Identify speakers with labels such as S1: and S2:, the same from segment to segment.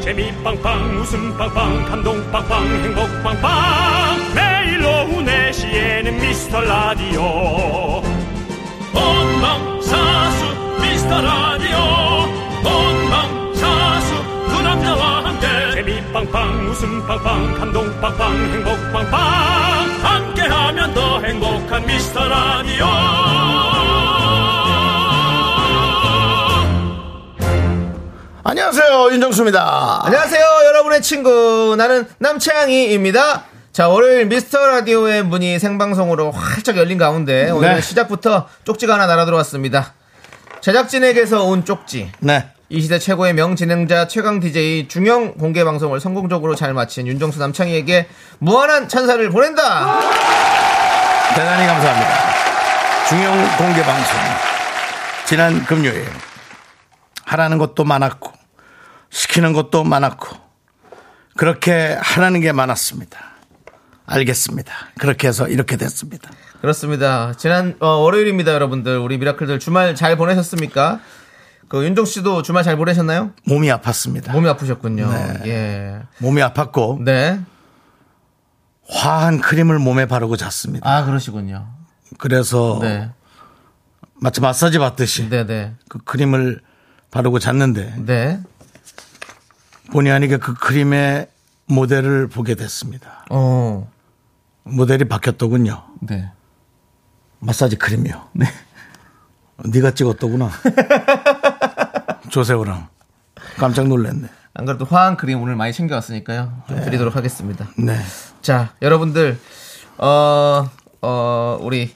S1: 재미 빵빵 웃음 빵빵 감동 빵빵 행복 빵빵 매일 오후 4시에는 미스터 라디오 본방사수 미스터 라디오 본방사수 두 남자와 함께 재미 빵빵 웃음 빵빵 감동 빵빵 행복 빵빵 아, 함께하면 더 행복한 미스터 라디오
S2: 안녕하세요 윤정수입니다.
S3: 안녕하세요, 여러분의 친구. 나는 남창희입니다. 자, 월요일 미스터 라디오의 문이 생방송으로 활짝 열린 가운데 오늘
S2: 네.
S3: 은 시작부터 쪽지가 하나 날아 들어왔습니다. 제작진에게서 온 쪽지.
S2: 네.
S3: 이 시대 최고의 명진행자 최강 DJ 중형 공개 방송을 성공적으로 잘 마친 윤정수 남창희에게 무한한 찬사를 보낸다.
S2: 대단히 감사합니다. 중형 공개 방송. 지난 금요일. 하라는 것도 많았고, 시키는 것도 많았고, 그렇게 하라는 게 많았습니다. 알겠습니다. 그렇게 해서 이렇게 됐습니다.
S3: 그렇습니다. 지난 어, 월요일입니다, 여러분들. 우리 미라클들 주말 잘 보내셨습니까? 그 윤정 씨도 주말 잘 보내셨나요?
S2: 몸이 아팠습니다.
S3: 몸이 아프셨군요.
S2: 네.
S3: 예.
S2: 몸이 아팠고,
S3: 네.
S2: 화한 크림을 몸에 바르고 잤습니다.
S3: 아, 그러시군요.
S2: 그래서
S3: 네.
S2: 마치 마사지 받듯이
S3: 네, 네.
S2: 그 크림을 바르고 잤는데,
S3: 네.
S2: 본의 아니게 그 크림의 모델을 보게 됐습니다.
S3: 어.
S2: 모델이 바뀌었더군요.
S3: 네.
S2: 마사지 크림이요. 네. 네가 찍었더구나. 조세호랑 깜짝 놀랐네.
S3: 안 그래도 화한 그림 오늘 많이 챙겨왔으니까요. 좀 드리도록 하겠습니다.
S2: 네.
S3: 자, 여러분들, 어, 어, 우리,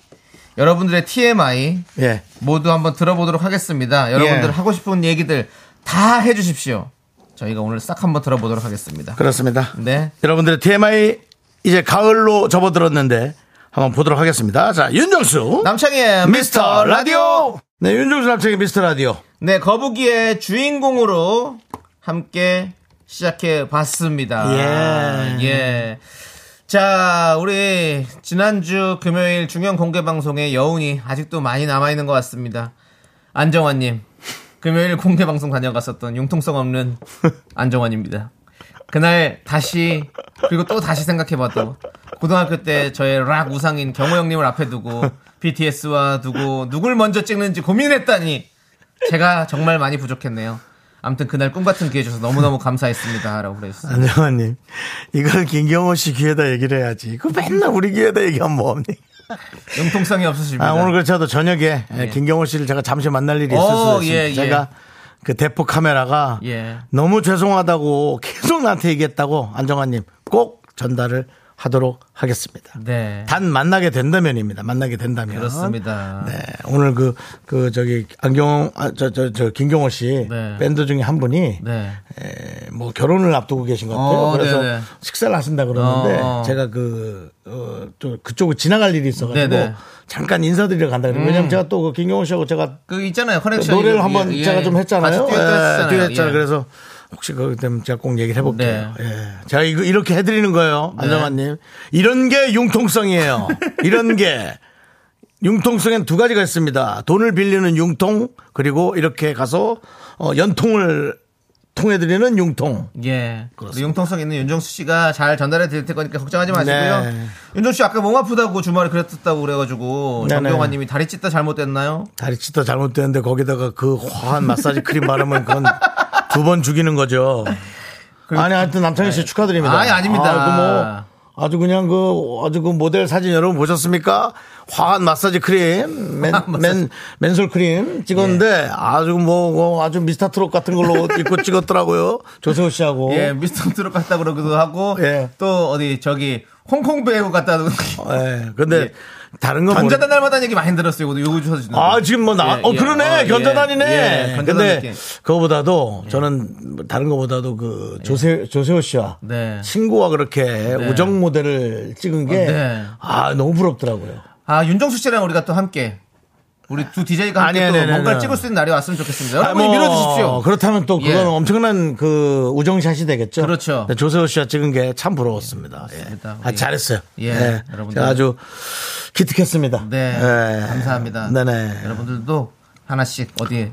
S3: 여러분들의 TMI
S2: 예.
S3: 모두 한번 들어보도록 하겠습니다. 여러분들
S2: 예.
S3: 하고 싶은 얘기들 다 해주십시오. 저희가 오늘 싹 한번 들어보도록 하겠습니다.
S2: 그렇습니다.
S3: 네.
S2: 여러분들의 TMI 이제 가을로 접어들었는데 한번 보도록 하겠습니다. 자, 윤정수.
S3: 남창희의
S2: 미스터 라디오. 네, 윤정수 남창의 미스터 라디오.
S3: 네, 거북이의 주인공으로 함께 시작해 봤습니다.
S2: 예.
S3: 예. 자, 우리 지난주 금요일 중형 공개 방송의 여운이 아직도 많이 남아 있는 것 같습니다. 안정환 님. 금요일 공개 방송 다녀갔었던 융통성 없는 안정환입니다. 그날 다시 그리고 또 다시 생각해봐도 고등학교 때 저의 락 우상인 경호 형님을 앞에 두고 BTS와 두고 누굴 먼저 찍는지 고민했다니 제가 정말 많이 부족했네요. 아무튼 그날 꿈 같은 기회 줘서 너무너무 감사했습니다라고 그랬어요.
S2: 안정환님. 이걸 김경호 씨 귀에다 얘기를 해야지. 이거 맨날 우리 귀에다 얘기하면 뭐합니까?
S3: 융통성이 없으십니다.
S2: 아, 오늘 그렇지라도 저녁에 예, 김경호 씨를 제가 잠시 만날 일이 있었어요.
S3: 어, 예,
S2: 제가 그 대포 카메라가
S3: 예.
S2: 너무 죄송하다고 계속 나한테 얘기했다고 안정환님 꼭 전달을 하도록 하겠습니다.
S3: 네.
S2: 단 만나게 된다면입니다. 만나게 된다면.
S3: 그렇습니다.
S2: 네. 오늘 그, 그, 저기, 안경, 아, 저, 저, 저, 김경호 씨
S3: 네.
S2: 밴드 중에 한 분이
S3: 네.
S2: 에, 뭐 결혼을 앞두고 계신 것 같아요.
S3: 어,
S2: 그래서
S3: 네네.
S2: 식사를 하신다 그러는데
S3: 어, 어.
S2: 제가 그, 어, 좀 그쪽을 지나갈 일이 있어가지고
S3: 네네. 음.
S2: 잠깐 인사드리러 간다. 그래요 왜냐면 제가 또 그 김경호 씨하고 제가
S3: 그 있잖아요. 커넥션
S2: 노래를
S3: 이름,
S2: 한번
S3: 예,
S2: 제가
S3: 예.
S2: 좀 했잖아요.
S3: 같이 듀엣도 했잖아요.
S2: 예, 듀엣잖아요.
S3: 예.
S2: 그래서 혹시 그것 때문에 제가 꼭 얘기를 해볼게요.
S3: 네.
S2: 예. 제가 이거 이렇게 해드리는 거예요. 안정환님. 이런 게 융통성이에요. 이런 게. 융통성엔 두 가지가 있습니다. 돈을 빌리는 융통, 그리고 이렇게 가서 어, 연통을 통해드리는 융통.
S3: 예. 우리 융통성 있는 윤정수 씨가 잘 전달해 드릴 테니까 걱정하지 마시고요.
S2: 네.
S3: 윤정수 씨 아까 몸 아프다고 주말에 그랬었다고 그래가지고
S2: 네네.
S3: 정경환 님이 다리 찢다 잘못됐나요?
S2: 다리 찢다 잘못됐는데 거기다가 그 화한 마사지 크림 바르면 그건 두 번 죽이는 거죠. 아니 하여튼 남창희 씨 축하드립니다.
S3: 그러니까 네. 아니, 아닙니다.
S2: 아, 그 뭐 아주 그냥 그 아주 그 모델 사진 여러분 보셨습니까? 화한 마사지 크림, 맨, 맨 맨솔 크림 찍었는데
S3: 예.
S2: 아주 뭐 어, 아주 미스터 트롯 같은 걸로 입고 찍었더라고요. 조세호 씨하고.
S3: 예, 미스터 트롯 같다 그러기도 하고
S2: 어? 예.
S3: 또 어디 저기 홍콩 배우 같다
S2: 예. 근데
S3: 예.
S2: 다른 건
S3: 견자단 날마다 얘기 많이 들었어요. 이거 요구 주셔서
S2: 아, 지금 뭐 나,
S3: 예,
S2: 어,
S3: 예.
S2: 그러네.
S3: 어, 예.
S2: 견자단이네.
S3: 예, 견자단
S2: 근데
S3: 느낌.
S2: 그거보다도 저는 다른 거보다도 그 조세, 조세호 씨와
S3: 네.
S2: 친구와 그렇게 우정 모델을 찍은 게
S3: 어, 네.
S2: 아, 너무 부럽더라고요.
S3: 아 윤정수 씨랑 우리가 또 함께 우리 두 DJ가 함께
S2: 아니,
S3: 또
S2: 아니, 아니,
S3: 뭔가를
S2: 아니.
S3: 찍을 수 있는 날이 왔으면 좋겠습니다.
S2: 아,
S3: 여러분이
S2: 뭐
S3: 밀어주십시오.
S2: 그렇다면 또 그건
S3: 예.
S2: 엄청난 그 우정샷이 되겠죠.
S3: 그렇죠.
S2: 근데 조세호 씨와 찍은 게 참 부러웠습니다. 예.
S3: 맞습니다.
S2: 아,
S3: 우리-
S2: 잘했어요.
S3: 예, 여러분들.
S2: 제가 아주 기특했습니다.
S3: 네,
S2: 예.
S3: 감사합니다.
S2: 네네.
S3: 여러분들도 하나씩 어디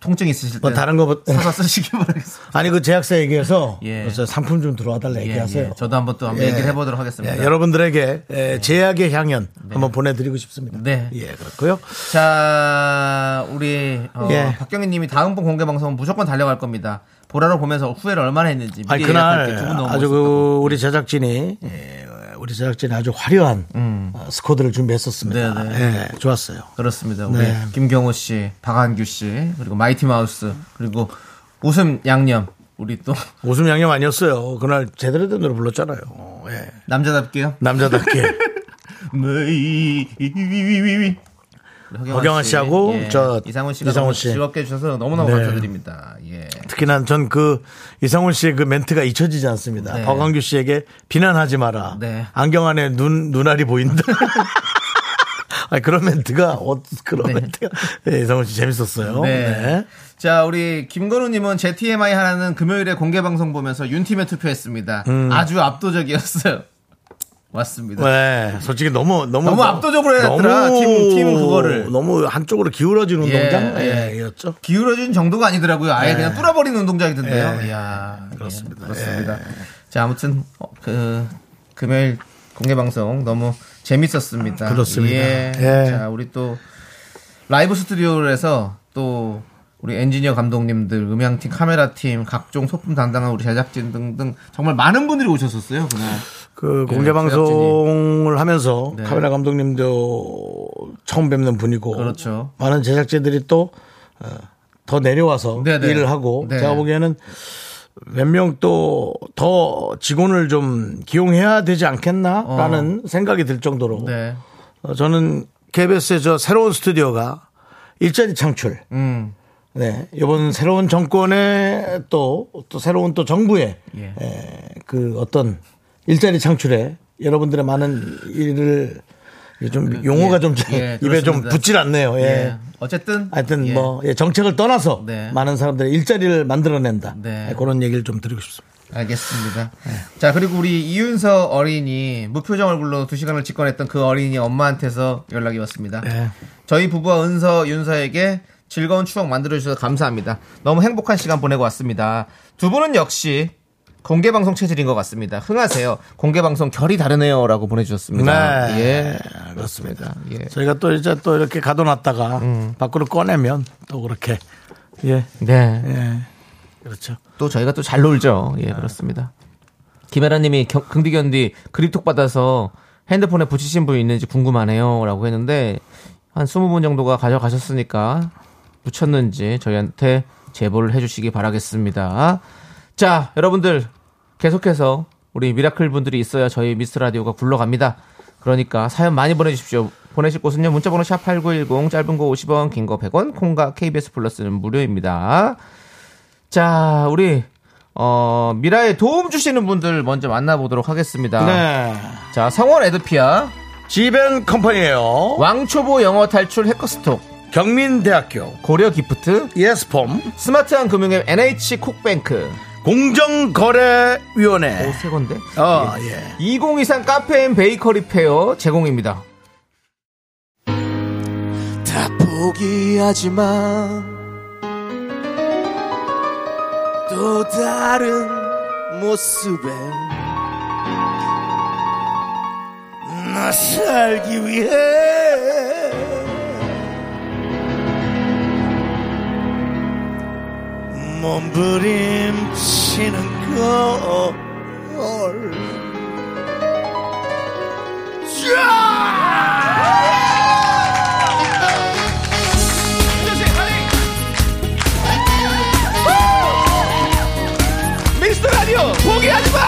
S3: 통증 있으실
S2: 뭐
S3: 때
S2: 다른 거보다
S3: 사서 쓰시기 바라겠습니다.
S2: 아니 그 제약사 얘기해서
S3: 예.
S2: 그래서 상품 좀 들어와 달라
S3: 예,
S2: 얘기하세요.
S3: 예. 저도 한번 또 한번
S2: 예.
S3: 얘기를 해보도록 하겠습니다.
S2: 예, 여러분들에게 예, 제약의 향연 한번 보내드리고 싶습니다.
S3: 네.
S2: 예, 그렇고요.
S3: 자, 우리 어,
S2: 예.
S3: 박경희님이 다음 번 공개 방송 은 무조건 달려갈 겁니다. 보라로 보면서 후회를 얼마나 했는지 미리
S2: 아니
S3: 예약할게요.
S2: 그날
S3: 두분 너무
S2: 아주
S3: 멋있었다고.
S2: 그 우리 제작진이 예, 우리 제작진이 아주 화려한 어, 스쿼드를 준비했었습니다.
S3: 음. 네,
S2: 예, 좋았어요.
S3: 그렇습니다. 우리
S2: 네.
S3: 김경호 씨, 박한규 씨, 그리고 마이티 마우스, 그리고 웃음 양념 우리 또
S2: 웃음 양념 아니었어요. 그날 제대로 된 노래 불렀잖아요. 어, 예.
S3: 남자답게요.
S2: 남자답게 허경환
S3: 씨,
S2: 씨하고
S3: 예,
S2: 저
S3: 이상훈 씨가
S2: 이상훈
S3: 너무
S2: 씨.
S3: 즐겁게 해주셔서 너무너무
S2: 네.
S3: 감사드립니다. 예.
S2: 특히 난 전 그 이상훈 씨의 그 멘트가 잊혀지지 않습니다.
S3: 네.
S2: 박광규 씨에게 비난하지 마라.
S3: 네.
S2: 안경 안에 눈 눈알이 보인다. 아니, 그런 멘트가 어, 그런
S3: 네.
S2: 멘트가 네, 이상훈 씨 재밌었어요.
S3: 네.
S2: 네.
S3: 자, 우리 김건우님은 제 TMI 하나는 금요일에 공개 방송 보면서 윤팀에 투표했습니다.
S2: 음.
S3: 아주 압도적이었어요. 맞습니다.
S2: 네, 솔직히 너무 너무
S3: 너무 압도적으로 해놨더라, 팀- 팀은 그거를.
S2: 너무 한쪽으로 기울어진 운동장
S3: 예.
S2: 예, 이었죠.
S3: 기울어진 정도가 아니더라고요. 아예 그냥 뚫어버리는 운동장이던데요. 이야.
S2: 네. 그렇습니다. 네.
S3: 예, 그렇습니다. 자, 아무튼 어, 그 금요일 공개 방송 너무 재밌었습니다.
S2: 그렇습니다.
S3: 예.
S2: 예.
S3: 자, 우리 또 라이브 스튜디오에서 또 우리 엔지니어 감독님들, 음향팀, 카메라팀, 각종 소품 담당한 우리 제작진 등등 정말 많은 분들이 오셨었어요 그날.
S2: 그
S3: 예,
S2: 공개 방송을 하면서
S3: 네.
S2: 카메라 감독님도 처음 뵙는 분이고
S3: 그렇죠.
S2: 많은 제작진들이 또 어, 더 내려와서
S3: 네네.
S2: 일을 하고
S3: 네.
S2: 제가 보기에는 몇 명 또 더 직원을 좀 기용해야 되지 않겠나라는 생각이 들 정도로
S3: 어. 네.
S2: 어, 저는 KBS의 저 새로운 스튜디오가 일자리 창출
S3: 음.
S2: 네, 이번 새로운 정권의 또, 또 새로운 또 정부의
S3: 예.
S2: 에, 그 어떤 일자리 창출에 여러분들의 많은 일을 이게 좀 용어가
S3: 예,
S2: 좀
S3: 예,
S2: 입에 좀
S3: 그렇습니다.
S2: 붙질 않네요. 예.
S3: 예. 어쨌든
S2: 하여튼
S3: 예.
S2: 뭐 예, 정책을 떠나서
S3: 네.
S2: 많은 사람들의 일자리를 만들어낸다.
S3: 네.
S2: 예, 그런 얘기를 좀 드리고 싶습니다.
S3: 알겠습니다. 자, 그리고 우리 이윤서 어린이, 무표정 얼굴로 두 시간을 직관했던 그 어린이 엄마한테서 연락이 왔습니다.
S2: 네.
S3: 저희 부부와 은서, 윤서에게 즐거운 추억 만들어주셔서 감사합니다. 너무 행복한 시간 보내고 왔습니다. 두 분은 역시 공개방송 체질인 것 같습니다. 흥하세요. 공개방송 결이 다르네요. 라고 보내주셨습니다.
S2: 네,
S3: 예.
S2: 그렇습니다.
S3: 예.
S2: 저희가 또 이제 또 이렇게 가둬놨다가 밖으로 꺼내면 또 그렇게 예,
S3: 네.
S2: 예, 그렇죠.
S3: 또 저희가 또 잘 놀죠. 예, 그렇습니다. 김혜라님이 겨- 긍디견디 그립톡 받아서 핸드폰에 붙이신 분 있는지 궁금하네요라고 했는데 한 20분 정도가 가져가셨으니까 붙였는지 저희한테 제보를 해주시기 바라겠습니다. 자, 여러분들 계속해서 우리 미라클 분들이 있어야 저희 미스 라디오가 굴러갑니다. 그러니까 사연 많이 보내주십시오. 보내실 곳은요 문자번호 샵 #8910 짧은 거 50원, 긴 거 100원, 콩과 KBS 플러스는 무료입니다. 자, 우리 어, 미라에 도움 주시는 분들 먼저 만나보도록 하겠습니다.
S2: 네.
S3: 자, 성원 에드피아,
S2: 지벤 컴퍼니에요.
S3: 왕초보 영어 탈출 해커스톡,
S2: 경민대학교
S3: 고려 기프트,
S2: 예스폼
S3: 스마트한 금융앱 NH 콕뱅크. 오,
S2: 공정거래위원회
S3: 세 건데.
S2: 어, 예.
S3: 2023 카페 앤 베이커리 페어 제공입니다.
S4: 다 포기하지 마. 또 다른 모습에 나 살기 위해 몸부림치는 걸. 미스터 라디오 포기하지 마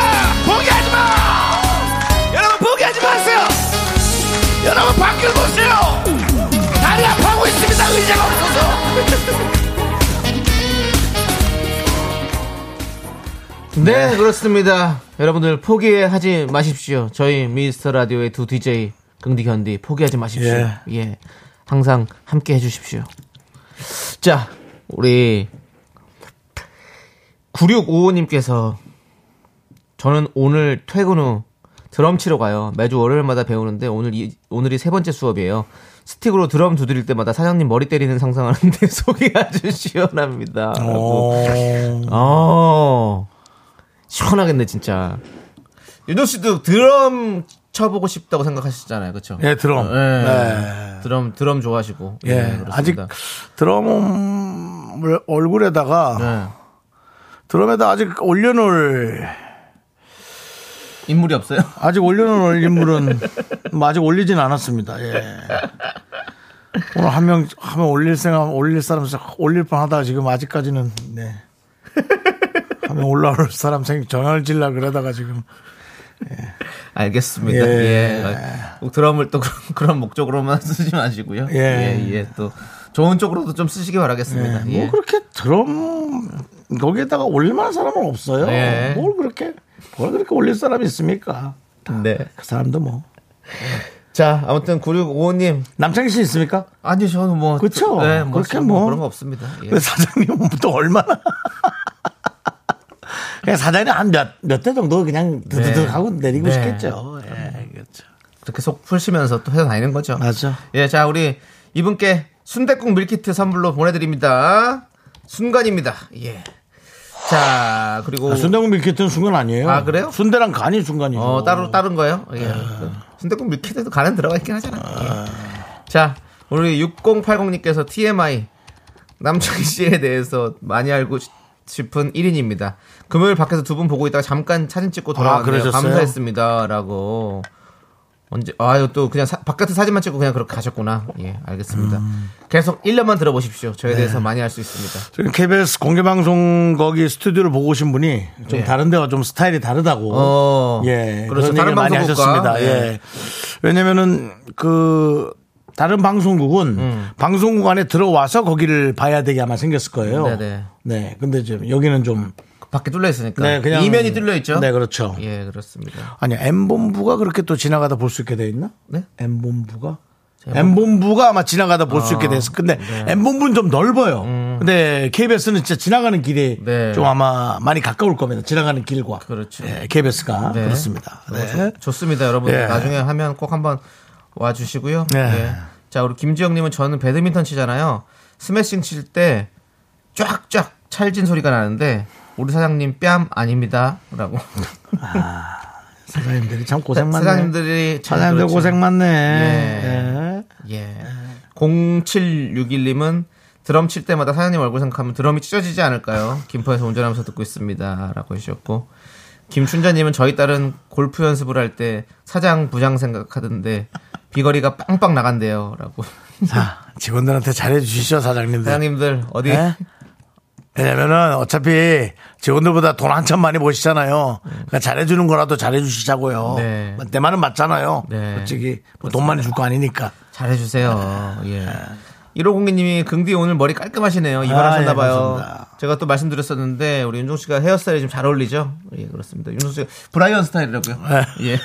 S4: 포기하지 마 여러분 포기하지 마세요 여러분 밖을 보세요 다리 아파하고 있습니다 의자가 없어서
S3: 네, 그렇습니다. 여러분들 포기하지 마십시오. 저희 미스터 라디오의 두 DJ 긍디 견디 포기하지 마십시오.
S2: 예.
S3: 예. 항상 함께 해 주십시오. 자, 우리 9655님께서 저는 오늘 퇴근 후 드럼 치러 가요. 매주 월요일마다 배우는데 오늘 이, 오늘이 세 번째 수업이에요. 스틱으로 드럼 두드릴 때마다 사장님 머리 때리는 상상하는데 속이 아주 시원합니다. 라고. 어. 시원하겠네 진짜. 윤정 씨도 드럼 쳐보고 싶다고 생각하셨잖아요, 그렇죠?
S2: 예, 드럼. 예.
S3: 드럼 드럼 좋아하시고.
S2: 예,
S3: 네, 그렇습니다.
S2: 아직 드럼을 얼굴에다가
S3: 네.
S2: 드럼에다 아직 올려놓을
S3: 인물이 없어요.
S2: 아직 올려놓을 인물은 뭐 아직 올리진 않았습니다. 예. 오늘 한 명 하면 올릴 생각 올릴 사람 싹 올릴 뻔하다 지금 아직까지는 네. 한 명 올라올 사람 생 전화를 질라 그러다가 지금
S3: 알겠습니다.
S2: 예.
S3: 예. 꼭 드럼을 또 그런, 그런 목적으로만 쓰지 마시고요.
S2: 예.
S3: 예. 예. 또 좋은 쪽으로도 좀 쓰시기 바라겠습니다. 예.
S2: 뭐 그렇게 드럼 거기에다가 올릴 만한 사람은 없어요.
S3: 네.
S2: 뭘 그렇게 뭘 그렇게 올릴 사람이 있습니까?
S3: 네.
S2: 그 사람도 뭐
S3: 자, 아무튼 9655님.
S2: 남창희 씨 있습니까?
S3: 아니요, 저는 뭐.
S2: 그쵸?
S3: 네, 뭐
S2: 그렇게
S3: 그렇게 뭐.
S2: 뭐.
S3: 그런 거 없습니다. 예.
S2: 근데 사장님은 또 얼마나. 그냥 사장님 한 몇, 몇 대 정도 그냥 드드득
S3: 네.
S2: 하고 내리고
S3: 네.
S2: 싶겠죠. 예, 그렇죠.
S3: 그렇게 속 풀시면서 또 회사 다니는 거죠.
S2: 맞아.
S3: 예, 자, 우리 이분께 순대국 밀키트 선물로 보내드립니다. 순간입니다. 예. 자, 그리고.
S2: 아, 순대국 밀키트는 순간 아니에요.
S3: 아, 그래요?
S2: 순대랑 간이 순간이죠.
S3: 어, 따로 다른 거예요? 예.
S2: 아.
S3: 순대국 밀키트도 간은 들어가 있긴 하잖아. 예. 자, 우리 6080님께서 TMI 남창희 씨에 대해서 많이 알고 시- 싶은 1인입니다. 금요일 밖에서 두 분 보고 있다가 잠깐 사진 찍고 돌아왔네요.
S2: 그러셨어요?
S3: 감사했습니다라고. 언제 아유 또 그냥 사- 바깥에 사진만 찍고 그냥 그렇게 가셨구나. 예, 알겠습니다.
S2: 음.
S3: 계속 1년만 들어보십시오.
S2: 네.
S3: 저에 대해서 많이 알 수 있습니다.
S2: 저기 KBS 공개방송 거기 스튜디오를 보고 오신 분이 좀
S3: 예.
S2: 다른 데와 좀 스타일이 다르다고.
S3: 어.
S2: 예. 그런
S3: 그렇죠.
S2: 얘기를
S3: 다른
S2: 많이
S3: 방송국과.
S2: 하셨습니다.
S3: 예.
S2: 예. 왜냐면은 그 다른 방송국은
S3: 음.
S2: 방송국 안에 들어와서 거기를 봐야 되게 아마 생겼을 거예요.
S3: 네네.
S2: 네. 근데 지금 여기는 좀
S3: 밖에 뚫려 있으니까
S2: 네, 그냥-
S3: 이면이 뚫려 있죠.
S2: 네, 그렇죠.
S3: 예, 그렇습니다.
S2: 아니 M본부가 그렇게 또 지나가다 볼 수 있게 돼 있나?
S3: 네?
S2: M본부가 M본부가 아마 네. 음. 지나가다 볼 수 있게 돼서 근데 M본부는 좀 넓어요. 근데 KBS는 진짜 지나가는 길이
S3: 네.
S2: 좀 아마 많이 가까울 겁니다. 지나가는 길과
S3: 그렇죠.
S2: KBS가
S3: 네.
S2: 그렇습니다. 네.
S3: 네. 좋습니다, 여러분.
S2: 예.
S3: 나중에 하면 꼭 한번 와 주시고요.
S2: 예.
S3: 예. 자, 우리 김지영님은 저는 배드민턴 치잖아요. 스매싱 칠 때 쫙쫙 찰진 소리가 나는데 우리 사장님 뺨 아닙니다라고.
S2: 사장님들이 참 고생 많네.
S3: 사장님들이 참
S2: 사장님들
S3: 그렇죠.
S2: 고생 많네.
S3: 예.
S2: 예.
S3: 예. 0761님은 드럼 칠 때마다 사장님 얼굴 생각하면 드럼이 찢어지지 않을까요? 김포에서 운전하면서 듣고 있습니다라고 해주셨고 김춘자님은 저희 딸은 골프 연습을 할 때 사장 부장 생각하던데 비거리가 빵빵 나간대요라고
S2: 자 직원들한테 잘해 주시죠 사장님들.
S3: 사장님들 어디
S2: 예? 왜냐면은 어차피 직원들보다 돈 한참 많이 버시잖아요. 그러니까 잘해주는 거라도 잘해주시자고요.
S3: 네.
S2: 내 말은 맞잖아요.
S3: 네.
S2: 솔직히 뭐돈 많이 줄 거 아니니까.
S3: 잘해주세요. 예. 1502님이 긍디 오늘 머리 깔끔하시네요. 이발하셨나봐요.
S2: 감사합니다.
S3: 제가 또 말씀드렸었는데 우리 윤종 씨가 헤어스타일이 좀 잘 어울리죠. 예 그렇습니다. 윤종 씨 브라이언 스타일이라고요. 예.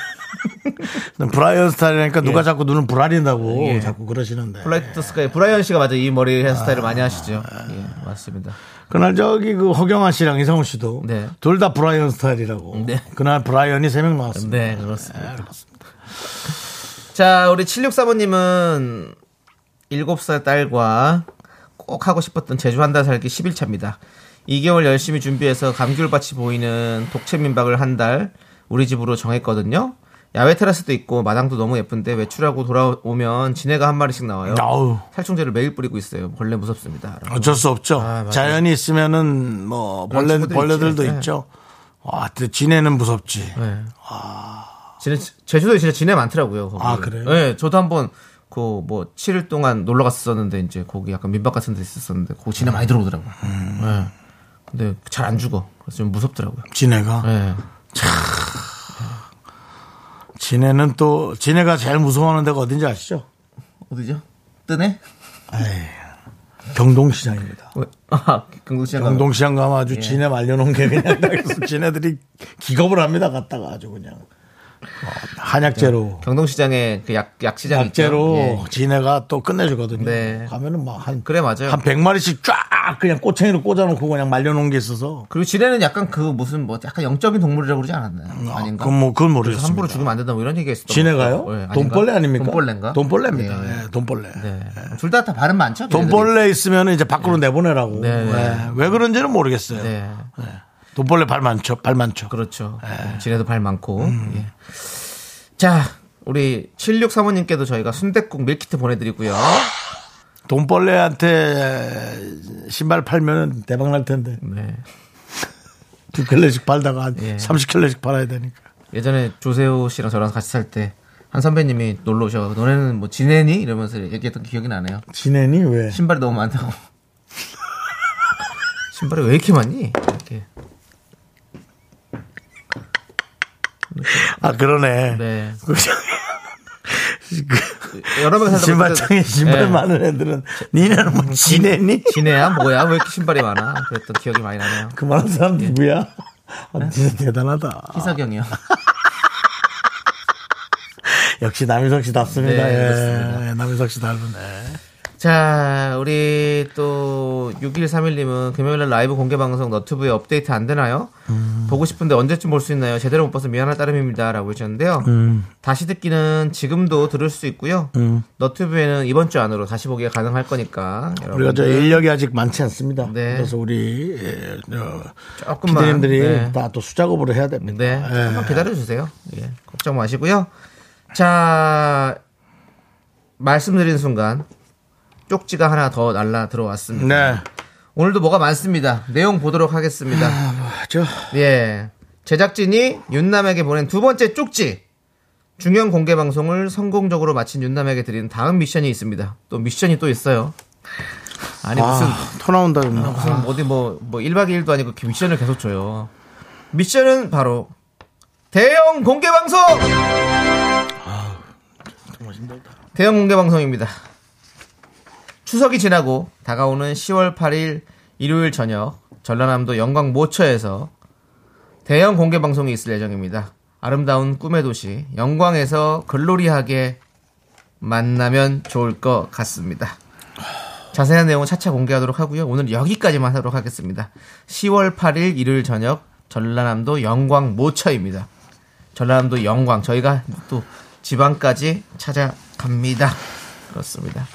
S2: 브라이언 스타일이니까 누가 자꾸 눈을 불아린다고 자꾸 그러시는데.
S3: 플라이트 스카이 예. 브라이언 씨가 맞아 요이 머리 헤어스타일을 많이 하시죠. 예 맞습니다.
S2: 그날 저기 그 허경아 씨랑 이상훈 씨도
S3: 네.
S2: 둘 다 브라이언 스타일이라고.
S3: 네.
S2: 그날 브라이언이 세 명 나왔습니다.
S3: 네 그렇습니다. 자 우리 7635님은 7살 딸과 꼭 하고 싶었던 제주 한 달 살기 10일차입니다. 2개월 열심히 준비해서 감귤밭이 보이는 독채 민박을 한 달 우리 집으로 정했거든요. 야외 테라스도 있고 마당도 너무 예쁜데 외출하고 돌아오면 지네가 한 마리씩 나와요.
S2: 아우.
S3: 살충제를 매일 뿌리고 있어요. 벌레 무섭습니다. 라고.
S2: 어쩔 수 없죠.
S3: 맞아요.
S2: 자연이 있으면은 뭐
S3: 그런
S2: 벌레
S3: 친구들
S2: 벌레들도
S3: 있지. 네.
S2: 있죠. 와, 근데 지네는 무섭지.
S3: 네. 지네, 제주도에 진짜 지네 많더라고요. 거기.
S2: 아, 그래요?
S3: 네, 저도 한번 그 뭐 7일 동안 놀러 갔었는데 이제 거기 약간 민박 같은 데 있었었는데 거기 지네 많이 들어오더라고요.
S2: 음.
S3: 네. 근데 잘 안 죽어. 그래서 좀 무섭더라고요.
S2: 지네가.
S3: 네.
S2: 지네는 또 지네가 제일 무서워하는 데가 어딘지 아시죠?
S3: 어디죠? 뜨네?
S2: 에이, 경동시장입니다.
S3: 왜? 아, 금국시장 가면.
S2: 경동시장
S3: 예.
S2: 가면 아주 지네 말려놓은 게 그냥 다 있어서 지네들이 기겁을 합니다. 갔다가 아주 그냥 한약재로
S3: 경동시장에 그 약, 약시장. 있죠?
S2: 약재로
S3: 예.
S2: 지네가 또 끝내주거든요.
S3: 네.
S2: 가면은 뭐한
S3: 그래, 맞아요.
S2: 한 100마리씩 쫙 그냥 꼬챙이로 꽂아놓고 그냥 말려놓은 게 있어서
S3: 그리고 지뢰는 약간 그 무슨 뭐 약간 영적인 동물이라고 그러지 않았나요?
S2: 아,
S3: 아닌가?
S2: 그건 뭐 그건
S3: 그래서
S2: 모르겠습니다.
S3: 함부로 죽이면 안 된다 뭐 이런 얘기 했었던
S2: 지네가요?
S3: 것 같아요. 예, 아닌가?
S2: 돈벌레 아닙니까?
S3: 돈벌레인가?
S2: 입니다
S3: 예.
S2: 돈벌레.
S3: 네. 둘 다 다 발음 많죠?
S2: 돈벌레 있으면 이제 밖으로 내보내라고.
S3: 네.
S2: 예. 왜 그런지는 모르겠어요.
S3: 걔네들이. 네.
S2: 예. 돈벌레 발 많죠. 발 많죠.
S3: 그렇죠. 지네도 발 많고.
S2: 음.
S3: 예. 자, 우리 76사모님께도 저희가 순댓국 밀키트 보내드리고요.
S2: 돈벌레한테 신발 팔면 대박 날 텐데.
S3: 네.
S2: 두 켤레씩 팔다가 한
S3: 예.
S2: 30켤레씩 팔아야 되니까.
S3: 예전에 조세호 씨랑 저랑 같이 살 때 한 선배님이 놀러 오셔서 너네는 뭐 지내니? 이러면서 얘기했던 기억이 나네요.
S2: 지내니 왜?
S3: 신발이 너무 많다고. 신발이 왜 이렇게 많니? 이렇게.
S2: 아 그러네.
S3: 네.
S2: 그
S3: 여러 명 살다
S2: 신발장에 신발
S3: 네.
S2: 많은 애들은 니네는 뭐 지내니?
S3: 지네야 뭐야 왜 이렇게 신발이 많아? 그랬던 기억이 많이 나네요.
S2: 그만한 사람
S3: 예.
S2: 누구야?
S3: 네.
S2: 아, 진짜 대단하다.
S3: 희석형이요.
S2: 역시 남희석 씨 답습니다.
S3: 네,
S2: 예.
S3: 그렇습니다.
S2: 예, 남희석 씨 닮으네.
S3: 자, 우리 또 6131님은 금요일날 라이브 공개 방송 너튜브에 업데이트 안 되나요?
S2: 음.
S3: 보고 싶은데 언제쯤 볼 수 있나요? 제대로 못 봐서 미안할 따름입니다라고 해주셨는데요.
S2: 음.
S3: 다시 듣기는 지금도 들을 수 있고요. 너튜브에는 이번 주 안으로 다시 보기가 가능할 거니까
S2: 우리가 저
S3: 여러분들
S2: 인력이 아직 많지 않습니다.
S3: 네.
S2: 그래서 우리 예, 저
S3: 조금만
S2: 피디님들이 뭐 예.
S3: 네.
S2: 다 또 수작업으로 해야 됩니다.
S3: 네. 한번 기다려주세요. 예. 걱정 마시고요. 자, 말씀드린 순간 쪽지가 하나 더 날라 들어왔습니다.
S2: 네.
S3: 오늘도 뭐가 많습니다. 내용 보도록 하겠습니다.
S2: 저
S3: 예. 제작진이 윤남에게 보낸 두 번째 쪽지. 중형 공개 방송을 성공적으로 마친 윤남에게 드리는 다음 미션이 있습니다. 또 미션이 또 있어요. 아니 무슨
S2: 아, 토 나온다 정말.
S3: 무슨 어디 뭐, 뭐 1박 2일도 아니고 이렇게 미션을 계속 줘요. 미션은 바로 대형 공개 방송! 대형 공개 방송입니다. 추석이 지나고 다가오는 10월 8일 일요일 저녁 전라남도 영광 모처에서 대형 공개 방송이 있을 예정입니다. 아름다운 꿈의 도시 영광에서 글로리하게 만나면 좋을 것 같습니다. 자세한 내용은 차차 공개하도록 하고요. 오늘 여기까지만 하도록 하겠습니다. 10월 8일 일요일 저녁 전라남도 영광 모처입니다. 전라남도 영광 저희가 또 지방까지 찾아갑니다. 그렇습니다.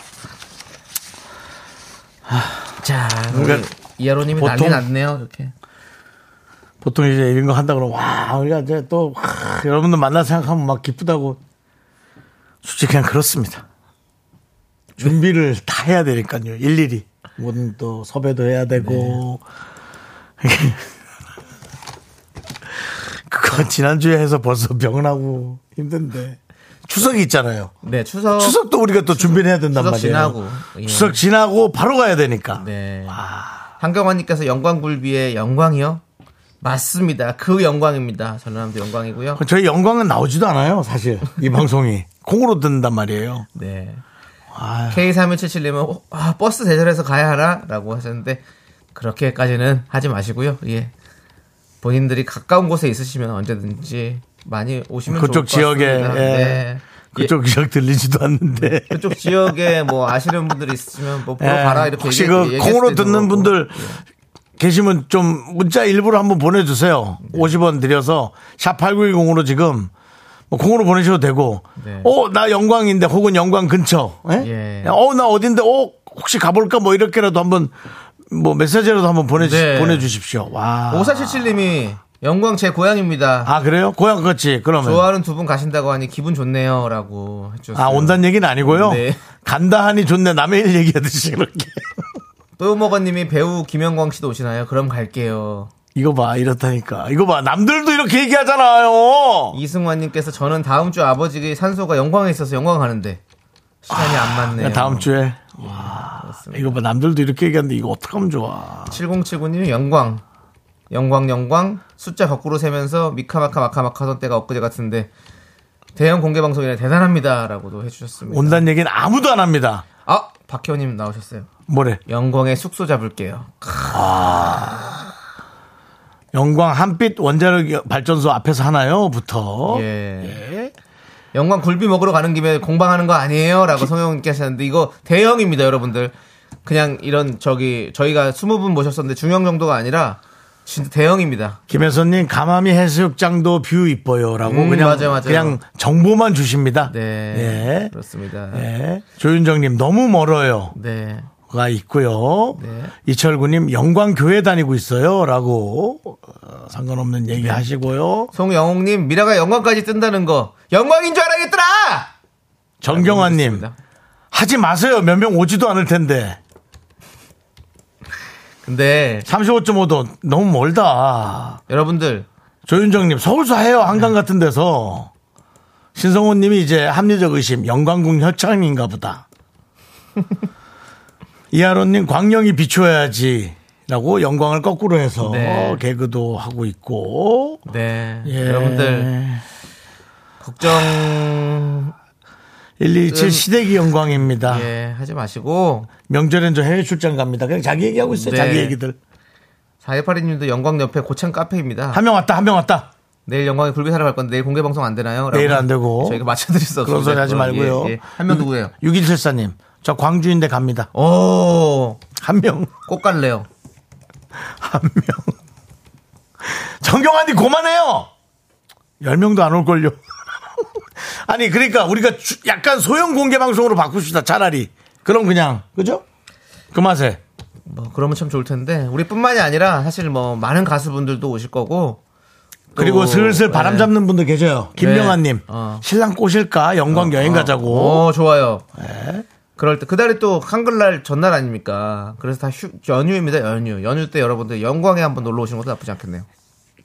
S3: 하, 자, 우리
S2: 그러니까
S3: 이하로님이 난리
S2: 보통-
S3: 났네요. 이렇게
S2: 보통 이제 이런 거 한다 그러면 와 우리가 이제 또 와, 여러분들 만나 생각하면 막 기쁘다고 솔직히 그냥 그렇습니다. 준비를 다 해야 되니까요. 일일이 뭐든 또 섭외도 해야 되고
S3: 네.
S2: 그거 지난주에 해서 벌써 병나고 힘든데 추석이 있잖아요.
S3: 네 추석
S2: 추석도 우리가 또 준비를 해야 된단
S3: 추석
S2: 말이에요.
S3: 지나고, 예.
S2: 추석 지나고 바로 가야 되니까.
S3: 네. 한경환님께서 영광굴비의 영광이요? 맞습니다. 그 영광입니다. 전라남도 영광이고요.
S2: 저희 영광은 나오지도 않아요, 사실. 이 방송이. 콩으로 듣는단 말이에요.
S3: 네.
S2: 아유,
S3: K3177님은 어, 아, 버스 대절해서 가야 하나? 라고 하셨는데 그렇게까지는 하지 마시고요. 예. 본인들이 가까운 곳에 있으시면 언제든지 많이 오시면
S2: 그쪽
S3: 좋을 것
S2: 지역에,
S3: 같습니다.
S2: 예.
S3: 네.
S2: 그쪽 지역 들리지도 않는데.
S3: 예, 그쪽 지역에 뭐 아시는 분들이 있으면 뭐 보러
S2: 예,
S3: 가라 이렇게
S2: 혹시
S3: 얘기-
S2: 그
S3: 얘기할
S2: 콩으로
S3: 수도 있는
S2: 듣는
S3: 거고.
S2: 분들 계시면 좀 문자 일부러 한번 보내주세요.
S3: 네.
S2: 50원 드려서 샵8910으로 지금 뭐 콩으로 보내셔도 되고,
S3: 네.
S2: 어, 나 영광인데 혹은 영광 근처,
S3: 예.
S2: 예? 어, 나 어딘데, 어, 혹시 가볼까 뭐 이렇게라도 한번 뭐 메시지라도 한번 보내주,
S3: 네.
S2: 보내주십시오. 와.
S3: 5477님이 영광 제 고향입니다.
S2: 아, 그래요? 고향 같지, 그러면.
S3: 좋아하는 두 분 가신다고 하니 기분 좋네요라고 해주셨어요.
S2: 아, 온다는 얘기는 아니고요.
S3: 네.
S2: 간다 하니 좋네. 남의 일 얘기하듯이 그렇게.
S3: 또요먹어님이 배우 김영광 씨도 오시나요? 그럼 갈게요.
S2: 이거 봐, 이렇다니까. 이거 봐, 남들도 이렇게 얘기하잖아요.
S3: 이승환님께서 저는 다음 주 아버지의 산소가 영광에 있어서 영광 가는데 시간이 안 맞네요.
S2: 아, 다음 주에.
S3: 그렇습니다.
S2: 이거 봐, 남들도 이렇게 얘기하는데 이거 어떡하면 좋아.
S3: 7079님 영광. 영광 영광 숫자 거꾸로 세면서 미카마카 마카마카 하던 때가 엊그제 같은데 대형 공개 방송이라 대단합니다라고도 해주셨습니다.
S2: 온다는 얘기는 아무도 안 합니다.
S3: 아 박혜원님 나오셨어요.
S2: 뭐래.
S3: 영광의 숙소 잡을게요.
S2: 영광 한빛 원자력 발전소 앞에서 하나요?부터
S3: 예. 영광 굴비 먹으러 가는 김에 공방하는 거 아니에요? 라고 성형님께서 하는데 이거 대형입니다, 여러분들. 그냥 이런 저기 저희가 20분 모셨었는데 중형 정도가 아니라 진짜 대형입니다.
S2: 김혜선님 가마미 해수욕장도 뷰 이뻐요라고
S3: 음,
S2: 그냥
S3: 맞아요, 맞아요.
S2: 그냥 정보만 주십니다.
S3: 네.
S2: 예.
S3: 그렇습니다.
S2: 예. 조윤정님 너무 멀어요.
S3: 네.
S2: 가 있고요.
S3: 네.
S2: 이철구님 영광 교회 다니고 있어요라고 어, 상관없는 얘기
S3: 네.
S2: 하시고요.
S3: 송영웅님 미라가 영광까지 뜬다는 거 영광인 줄 알아야겠더라.
S2: 정경환님
S3: 그렇습니다.
S2: 하지 마세요. 몇 명 오지도 않을 텐데.
S3: 근데
S2: 35.5도 너무 멀다.
S3: 여러분들
S2: 조윤정님 서울서 해요 한강
S3: 네.
S2: 같은 데서 신성호님이 이제 합리적 의심 영광궁 협찬인가 보다. 이하로님 광명이 비춰야지라고 영광을 거꾸로 해서
S3: 네.
S2: 개그도 하고 있고
S3: 네
S2: 예.
S3: 여러분들 걱정
S2: 127 시댁이 영광입니다.
S3: 음. 예 하지 마시고
S2: 명절엔 저 해외 출장 갑니다. 그냥 자기 얘기하고 있어요.
S3: 네.
S2: 자기 얘기들.
S3: 4182님도 영광 옆에 고창 카페입니다.
S2: 한 명 왔다, 한 명 왔다.
S3: 내일 영광에 굴비 사러 갈 건데 내일 공개 방송 안 되나요? 라고
S2: 내일 안 되고.
S3: 저희가 맞춰드릴 수 없어요.
S2: 그런 소리 하지 말고요.
S3: 한 명 예, 누구예요?
S2: 6174님. 저 광주인데 갑니다.
S3: 오,
S2: 한 명,
S3: 꼭 어, 갈래요.
S2: 한 명. 정경환님 고만해요! 열명도 안 올걸요. 아니, 그러니까 우리가 주- 약간 소형 공개 방송으로 바꿉시다. 차라리. 그럼 그냥. 그죠? 그 맛에.
S3: 뭐 그러면 참 좋을 텐데 우리뿐만이 아니라 사실 뭐 많은 가수분들도 오실 거고
S2: 그리고
S3: 또,
S2: 슬슬 바람
S3: 네.
S2: 잡는 분들 계셔요. 김명환님.
S3: 어.
S2: 신랑 꼬실까? 영광 여행 음, 가자고. 네.
S3: 오, 어, 좋아요. 그럴 때 그달이 또 한글날 전날 아닙니까? 그래서 다 휴, 연휴입니다. 연휴. 연휴 때 여러분들 영광에 한번 놀러 오시는 것도 나쁘지 않겠네요.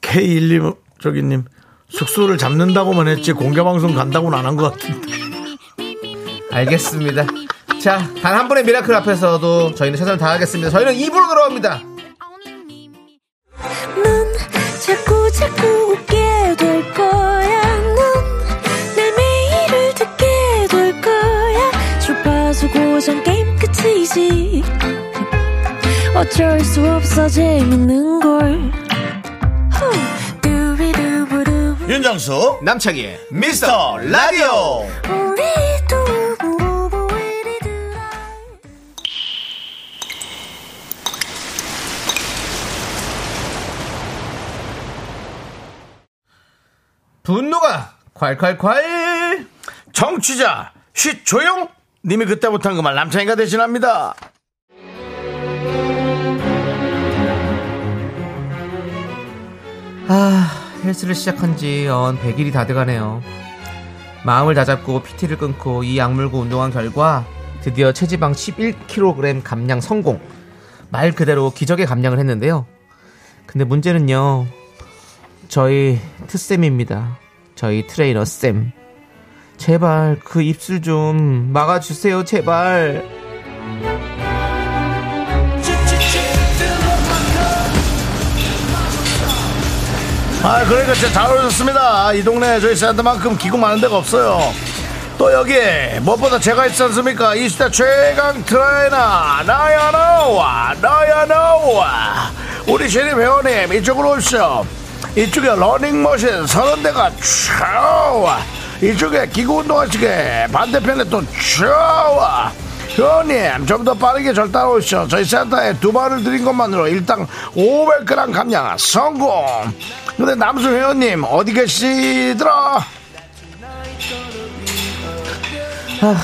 S2: K12 저기님 숙소를 잡는다고만 했지 공개방송 간다고는 안 한 것 같은데
S3: 알겠습니다. 자, 단 한 분의 미라클 앞에서도 저희는 최선을 다하겠습니다. 저희는 2부로 돌아옵니다.
S5: 넌 자꾸 자꾸 웃게 될 거야. 넌내 매일을 듣게 될 거야. 주파수 고정 게임 끝이지. 어쩔 수 없어 재밌는 걸. 후. 두비두부두.
S2: 윤정수
S3: 남창희의 미스터 라디오.
S5: 우리 두부부부 우리 두라.
S3: 분노가 콸콸콸
S2: 정취자 쉿 조용 님이 그때 못한 그 말 남창이가 대신합니다
S3: 아 헬스를 시작한 지언 100일이 다 돼가네요 마음을 다잡고 PT를 끊고 이 약물고 운동한 결과 드디어 체지방 11kg 감량 성공 말 그대로 기적의 감량을 했는데요 근데 문제는요 저희 트쌤입니다 저희 트레이너 쌤 제발 그 입술 좀 막아주세요 제발
S2: 아 그러니까 진짜 잘 오셨습니다 이 동네에 저희 센터만큼 기구 많은 데가 없어요 또 여기 무엇보다 제가 있지 않습니까 이 시대 최강 트라이너 나야 나와 나야 나와 우리 신입 회원님 이쪽으로 오십시오 이쪽에 러닝머신 서른 대가 좋아 이쪽에 기구 운동하시게 반대편에 또 좋아 회원님 좀 더 빠르게 절단 오시죠 저희 센터에 두 발을 드린 것만으로 일당 500g 감량 성공 근데 남수 회원님 어디 계시더라
S3: 아,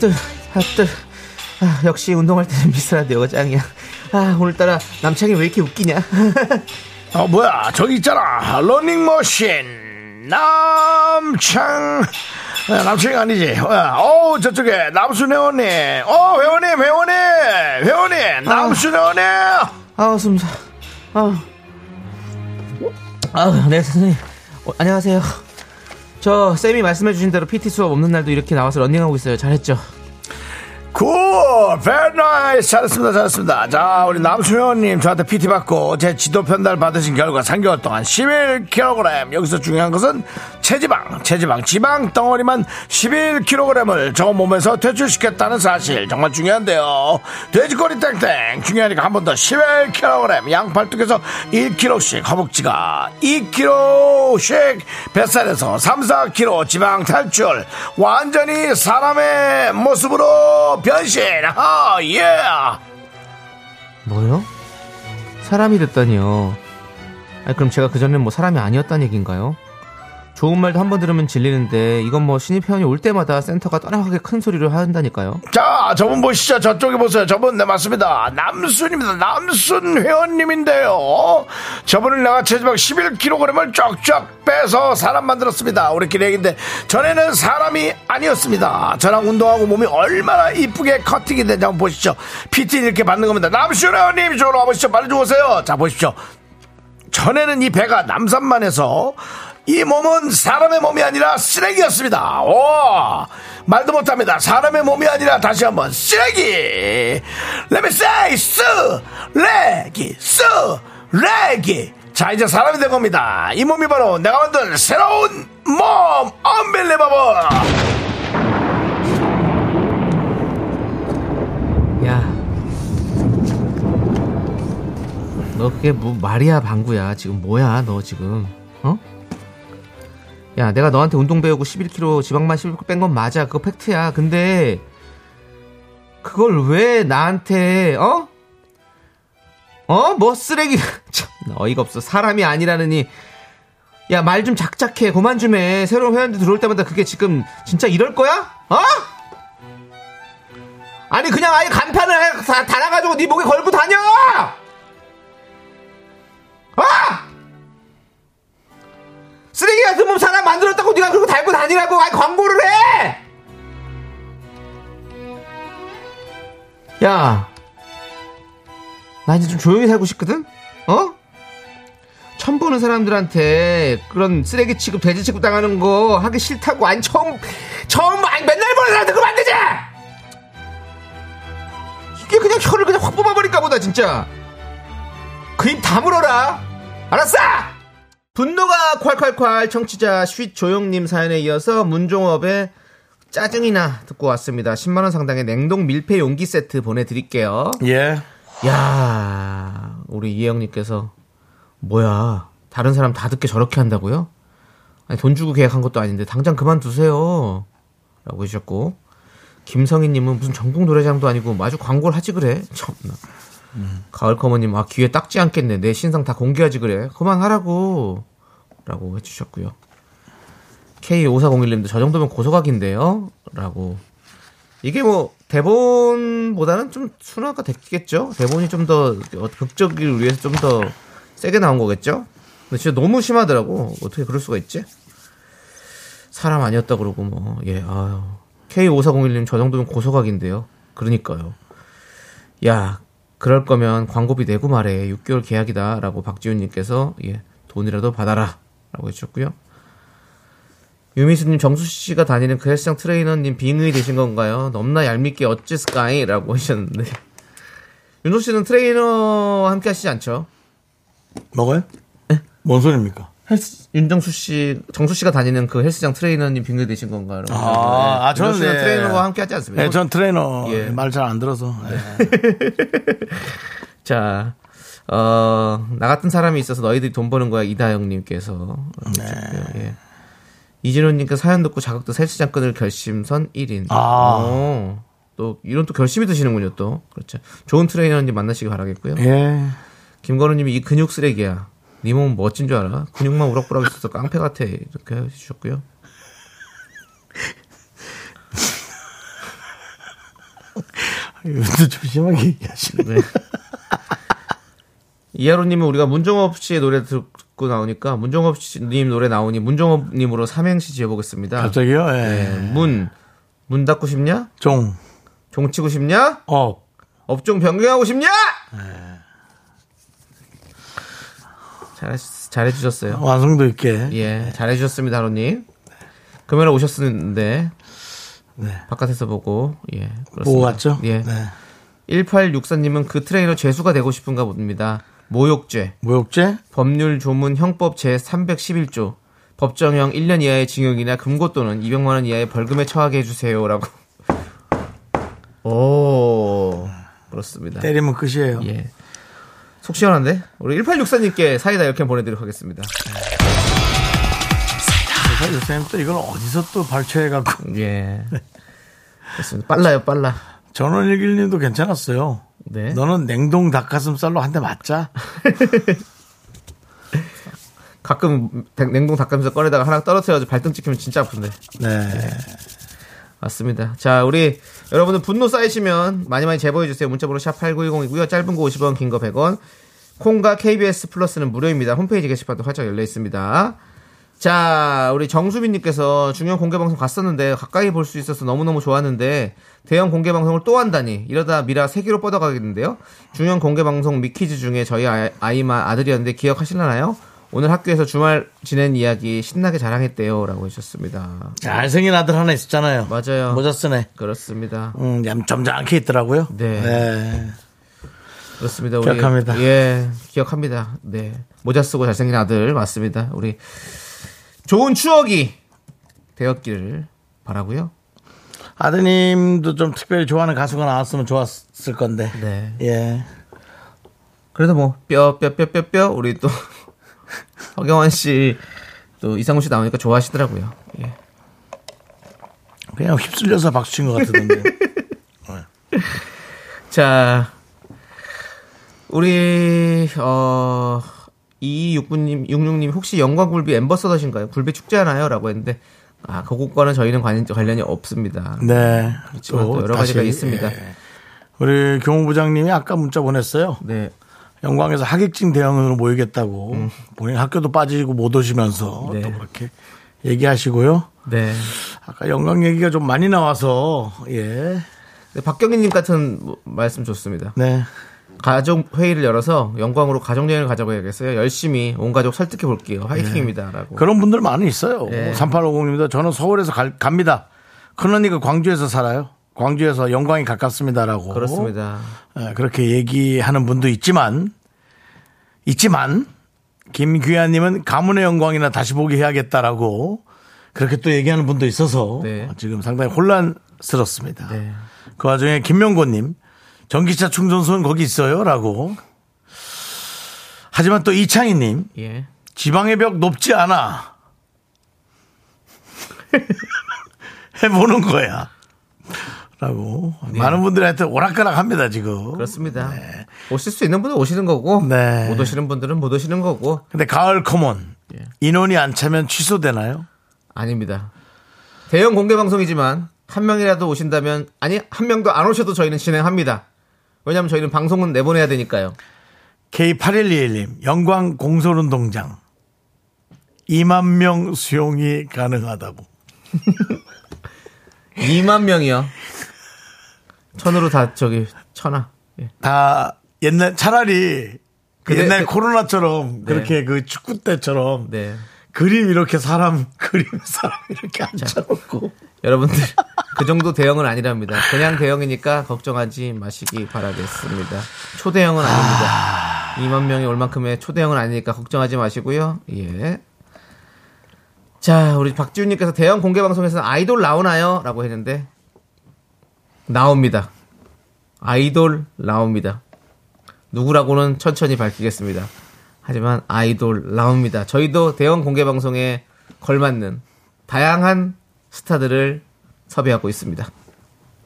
S3: 뜰, 아, 뜰. 아, 역시 운동할 때는 미스라디오가 짱이야. 아, 오늘따라 남창이 왜 이렇게 웃기냐.
S2: 어 뭐야 저기 있잖아 러닝머신 남창 아, 남창이 아니지 어, 우 저쪽에 남순 회원님 어 회원님 회원님 회원님 남순 회원님
S3: 아우, 숨, 차. 아우. 아우, 네, 선생님. 어, 안녕하세요. 저, 쌤이 말씀해주신 대로 PT 수업 없는 날도 이렇게 나와서 런닝하고 있어요. 잘했죠?
S2: 굿 very nice. 잘했습니다, 잘했습니다. 자, 우리 남수현님 저한테 PT 받고 제 지도 편달 받으신 결과 3개월 동안 11kg. 여기서 중요한 것은 체지방, 체지방, 지방 덩어리만 11kg을 저 몸에서 퇴출시켰다는 사실 정말 중요한데요. 돼지꼬리 땡땡 중요하니까 한 번 더 11kg. 양팔뚝에서 1kg씩, 허벅지가 2kg씩, 뱃살에서 3, 4kg 지방 탈출. 완전히 사람의 모습으로 변신. 아, 예.
S3: 뭐요? 사람이 됐다니요. 아, 그럼 제가 그전엔 뭐 사람이 아니었단 얘기인가요? 좋은 말도 한 번 들으면 질리는데 이건 뭐 신입 회원이 올 때마다 센터가 떠나가게 큰 소리를 한다니까요.
S2: 자, 저분 보시죠. 저쪽에 보세요. 저분, 네, 맞습니다. 남순입니다. 남순 회원님인데요. 저분을 내가 체지방 11kg을 쫙쫙 빼서 사람 만들었습니다. 우리끼리 얘기인데, 전에는 사람이 아니었습니다. 저랑 운동하고 몸이 얼마나 이쁘게 커팅이 된지 한번 보시죠. PT 이렇게 받는 겁니다. 남순 회원님, 저로 와보시죠. 빨리 들어오세요. 자, 보십시오. 전에는 이 배가 남산만에서 이 몸은 사람의 몸이 아니라 쓰레기였습니다. 오! 말도 못합니다. 사람의 몸이 아니라 다시 한번 쓰레기! Let me say, 쓰레기! 쓰레기! 자, 이제 사람이 된 겁니다. 이 몸이 바로 내가 만든 새로운 몸! 언빌리버블!
S3: 야, 너 그게 뭐 말이야 방구야 지금 뭐야 너 지금 어? 야 내가 너한테 운동 배우고 11kg 지방만 11kg 뺀 건 맞아 그거 팩트야 근데 그걸 왜 나한테 어? 어? 뭐 쓰레기 참 어이가 없어 사람이 아니라느니 야 말 좀 작작해 그만 좀 해 새로운 회원들 들어올 때마다 그게 지금 진짜 이럴 거야? 어? 아니 그냥 아예 간판을 다 달아가지고 네 목에 걸고 다녀! 아! 쓰레기 같은 몸 사람 만들었다고 네가 그러고 달고 다니라고 아니 광고를 해! 야, 나 이제 좀 조용히 살고 싶거든? 어? 처음 보는 사람들한테 그런 쓰레기 취급, 돼지 취급 당하는 거 하기 싫다고 아니 처음, 처음 아니 맨날 보는 사람들 그거 안 되지! 이게 그냥 혀를 그냥 확 뽑아버릴까 보다 진짜. 그 입 다물어라. 알았어! 분노가 콸콸콸 청취자 쉿 조용님 사연에 이어서 문종업의 짜증이나 듣고 왔습니다. 10만원 상당의 냉동 밀폐 용기 세트 보내드릴게요.
S2: 예.
S3: 야 우리 이혜영님께서 뭐야 다른 사람 다 듣게 저렇게 한다고요? 아니 돈 주고 계약한 것도 아닌데 당장 그만두세요 라고 해주셨고 김성희님은 무슨 전국 노래장도 아니고 마주 광고를 하지 그래 참나 가을커머님 아 귀에 딱지 않겠네 내 신상 다 공개하지 그래 그만하라고 라고 해주셨고요 K5401님도 저 정도면 고소각인데요 라고 이게 뭐 대본보다는 좀 순화가 됐겠죠. 대본이 좀 더 극적을 위해서 좀 더 세게 나온 거겠죠. 근데 진짜 너무 심하더라고. 어떻게 그럴 수가 있지? 사람 아니었다 그러고 뭐 예 아유 K5401님 저 정도면 고소각인데요. 그러니까요. 야 그럴 거면 광고비 내고 말해 6개월 계약이다라고 박지훈님께서 예 돈이라도 받아라라고 해주셨고요. 유미수님 정수 씨가 다니는 그 헬스장 트레이너님 빙의 되신 건가요? 넘나 얄밉게 어찌스까이라고 하셨는데 윤호 씨는 트레이너와 함께 하시지 않죠?
S2: 먹어요? 예? 뭔 소리입니까?
S3: 헬스 윤정수 씨 정수 씨가 다니는 그 헬스장 트레이너님 빙의 되신 건가요? 라고 하셨는데
S2: 아, 아, 저는
S3: 윤호 씨는
S2: 네.
S3: 트레이너와 함께 하지 않습니다.
S2: 예, 전 트레이너
S3: 예.
S2: 말 잘 안 들어서. 예.
S3: 자, 어, 나 같은 사람이 있어서 너희들이 돈 버는 거야, 이다영님께서. 네. 예. 이진호님께서 사연 듣고 자극도 셀스장 끊을 결심선 1인.
S2: 아.
S3: 오, 또, 이런 또 결심이 드시는군요, 또. 그렇죠. 좋은 트레이너님 만나시기 바라겠고요.
S2: 예.
S3: 김건우님이 이 근육 쓰레기야. 네 몸은 멋진 줄 알아. 근육만 우락부락 있어서 깡패 같아. 이렇게 해주셨고요.
S2: 이것도 조심하게 얘기하시네.
S3: 네. 이하로님은 우리가 문종업 씨의 노래 듣고 나오니까 문종업 씨님 노래 나오니 문종업님으로 삼행시 지어보겠습니다.
S2: 갑자기요? 예.
S3: 네, 문. 문 닫고 싶냐?
S2: 종,
S3: 종 치고 싶냐?
S2: 업.
S3: 업종 변경하고 싶냐?
S2: 네.
S3: 잘, 잘해주셨어요.
S2: 완성도 있게.
S3: 예, 잘해주셨습니다, 하로님. 금요일에 오셨는데,
S2: 네.
S3: 바깥에서 보고 예 그렇습니다.
S2: 보고 갔죠?
S3: 예.
S2: 네.
S3: 1864님은 그 트레이너 재수가 되고 싶은가 봅니다. 모욕죄,
S2: 모욕죄?
S3: 예. 법률 조문 형법 제 311조, 법정형 1년 이하의 징역이나 금고 또는 200만 원 이하의 벌금에 처하게 해주세요라고. 오 그렇습니다.
S2: 때리면 끝이에요.
S3: 예. 속 시원한데? 우리 1864님께 사이다 이렇게 보내드리도록 하겠습니다.
S2: 그래서 요새는 또 이걸 어디서 또 발췌해갖고.
S3: 예. 그렇습니다. 빨라요, 빨라.
S2: 전원일길님도 괜찮았어요.
S3: 네.
S2: 너는 냉동 닭가슴살로 한 대 맞자.
S3: 가끔 냉- 냉동 닭가슴살 꺼내다가 하나 떨어뜨려가지고 발등 찍히면 진짜 아픈데.
S2: 네.
S3: 예. 맞습니다. 자, 우리 여러분들 분노 쌓이시면 많이 많이 제보해 주세요. 문자번호 샵 8910이고요. 짧은 거 50원, 긴 거 100원. 콩과 KBS 플러스는 무료입니다. 홈페이지 게시판도 활짝 열려 있습니다. 자, 우리 정수빈님께서 중요한 공개방송 갔었는데 가까이 볼 수 있어서 너무너무 좋았는데 대형 공개방송을 또 한다니 이러다 미라 세기로 뻗어가겠는데요. 중요한 공개방송 미키즈 중에 저희 아- 아이만 아들이었는데 기억하실라나요? 오늘 학교에서 주말 지낸 이야기 신나게 자랑했대요. 라고 해주셨습니다.
S2: 잘생긴 아들 하나 있었잖아요.
S3: 맞아요.
S2: 모자 쓰네.
S3: 그렇습니다.
S2: 음, 얌점잖게 있더라고요.
S3: 네.
S2: 네.
S3: 그렇습니다.
S2: 기억합니다.
S3: 예, 기억합니다. 네. 모자 쓰고 잘생긴 아들, 맞습니다. 우리 좋은 추억이 되었기를 바라고요
S2: 아드님도 좀 특별히 좋아하는 가수가 나왔으면 좋았을 건데.
S3: 네.
S2: 예.
S3: 그래도 뭐, 뼈, 뼈, 뼈, 뼈, 뼈, 우리 또, 허경환 씨, 또 이상훈 씨 나오니까 좋아하시더라고요. 예.
S2: 그냥 휩쓸려서 박수친 것 같던데.
S3: 자, 우리, 어, 2269님, 66님, 혹시 영광굴비 엠버서더신가요? 굴비 축제 하나요? 라고 했는데, 아, 그것과는 저희는 관, 관련이 없습니다.
S2: 네.
S3: 그렇지만 그렇죠. 또 여러 가지가 있습니다.
S2: 예. 우리 경호부장님이 아까 문자 보냈어요.
S3: 네.
S2: 영광에서 하객진 대형으로 모이겠다고 본인 학교도 빠지고 못 오시면서
S3: 음. 네.
S2: 또 그렇게 얘기하시고요.
S3: 네.
S2: 아까 영광 얘기가 좀 많이 나와서 예,
S3: 네, 박경희님 같은 뭐- 말씀 좋습니다.
S2: 네,
S3: 가족 회의를 열어서 영광으로 가족 여행을 가자고 해야겠어요. 열심히 온 가족 설득해 볼게요. 화이팅입니다라고.
S2: 그런 분들 많이 있어요.
S3: 예.
S2: 3850님도 저는 서울에서 갈- 갑니다. 큰언니가 광주에서 살아요. 광주에서 영광이 가깝습니다라고.
S3: 그렇습니다.
S2: 예, 그렇게 얘기하는 분도 있지만 있지만 김규현님은 가문의 영광이나 다시 보기 해야겠다라고 그렇게 또 얘기하는 분도 있어서
S3: 네.
S2: 지금 상당히 혼란스럽습니다.
S3: 네.
S2: 그 와중에 김명곤님 전기차 충전소는 거기 있어요라고. 하지만 또 이창희님
S3: 예.
S2: 지방의 벽 높지 않아 해보는 거야. 라고 많은 분들한테 오락가락합니다 지금.
S3: 네. 그렇습니다. 오실 수 있는 분은 오시는 거고
S2: 네.
S3: 못 오시는 분들은 못 오시는 거고
S2: 근데 가을 커먼
S3: 예.
S2: 인원이 안 차면 취소되나요?
S3: 아닙니다. 대형 공개 방송이지만 한 명이라도 오신다면 아니 한 명도 안 오셔도 저희는 진행합니다. 왜냐하면 저희는 방송은 내보내야 되니까요.
S2: K8121님 영광 공설운동장 2만 명 수용이 가능하다고.
S3: 2만 명이요. 천으로 다 저기 천하. 예.
S2: 다 옛날 차라리 그
S3: 근데-
S2: 옛날 코로나처럼 그렇게 그 축구 때처럼
S3: 네.
S2: 그림 이렇게 사람 그림 사람 이렇게 앉혀놓고
S3: 여러분들 그 정도 대형은 아니랍니다. 그냥 대형이니까 걱정하지 마시기 바라겠습니다. 초대형은 아닙니다. 2만 명이 올 만큼의 초대형은 아니니까 걱정하지 마시고요. 예. 자, 우리 박지훈님께서 대형 공개 방송에서 아이돌 나오나요? 라고 했는데 나옵니다. 아이돌 나옵니다. 누구라고는 천천히 밝히겠습니다. 하지만 아이돌 나옵니다. 저희도 대형 공개 방송에 걸맞는 다양한 스타들을 섭외하고 있습니다.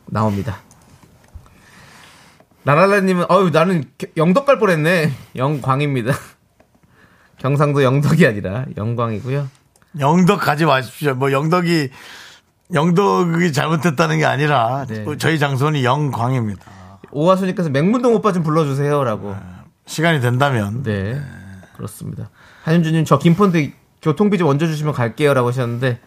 S3: 나옵니다. 라랄라님은 어유 나는 겨- 영덕 갈 뻔했네. 영광입니다. 경상도 영덕이 아니라 영광이고요.
S2: 영덕 가지 마십시오. 뭐 영덕이 영덕이 잘못했다는 게 아니라
S3: 네.
S2: 저희 장손이 영광입니다.
S3: 오화수님께서 맹문동 오빠 좀 불러주세요라고.
S2: 시간이 된다면
S3: 네 그렇습니다. 한윤주님 저 김포인데 교통비 좀 얹어주시면 갈게요라고 하셨는데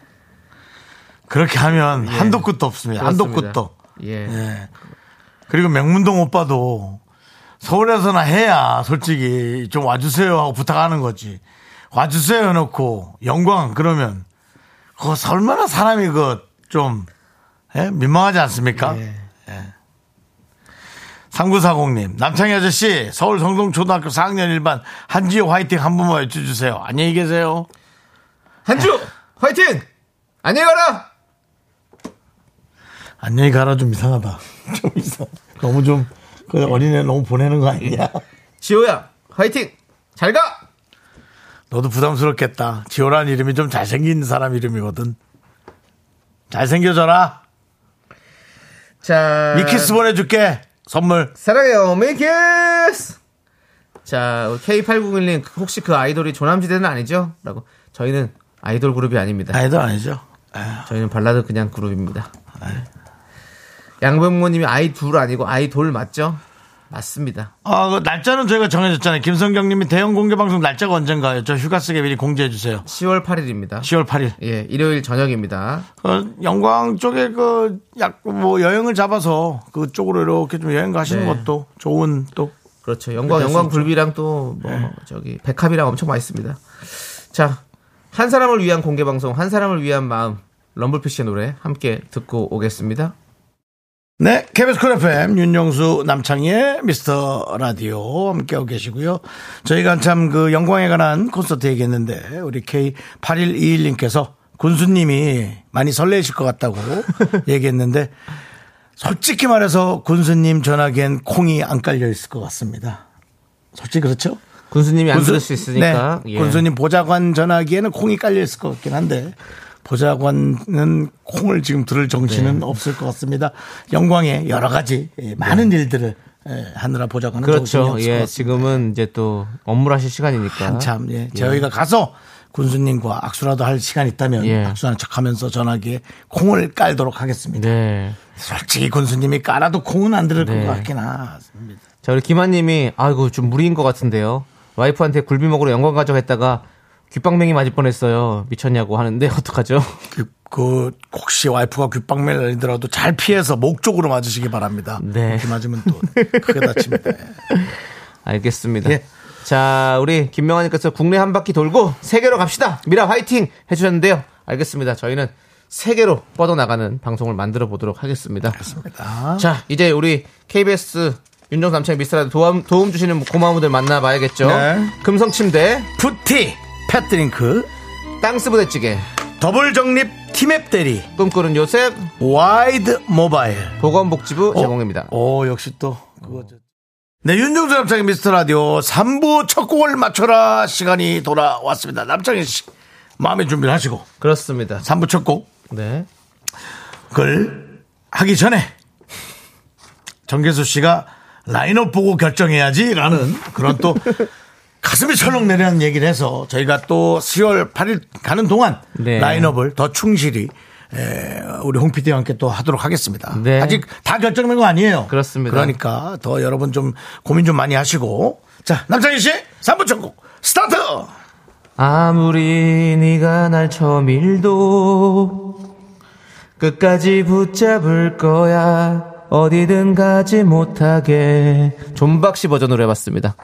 S2: 그렇게 하면 한도 끝도 없습니다. 한도
S3: 예. 그렇습니다.
S2: 끝도.
S3: 예.
S2: 예. 그리고 명문동 오빠도 서울에서나 해야 솔직히 좀 와주세요 하고 부탁하는 거지. 와주세요 해놓고 영광 그러면 그거 얼마나 사람이 그좀 예? 민망하지 않습니까? 예. 3940님, 남창희 아저씨, 서울 성동초등학교 4학년 1반, 한지호 화이팅 한 번만 외쳐주세요. 안녕히 계세요.
S3: 한주 화이팅! 안녕히 가라!
S2: 안녕히 가라 좀 이상하다. 좀 이상. 너무 좀, 그 어린애 너무 보내는 거 아니냐?
S3: 지호야 화이팅! 잘 가!
S2: 너도 부담스럽겠다. 지호라는 이름이 좀 잘생긴 사람 이름이거든. 잘생겨져라.
S3: 자
S2: 미키스 보내줄게. 선물.
S3: 사랑해요 미키스 자 우리 K8911 혹시 그 아이돌이 조남지대는 아니죠? 라고 저희는 아이돌 그룹이 아닙니다
S2: 네. 아이도 아니죠.
S3: 저희는 발라드 그냥 그룹입니다 양병모님이 아이둘 아니고 아이돌 맞죠? 맞습니다
S2: 아, 그 날짜는 저희가 정해졌잖아요. 김성경님이 대형 공개 방송 날짜가 언젠가요? 저 휴가 쓰게 미리 공지해 주세요.
S3: 10월 8일입니다
S2: 10월 8일.
S3: 예 일요일 저녁입니다
S2: 그 영광 쪽에 그 약 뭐 여행을 잡아서 그쪽으로 이렇게 좀 여행 가시는
S3: 네.
S2: 것도 좋은 또
S3: 그렇죠. 영광 영광 굴비랑 또 뭐 저기 백합이랑 엄청 맛있습니다. 자, 한 사람을 위한 공개 방송, 한 사람을 위한 마음 럼블피쉬의 노래 함께 듣고 오겠습니다.
S2: 네, KBS 쿨 FM 윤영수 남창희의 미스터 라디오 함께하고 계시고요. 저희가 한참 그 영광에 관한 콘서트 얘기했는데 우리 K8121님께서 군수님이 많이 설레실 것 같다고 얘기했는데 솔직히 말해서 군수님 전화기엔 콩이 안 깔려 있을 것 같습니다. 솔직히 그렇죠?
S3: 군수님이 안 들을 수 있으니까
S2: 네,
S3: 예.
S2: 군수님 보좌관 전화기에는 콩이 깔려 있을 것 같긴 한데 보좌관은 콩을 지금 들을 정신은
S3: 네.
S2: 없을 것 같습니다. 영광에 여러 가지 예, 많은 일들을 예, 하느라 보좌관은 정신이
S3: 네.
S2: 없을
S3: 그렇죠.
S2: 것
S3: 예,
S2: 같습니다.
S3: 지금은 이제 또 업무를 하실 시간이니까
S2: 한참 예, 저희가 가서 군수님과 악수라도 할 시간 이 있다면
S3: 예.
S2: 악수하는 척하면서 전화기에 콩을 깔도록 하겠습니다.
S3: 네.
S2: 솔직히 군수님이 깔아도 콩은 안 들을
S3: 네.
S2: 것 같긴 하습니다.
S3: 자, 우리 김한님이 아이고 좀 무리인 것 같은데요. 와이프한테 굴비 먹으러 영광 가져했다가 귓방맹이 맞을 뻔했어요. 미쳤냐고 하는데 어떡하죠?
S2: 그, 그 혹시 와이프가 귓방매를 날리더라도 잘 피해서 목 쪽으로 맞으시기 바랍니다.
S3: 네.
S2: 이렇게 맞으면 또 크게 다칩니다.
S3: 알겠습니다.
S2: 예.
S3: 자, 우리 김명아님께서 국내 한 바퀴 돌고 세계로 갑시다. 미라 화이팅 해주셨는데요. 알겠습니다. 저희는 세계로 뻗어나가는 방송을 만들어 보도록 하겠습니다.
S2: 맞습니다.
S3: 자, 이제 우리 KBS 윤정 남창 미스터라도 도움, 도움 주시는 고마운 분들 만나봐야겠죠.
S2: 네.
S3: 금성침대,
S2: 푸티 팻드링크
S3: 땅스부대찌개,
S2: 더블 정립 티맵 대리
S3: 꿈꾸는 요셉,
S2: 와이드 모바일
S3: 보건복지부
S2: 어?
S3: 제공입니다.
S2: 오 역시 또 그거 저- 네 윤종수 남창의 미스터 라디오 3부 첫 곡을 맞춰라 시간이 돌아왔습니다. 남창희 씨 마음의 준비를 하시고
S3: 그렇습니다.
S2: 3부 첫곡
S3: 네.
S2: 그걸 하기 전에 정계수 씨가 라인업 보고 결정해야지라는 그런 또 가슴이 철렁 내리는 얘기를 해서 저희가 또 10월 8일 가는 동안
S3: 네.
S2: 라인업을 더 충실히 에, 우리 홍 PD와 함께 또 하도록 하겠습니다.
S3: 네.
S2: 아직 다 결정된 거 아니에요.
S3: 그렇습니다.
S2: 그러니까 더 여러분 좀 고민 좀 많이 하시고 자 남창희 씨 3부 천국 스타트.
S3: 아, 아무리 네가 날 처음 일도 끝까지 붙잡을 거야 어디든 가지 못하게 존박씨 버전으로 해봤습니다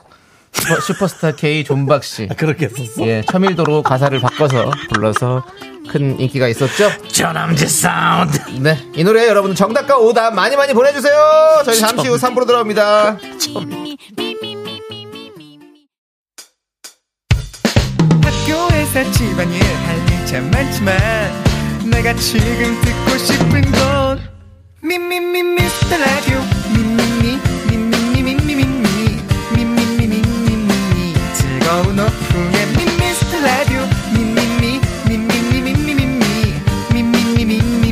S3: 슈퍼, 스타 K 존박씨
S2: 그렇게 했었어.
S3: 예, 첨일도로 가사를 바꿔서 불러서 큰 인기가 있었죠
S2: 저남지 사운드.
S3: 네, 이 노래 여러분 정답과 오답 많이 많이 보내주세요 저희 잠시 후 3부로 돌아옵니다
S6: 학교에서 집안일 할 일 참 많지만 내가 지금 듣고 싶은 건 미미미 미스터 라디오 미미미 미미미 미미미 미미미 미미미 미미미 즐거운 오후에 미스터 라디오 미미미 미미미 미미미 미미미 미미미 미미미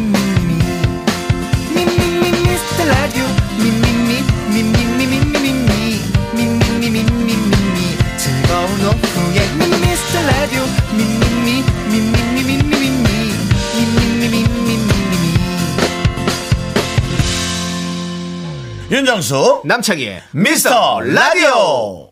S2: 윤정수
S3: 남창희의
S2: 미스터 라디오.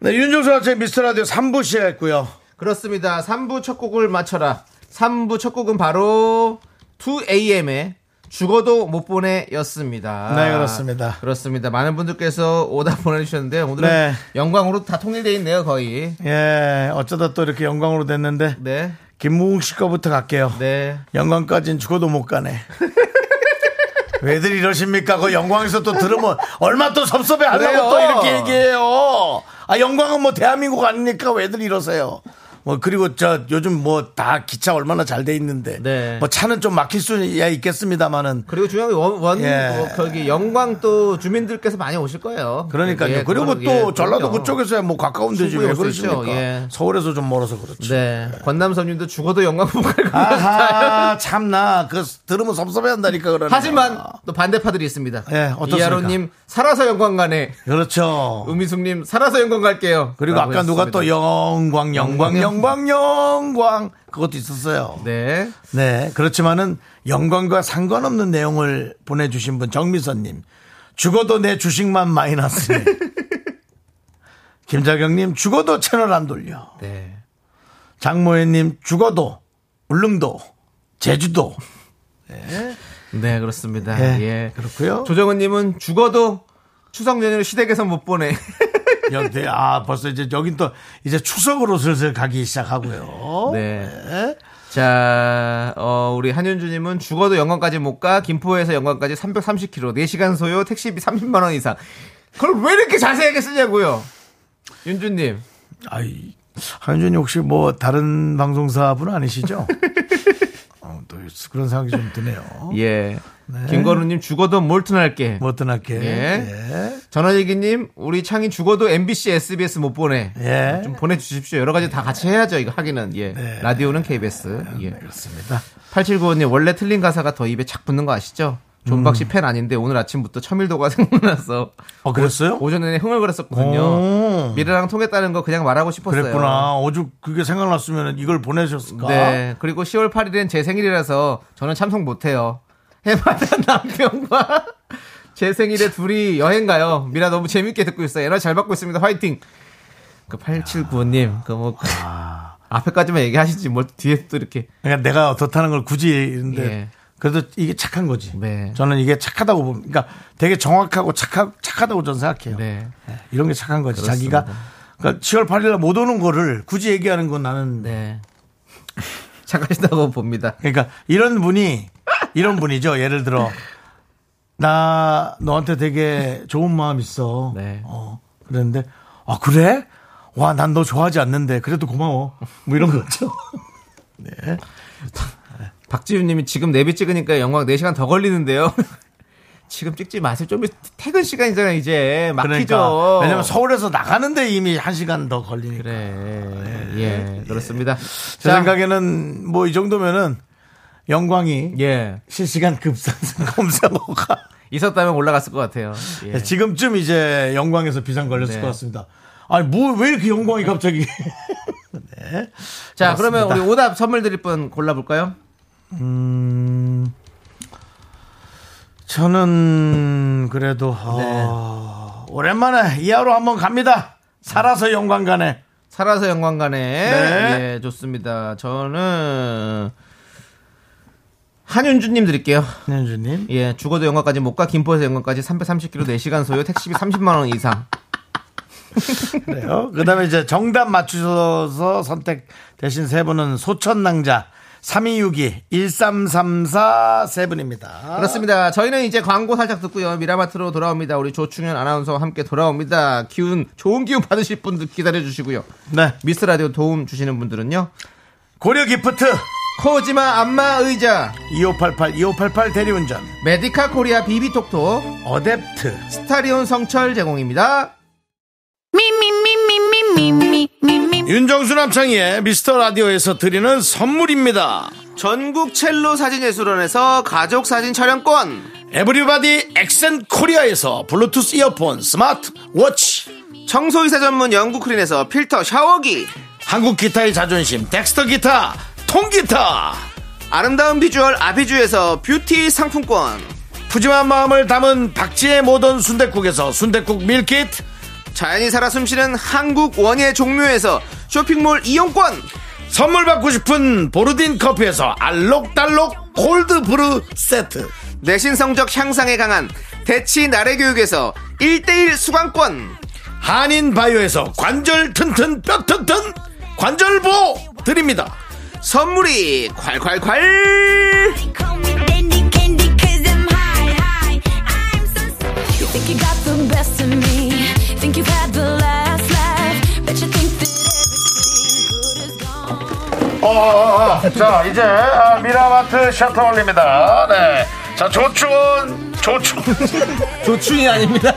S2: 네, 윤종수 학생 미스터 라디오 3부 시작했고요.
S3: 그렇습니다. 3부 첫 곡을 맞춰라. 3부 첫 곡은 바로 2AM의 죽어도 못 보내였습니다.
S2: 네, 그렇습니다.
S3: 그렇습니다. 많은 분들께서 오답 보내주셨는데 오늘은
S2: 네.
S3: 영광으로 다 통일돼 있네요, 거의.
S2: 예, 어쩌다 또 이렇게 영광으로 됐는데
S3: 네,
S2: 김무웅 씨 거부터 갈게요.
S3: 네.
S2: 영광까지는 죽어도 못 가네. 왜들 이러십니까? 그 영광에서 또 들으면 얼마 또 섭섭해 안
S3: 그래요.
S2: 하고 또 이렇게 얘기해요. 아 영광은 뭐 대한민국 아닙니까? 왜들 이러세요? 뭐 그리고 저 요즘 뭐 다 기차 얼마나 잘 돼 있는데
S3: 네.
S2: 뭐 차는 좀 막힐 수야 있겠습니다만은
S3: 그리고 중요한 게 원, 원
S2: 예.
S3: 뭐, 거기 영광 또 주민들께서 많이 오실 거예요.
S2: 그러니까요.
S3: 예,
S2: 그리고
S3: 그거는,
S2: 또
S3: 예,
S2: 전라도
S3: 그럼요.
S2: 그쪽에서야 뭐 가까운 데지 왜
S3: 충분히 올수 있죠.
S2: 그러십니까?
S3: 예.
S2: 서울에서 좀 멀어서 그렇지.
S3: 네. 권남선님도 죽어도 영광 못 갈것
S2: 아하 참나 그 들으면 섭섭해한다니까 그러네.
S3: 하지만 또 반대파들이 있습니다.
S2: 예, 어떻습니까?
S3: 이하로님 살아서 영광 가네.
S2: 그렇죠.
S3: 우미숙님 살아서 영광 갈게요.
S2: 그리고
S3: 음, 라고
S2: 아까 누가 또
S3: 했습니다.
S2: 영광, 영광, 영광, 영광 그것도 있었어요. 네.
S3: 네.
S2: 그렇지만은 영광과 상관없는 내용을 보내주신 분 정미선님 죽어도 내 주식만 마이너스. 김자경님 죽어도 채널 안 돌려.
S3: 네.
S2: 장모혜님 죽어도 울릉도 제주도.
S3: 네 그렇습니다.
S2: 예,
S3: 예.
S2: 그렇고요.
S3: 조정은님은 죽어도 추석 연휴를 시댁에서 못 보내.
S2: 여기 아 벌써 이제 여긴 또 이제 추석으로 슬슬 가기 시작하고요.
S3: 네. 자, 어, 우리 한윤주님은 죽어도 영광까지 못 가, 김포에서 영광까지 330km, 4시간 소요, 택시비 30만원 이상. 그걸 왜 이렇게 자세하게 쓰냐고요? 윤주님.
S2: 아이, 한준이 혹시 뭐 다른 방송사분 아니시죠? 어, 또 그런 생각이 좀 드네요.
S3: 예. 김건우님, 죽어도 몰튼할게.
S2: 뭐 어떤 할게.
S3: 예. 전화기기님, 우리 창이 죽어도 MBC, SBS 못 보내.
S2: 예. 예.
S3: 좀 보내주십시오. 여러 가지 다 같이 해야죠, 이거 하기는. 예. 라디오는 KBS. 예.
S2: 네. 그렇습니다.
S3: 8795님 원래 틀린 가사가 더 입에 착 붙는 거 아시죠?
S2: 음.
S3: 존박 씨 팬 아닌데 오늘 아침부터 첨일도가 생각나서
S2: 어, 그랬어요?
S3: 오전에 흥얼거렸었거든요.
S2: 오.
S3: 미래랑 통했다는 거 그냥 말하고 싶었어요.
S2: 그랬구나. 오죽 그게 생각났으면 이걸 보내셨을까?
S3: 네. 그리고 10월 8일엔 제 생일이라서 저는 참석 못해요. 해바라기 남편과 제 생일에 둘이 여행 가요. 미라 너무 재밌게 듣고 있어요. 에너지 잘 받고 있습니다. 화이팅! 그 879님, 그 뭐,
S2: 아.
S3: 앞에까지만 얘기하시지, 뭘 뒤에 또 이렇게.
S2: 그러니까 내가 어떻다는 걸 굳이 이런데
S3: 예.
S2: 그래도 이게 착한 거지.
S3: 네.
S2: 저는 이게 착하다고 봅니다. 그러니까 되게 정확하고 착하, 착하다고 저는 생각해요.
S3: 네.
S2: 네, 이런 게 착한 거지. 자기가 그러니까 10월 8일 날 못 오는 거를 굳이 얘기하는 건 나는
S3: 네. 착하시다고 봅니다.
S2: 그러니까 이런 분이 이런 분이죠. 예를 들어 나 너한테 되게 좋은 마음 있어.
S3: 네.
S2: 어. 그랬는데 아 그래? 와 난 너 좋아하지 않는데 그래도 고마워. 뭐 이런 거죠.
S3: 박지윤 님이 지금 내비 찍으니까 영광 4시간 더 걸리는데요. 지금 찍지 마세요. 좀 있- 퇴근 시간이잖아요, 이제. 막히죠.
S2: 그러니까 왜냐면 서울에서 나가는데 이미 한 시간 더 걸리니까.
S3: 그래. 예, 그렇습니다.
S2: 제 생각에는 뭐 이 정도면은 영광이
S3: 예.
S2: 실시간 급상 검사고가
S3: 있었다면 올라갔을 것 같아요. 예.
S2: 지금쯤 이제 영광에서 비상 걸렸을
S3: 네.
S2: 것 같습니다. 아니 뭐 왜 이렇게 영광이 갑자기
S3: 자, 그러면 우리 오답 선물 드릴 분 골라볼까요?
S2: 저는 그래도 어, 오랜만에 이하로 한번 갑니다. 살아서 영광 가네.
S3: 살아서 영광간에.
S2: 네.
S3: 예, 좋습니다. 저는 한윤주님 드릴게요.
S2: 현주님.
S3: 예, 죽어도 영광까지 못 가, 김포에서 영광까지 330km 4시간 소요, 택시비 30만원 이상.
S2: 그래요. 그다음에 이제 정답 맞추셔서 선택 대신 세 분은 소천낭자 3262 1334 세 분입니다.
S3: 그렇습니다. 저희는 이제 광고 살짝 듣고요. 미라마트로 돌아옵니다. 우리 조충현 아나운서와 함께 돌아옵니다. 기운, 좋은 기운 받으실 분들 기다려주시고요.
S2: 네.
S3: 미스 라디오 도움 주시는 분들은요.
S2: 고려 기프트
S3: 코지마 안마 의자,
S2: 2588 2588 대리운전
S3: 메디카 코리아 비비톡톡,
S2: 어댑트
S3: 스타리온 성철 제공입니다.
S2: 윤정수 남창희의 미스터 라디오에서 드리는 선물입니다.
S3: 전국 첼로 사진예술원에서 가족 사진 촬영권,
S2: 에브리바디 엑센 코리아에서 블루투스 이어폰 스마트 워치
S3: 청소이사 전문 영국 크린에서 필터 샤워기,
S2: 한국 기타의 자존심 덱스터 기타 통기타
S3: 아름다운 비주얼 아비주에서 뷰티 상품권,
S2: 푸짐한 마음을 담은 박지의 모던 순댓국에서순댓국 밀키트
S3: 자연이 살아 숨쉬는 한국 원예 종묘에서 쇼핑몰 이용권,
S2: 선물 받고 싶은 보르딘 커피에서 알록달록 골드브루 세트
S3: 내신 성적 향상에 강한 대치 나래 교육에서 1대1 수강권
S2: 한인 바이오에서 관절 튼튼 뼈 튼튼 관절보 드립니다.
S3: 선물이 콸콸콸
S5: Call me dandy candy cause I'm high, high. you got the best of me. Think you've had the last laugh. Bet you think that everything good is gone.
S2: 어, 어, 어. 자, 이제 아, 미라마트 셔터 올립니다. 네. 자, 조충은 조충
S3: 조춘이 아닙니다.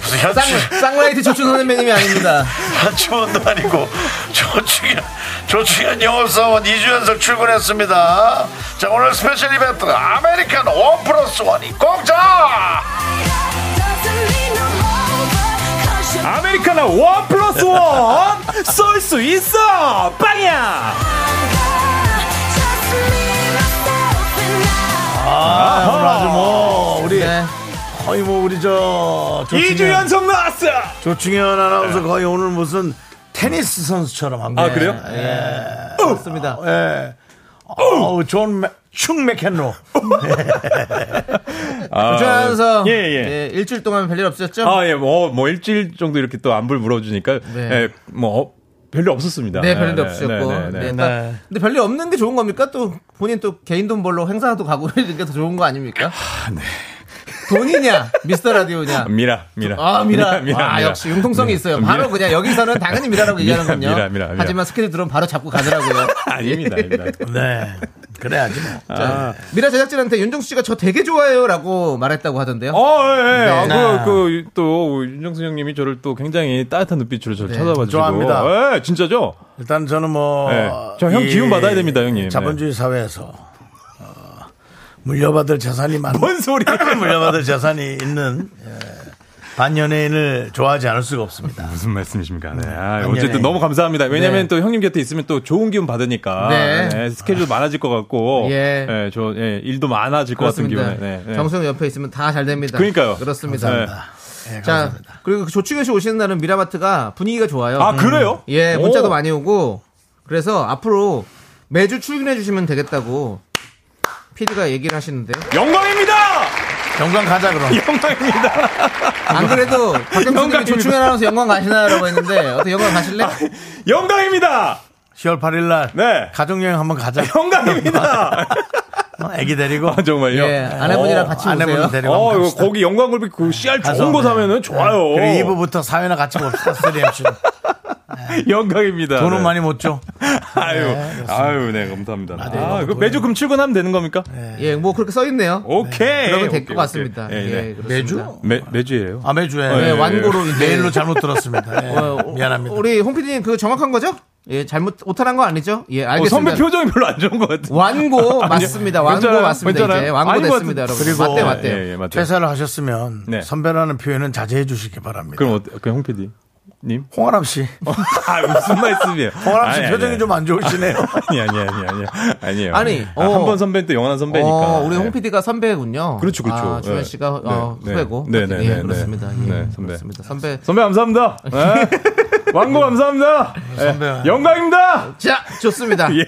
S2: 무슨 현충
S3: 쌍, 쌍라이트 조춘 선배님이 아닙니다.
S2: 현충원도 아니고 조충현 조충현 영업사원 2주 연속 출근했습니다. 자, 오늘 스페셜 이벤트 아메리칸 원 플러스 원이 공짜.
S5: Doesn't mean no over. 'cause you're
S7: 아메리카노 원 플러스 원쏠 수 있어 빵이야
S5: just me, myself, and I.
S2: 아, 오늘 아주 뭐 우리
S3: 네.
S2: 거의 뭐 우리 저 조충현,
S7: 2주 연속 나왔어
S2: 조충현 아나운서 거의 오늘 무슨 테니스 선수처럼 합니다.
S7: 아 그래요?
S3: 그렇습니다.
S2: 어! 예. 어우, 존 맥- 흉 맥켄로.
S3: 조연서
S7: 예, 예.
S3: 일주일 동안 별일 없으셨죠?
S7: 아 예 뭐 뭐 일주일 정도 이렇게 또 안부를 물어주니까
S3: 네.
S7: 예뭐 어, 별일 없었습니다
S3: 네, 별일
S7: 네,
S3: 없으셨고.
S7: 네, 네, 네.
S3: 네, 딱- 근데 별일 없는 게 좋은 겁니까? 또 본인 또 개인 돈 벌러 행사도 가고 이런 게 더 좋은 거 아닙니까? 돈이냐, 미스터 라디오냐.
S7: 네. 미라 미라
S3: 아, 미라. 아,
S7: 미라.
S3: 역시 융통성이 있어요.
S7: 미라.
S3: 바로 그냥 여기서는 당연히 미라라고
S7: 미라,
S3: 얘기하는 군요
S7: 미라, 미라, 미라.
S3: 하지만 스케줄 들어오면 바로 잡고 가더라고요.
S7: 아닙니다 아닙니다
S2: 네. 그래야지 뭐.
S3: 자, 어. 미라 제작진한테 윤종수 씨가 저 되게 좋아해요라고 말했다고 하던데요.
S7: 어, 예, 예.
S2: 네.
S7: 아, 그, 그, 또, 윤정수 형님이 저를 또 굉장히 따뜻한 눈빛으로 저를 찾아봐주고.
S2: 좋아합니다.
S7: 예, 진짜죠?
S2: 일단 저는 뭐.
S7: 네. 저형
S2: 이
S7: 기운 받아야 됩니다, 형님. 네.
S2: 자본주의 사회에서. 어, 물려받을 재산이 많은.
S7: 뭔 소리야?
S2: 물려받을 재산이 있는. 예, 반연예인을 좋아하지 않을 수가 없습니다.
S7: 무슨 말씀이십니까? 네. 아,
S2: 아니요,
S7: 어쨌든
S2: 네.
S7: 너무 감사합니다. 왜냐면
S3: 네.
S7: 또 형님 곁에 있으면 또 좋은 기운 받으니까.
S3: 네.
S7: 스케줄 많아질 것 같고.
S3: 예.
S7: 저, 예, 일도 많아질 것 같은
S3: 그렇습니다.
S7: 기분에. 네, 네.
S3: 정수영 옆에 있으면 다 잘 됩니다.
S7: 그러니까요.
S3: 그렇습니다.
S7: 네.
S2: 예,
S3: 자,
S2: 감사합니다.
S3: 그리고 그 조충현 씨 오시는 날은 미라마트가 분위기가 좋아요.
S7: 아, 그래요?
S3: 예, 문자도
S7: 오.
S3: 많이 오고 그래서 앞으로 매주 출근해 주시면 되겠다고 피디가 얘기를 하시는데
S7: 영광입니다!
S2: 영광 가자, 그럼.
S7: 영광입니다!
S3: 안 그래도 박경수님이
S7: 아, 영광입니다. 아,
S3: 조충현 아나운서 영광 가시나라고 했는데 어떻게 영광 가실래?
S7: 영광입니다!
S2: 10월 8일 날.
S7: 네.
S2: 가족여행 한번 가자.
S7: 영광입니다!
S2: 어, 애기 데리고.
S7: 아, 정말요?
S3: 예, 아내분이랑 같이
S2: 아내분
S3: 오세요.
S2: 데리고.
S7: 어,
S2: 한번
S7: 이거
S2: 갑시다.
S7: 거기 영광굴비 그 씨알
S2: 가서,
S7: 좋은 거
S2: 네.
S7: 사면은 좋아요.
S3: 예.
S2: 그리고 2부부터 사회나 같이 봅시다, 3MC는.
S7: 영광입니다.
S2: 돈은
S7: 네.
S2: 많이 못 줘.
S7: 아유, 아유, 네, 감사합니다. 아, 그 매주 금 출근하면 되는 겁니까?
S3: 예, 뭐 그렇게 써 있네요.
S7: 오케이. 예,
S3: 그러면 될
S7: 오케이,
S3: 것 같습니다.
S7: 오케이. 예, 네.
S3: 예, 그렇습니다.
S2: 매주?
S7: 매, 매주예요.
S2: 아, 매주에.
S7: 예,
S3: 예,
S7: 예.
S3: 완고로 이제
S2: 메일로 잘못 들었습니다. 예,
S3: 어, 어,
S2: 미안합니다.
S3: 우리 홍 PD님 그 정확한 거죠? 예, 잘못 오탈한 거 아니죠? 예,
S7: 어,
S3: 알겠습니다.
S7: 선배 표정이 별로 안 좋은 것 같아요.
S3: 완고
S7: 아니요.
S3: 맞습니다. 완고
S7: 괜찮아요?
S3: 맞습니다. 이제
S7: 괜찮아요?
S3: 완고
S7: 아닌 것 같은-
S3: 됐습니다, 여러분.
S2: 그리고-
S3: 네, 맞대 맞대.
S7: 예, 예, 맞대요.
S2: 퇴사를 하셨으면
S7: 네.
S2: 선배라는 표현은 자제해 주시기 바랍니다.
S7: 그럼 어때, 그 홍PD? 님?
S2: 홍아람 씨,
S7: 아, 무슨 말씀이에요?
S2: 홍아람 씨
S7: 아니,
S2: 표정이
S7: 아니,
S2: 좀 안 좋으시네요.
S7: 아니, 아니, 아니, 아니, 아니에요.
S3: 아니,
S7: 아,
S3: 어.
S7: 한번 선배는 또 영원한 선배니까.
S3: 어, 우리
S7: 네.
S3: 홍 PD가 선배군요.
S7: 그렇죠, 그렇죠.
S3: 아, 주현
S7: 네.
S3: 씨가 어,
S7: 네,
S3: 후배고.
S7: 네, 네,
S3: 예,
S7: 네, 네.
S3: 그렇습니다. 예,
S7: 네, 선배.
S3: 그렇습니다. 선배.
S7: 선배 감사합니다. 네. 왕고 감사합니다.
S2: 선배가.
S7: 예, 영광입니다.
S3: 자, 좋습니다.
S7: 예.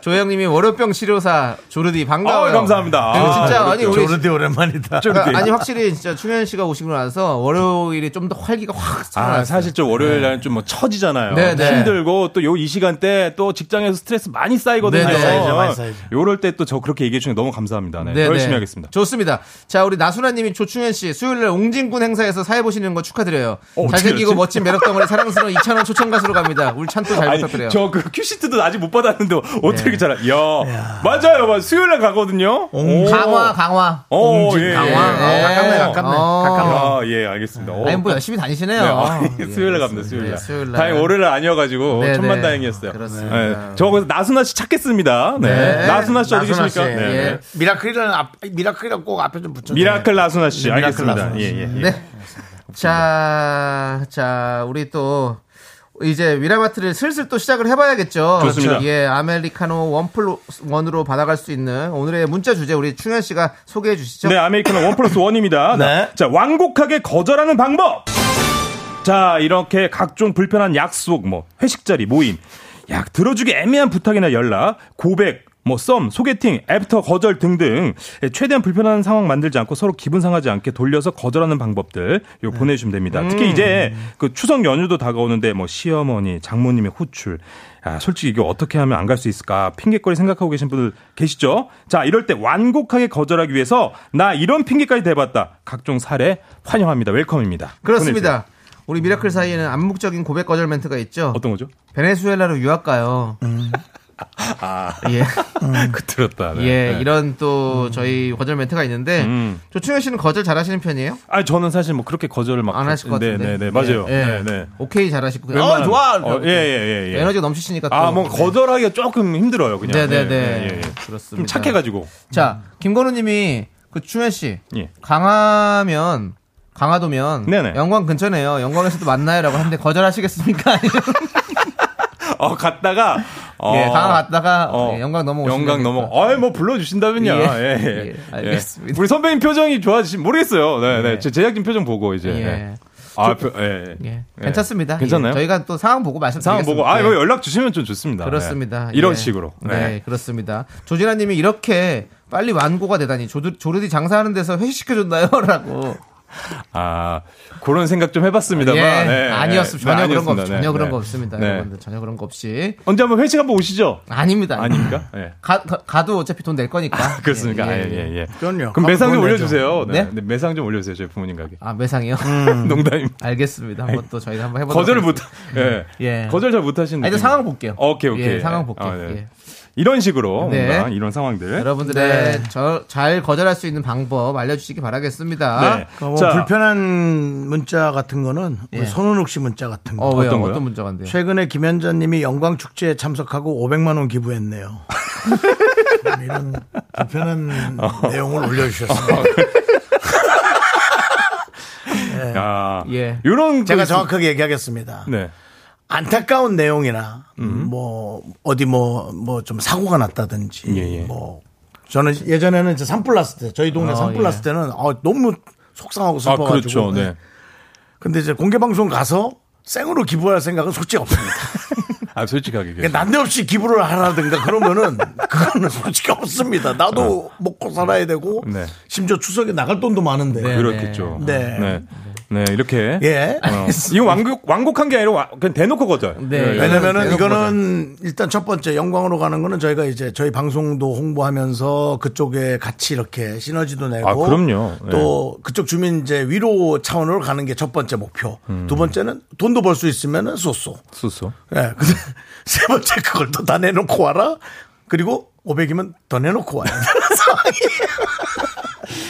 S3: 조영님이 월요병 치료사 조르디 반가워요.
S7: 어, 감사합니다.
S3: 그리고
S7: 아,
S3: 진짜 아, 니 우리
S2: 조르디 오랜만이다.
S3: 그러니까 아니 확실히 진짜 충현 씨가 오시고 나서 월요일이 좀 더 활기가 확 살아났어요.
S7: 아, 사실 좀 월요일 날은 좀 뭐 처지잖아요.
S3: 네, 네.
S7: 힘들고 또 요 이 시간대 또 직장에서 스트레스 많이 쌓이거든요.
S3: 네, 네. 쌓이죠,
S2: 많이 쌓이죠.
S7: 요럴 때 또 저 그렇게 얘기해 주는 게 너무 감사합니다. 네.
S3: 네,
S7: 열심히
S3: 네.
S7: 하겠습니다.
S3: 좋습니다. 자, 우리 나순아님이 조충현 씨 수요일날 옹진군 행사에서 사회 보시는 거 축하드려요.
S7: 어, 어떻게
S3: 잘생기고
S7: 알았지?
S3: 멋진 매력 덩어리 사랑스러운 2차원 초청 가수로 갑니다. 우리 찬또 잘 부탁드려요. 네.
S7: 저그 큐시트도 아직 못 받았는데 어떻게 이렇게 잘, 알- 야, 맞아요. 맞- 수요일 날 가거든요. 오.
S3: 강화, 강화.
S7: 오,
S2: 옹진
S7: 예.
S2: 강화. 어, 가깝네, 가깝네.
S3: 어.
S7: 아, 예, 알겠습니다. 오.
S3: 아니, 뭐 열심히 다니시네요.
S7: 네, 아,
S3: 예,
S7: 수요일날 갑니다,
S3: 그렇습니다.
S7: 수요일날.
S3: 예, 수요일날.
S7: 다행, 월요일날 아니어가지고,
S3: 네,
S7: 천만
S3: 네.
S7: 다행이었어요.
S3: 그렇습니다.
S7: 저, 거기서 나순아 씨 찾겠습니다. 네.
S3: 네.
S7: 나순아 씨 어디
S2: 나순아 씨.
S7: 계십니까? 네,
S2: 예.
S7: 네.
S2: 미라클이라는 앞, 미라클이라고 꼭 앞에 좀 붙여.
S7: 미라클 나순아 씨,
S2: 네, 미라클
S7: 알겠습니다.
S2: 나순아 씨.
S7: 예, 예, 예.
S3: 네. 자, 자, 우리 또 이제 위라마트를 슬슬 또 시작을 해봐야겠죠.
S7: 좋습니다.
S3: 예, 아메리카노 원플 원으로 받아갈 수 있는 오늘의 문자 주제 우리 충현 씨가 소개해 주시죠.
S7: 네, 아메리카노 원 플러스 원입니다.
S2: 네.
S7: 자, 완곡하게 거절하는 방법. 자, 이렇게 각종 불편한 약속, 뭐 회식 자리, 모임, 약 들어주기 애매한 부탁이나 연락, 고백, 뭐 썸, 소개팅, 애프터 거절 등등 최대한 불편한 상황 만들지 않고 서로 기분 상하지 않게 돌려서 거절하는 방법들 요
S3: 네.
S7: 보내주시면 됩니다.
S3: 음.
S7: 특히 이제 그 추석 연휴도 다가오는데 뭐 시어머니, 장모님의 호출. 아, 솔직히 이거 어떻게 하면 안 갈 수 있을까 핑계거리 생각하고 계신 분들 계시죠? 자, 이럴 때 완곡하게 거절하기 위해서 나 이런 핑계까지 대봤다. 각종 사례 환영합니다. 웰컴입니다. 보내주세요.
S3: 그렇습니다. 우리 미라클 사이에는 암묵적인 고백 거절 멘트가 있죠.
S7: 어떤 음. 거죠?
S3: 베네수엘라로 유학 가요. 예.
S7: 그 들었다. 네.
S3: 예,
S7: 네.
S3: 이런 또 저희 거절 멘트가 있는데
S7: 음.
S3: 조충현 씨는 거절 잘하시는 편이에요?
S7: 아 저는 사실 뭐 그렇게 거절을 막
S3: 안 하실 것 같은데.
S7: 네네 네, 맞아요.
S3: 예, 예.
S7: 네, 네.
S3: 오케이 잘하시고. 어,
S7: 웬만하면-
S3: 좋아.
S7: 어, 예, 예, 예, 예.
S3: 에너지가 넘치시니까 또.
S7: 아뭐 거절하기가 조금 힘들어요 그냥.
S3: 네, 네,
S7: 예,
S3: 네.
S7: 예, 예, 예.
S3: 그렇습니다.
S7: 좀 착해가지고.
S3: 자, 김건우 님이 그 충현 씨.
S7: 예.
S3: 강하면 강화도면
S7: 네네.
S3: 영광 근처네요. 영광에서도 만나요라고 하는데 거절하시겠습니까?
S7: 어 갔다가 어,
S3: 예, 강화 갔다가 예, 영광 넘어오시면
S7: 영광 넘어.
S3: 되겠다.
S7: 아이 뭐 불러주신다면요.
S3: 예,
S7: 예, 예,
S3: 예, 알겠습니다.
S7: 우리 선배님 표정이 좋아지신 모르겠어요. 네, 네. 제 제작진 표정 보고 이제.
S3: 예.
S7: 아, 표, 예.
S3: 예.
S7: 예.
S3: 괜찮습니다.
S7: 괜찮나요?
S3: 예, 저희가 또 상황 보고 말씀드리겠습니다.
S7: 상황 보고 아
S3: 예.
S7: 이거 연락 주시면 좀 좋습니다.
S3: 그렇습니다.
S7: 네. 이런
S3: 예.
S7: 식으로.
S3: 네, 그렇습니다. 조진아 님이 이렇게 빨리 완고가 되다니 조드, 조르디 장사하는 데서 회식시켜줬나요? 라고.
S7: 아, 그런 생각 좀 해봤습니다만.
S3: 예,
S7: 네,
S3: 아니었습니다.
S7: 네,
S3: 전혀 그런 거, 없,
S7: 아니었습니다.
S3: 전혀
S7: 네,
S3: 그런
S7: 네.
S3: 거 없습니다.
S7: 네.
S3: 여러분들 전혀 그런 거 없이.
S7: 언제 한번 회식 한번 오시죠?
S3: 아닙니다.
S7: 아닙니까? 예.
S3: 가, 도 어차피 돈 낼 거니까.
S7: 그렇습니까?
S3: 예,
S7: 예,
S3: 예, 예.
S7: 예, 예.
S2: 그럼요.
S7: 그럼 매상 좀
S2: 그건
S7: 올려주세요. 네.
S3: 네?
S7: 네, 매상 좀 올려주세요. 저희 부모님 가게.
S3: 아, 매상이요?
S7: 농담입니다.
S3: 알겠습니다. 한번 또 저희가 한번 해보도록
S7: 음. 거절을 못,
S3: 하겠습니다.
S7: 예.
S3: 예.
S7: 거절 잘 못하시는. 어,
S3: 아, 이제
S7: 느낌.
S3: 상황 볼게요.
S7: 오케이, 오케이.
S3: 예, 상황 볼게요.
S7: 아, 네.
S3: 예.
S7: 이런 식으로
S3: 네.
S7: 뭔가 이런 상황들.
S3: 여러분들의
S7: 네.
S3: 저, 잘 거절할 수 있는 방법 알려주시기 바라겠습니다.
S7: 네.
S2: 뭐
S7: 자,
S2: 불편한 문자 같은 거는 우리
S3: 예.
S2: 손은욱 씨 문자 같은 거.
S3: 어, 왜요?
S7: 어떤
S3: 어떤,
S7: 거요?
S3: 문제가 안 돼요?
S2: 최근에 김현자님이 영광 축제에 참석하고 500만 원 기부했네요. 이런 불편한
S7: 어.
S2: 내용을 올려주셨습니다.
S7: 야,
S3: 예.
S7: 이런.
S2: 제가
S7: 그-
S2: 정확하게 얘기하겠습니다.
S7: 네. 음.
S2: 안타까운 내용이나 뭐 어디 뭐 뭐 좀 사고가 났다든지
S7: 예, 예.
S2: 뭐 저는 예전에는 이제 산불 났을 때 저희 동네
S3: 아,
S2: 산불
S3: 예.
S2: 났을 때는 아, 너무 속상하고
S7: 아,
S2: 슬퍼가지고
S7: 그렇죠. 네.
S2: 근데 이제 공개 방송 가서 생으로 기부할 생각은 솔직히 없습니다.
S7: 아, 솔직하게.
S2: 그러니까 난데없이 기부를 하라든가 그러면은 그거는 솔직히 없습니다. 나도 먹고 살아야 되고
S7: 어. 네.
S2: 심지어 추석에 나갈 돈도 많은데.
S3: 네.
S7: 그렇겠죠.
S2: 네.
S7: 네. 네, 이렇게.
S2: 예.
S7: 어, 이거 완곡, 완곡한 게 아니라 와- 그냥 대놓고 거절.
S3: 네.
S7: 예, 예.
S2: 왜냐면은
S3: 대놓고
S2: 이거는 일단 첫 번째 영광으로 가는 거는 저희가 이제 저희 방송도 홍보하면서 그쪽에 같이 이렇게 시너지도 내고
S7: 아, 그럼요. 예.
S2: 또 그쪽 주민 이제 위로 차원으로 가는 게 첫 번째 목표.
S7: 음.
S2: 두 번째는 돈도 벌 수 있으면은 쏘쏘.
S7: 수수.
S2: 예. 근데 세 번째 그걸 또 다 내놓고 와라. 그리고 500이면 더 내놓고 와야 되는 상황이에요.
S3: 네.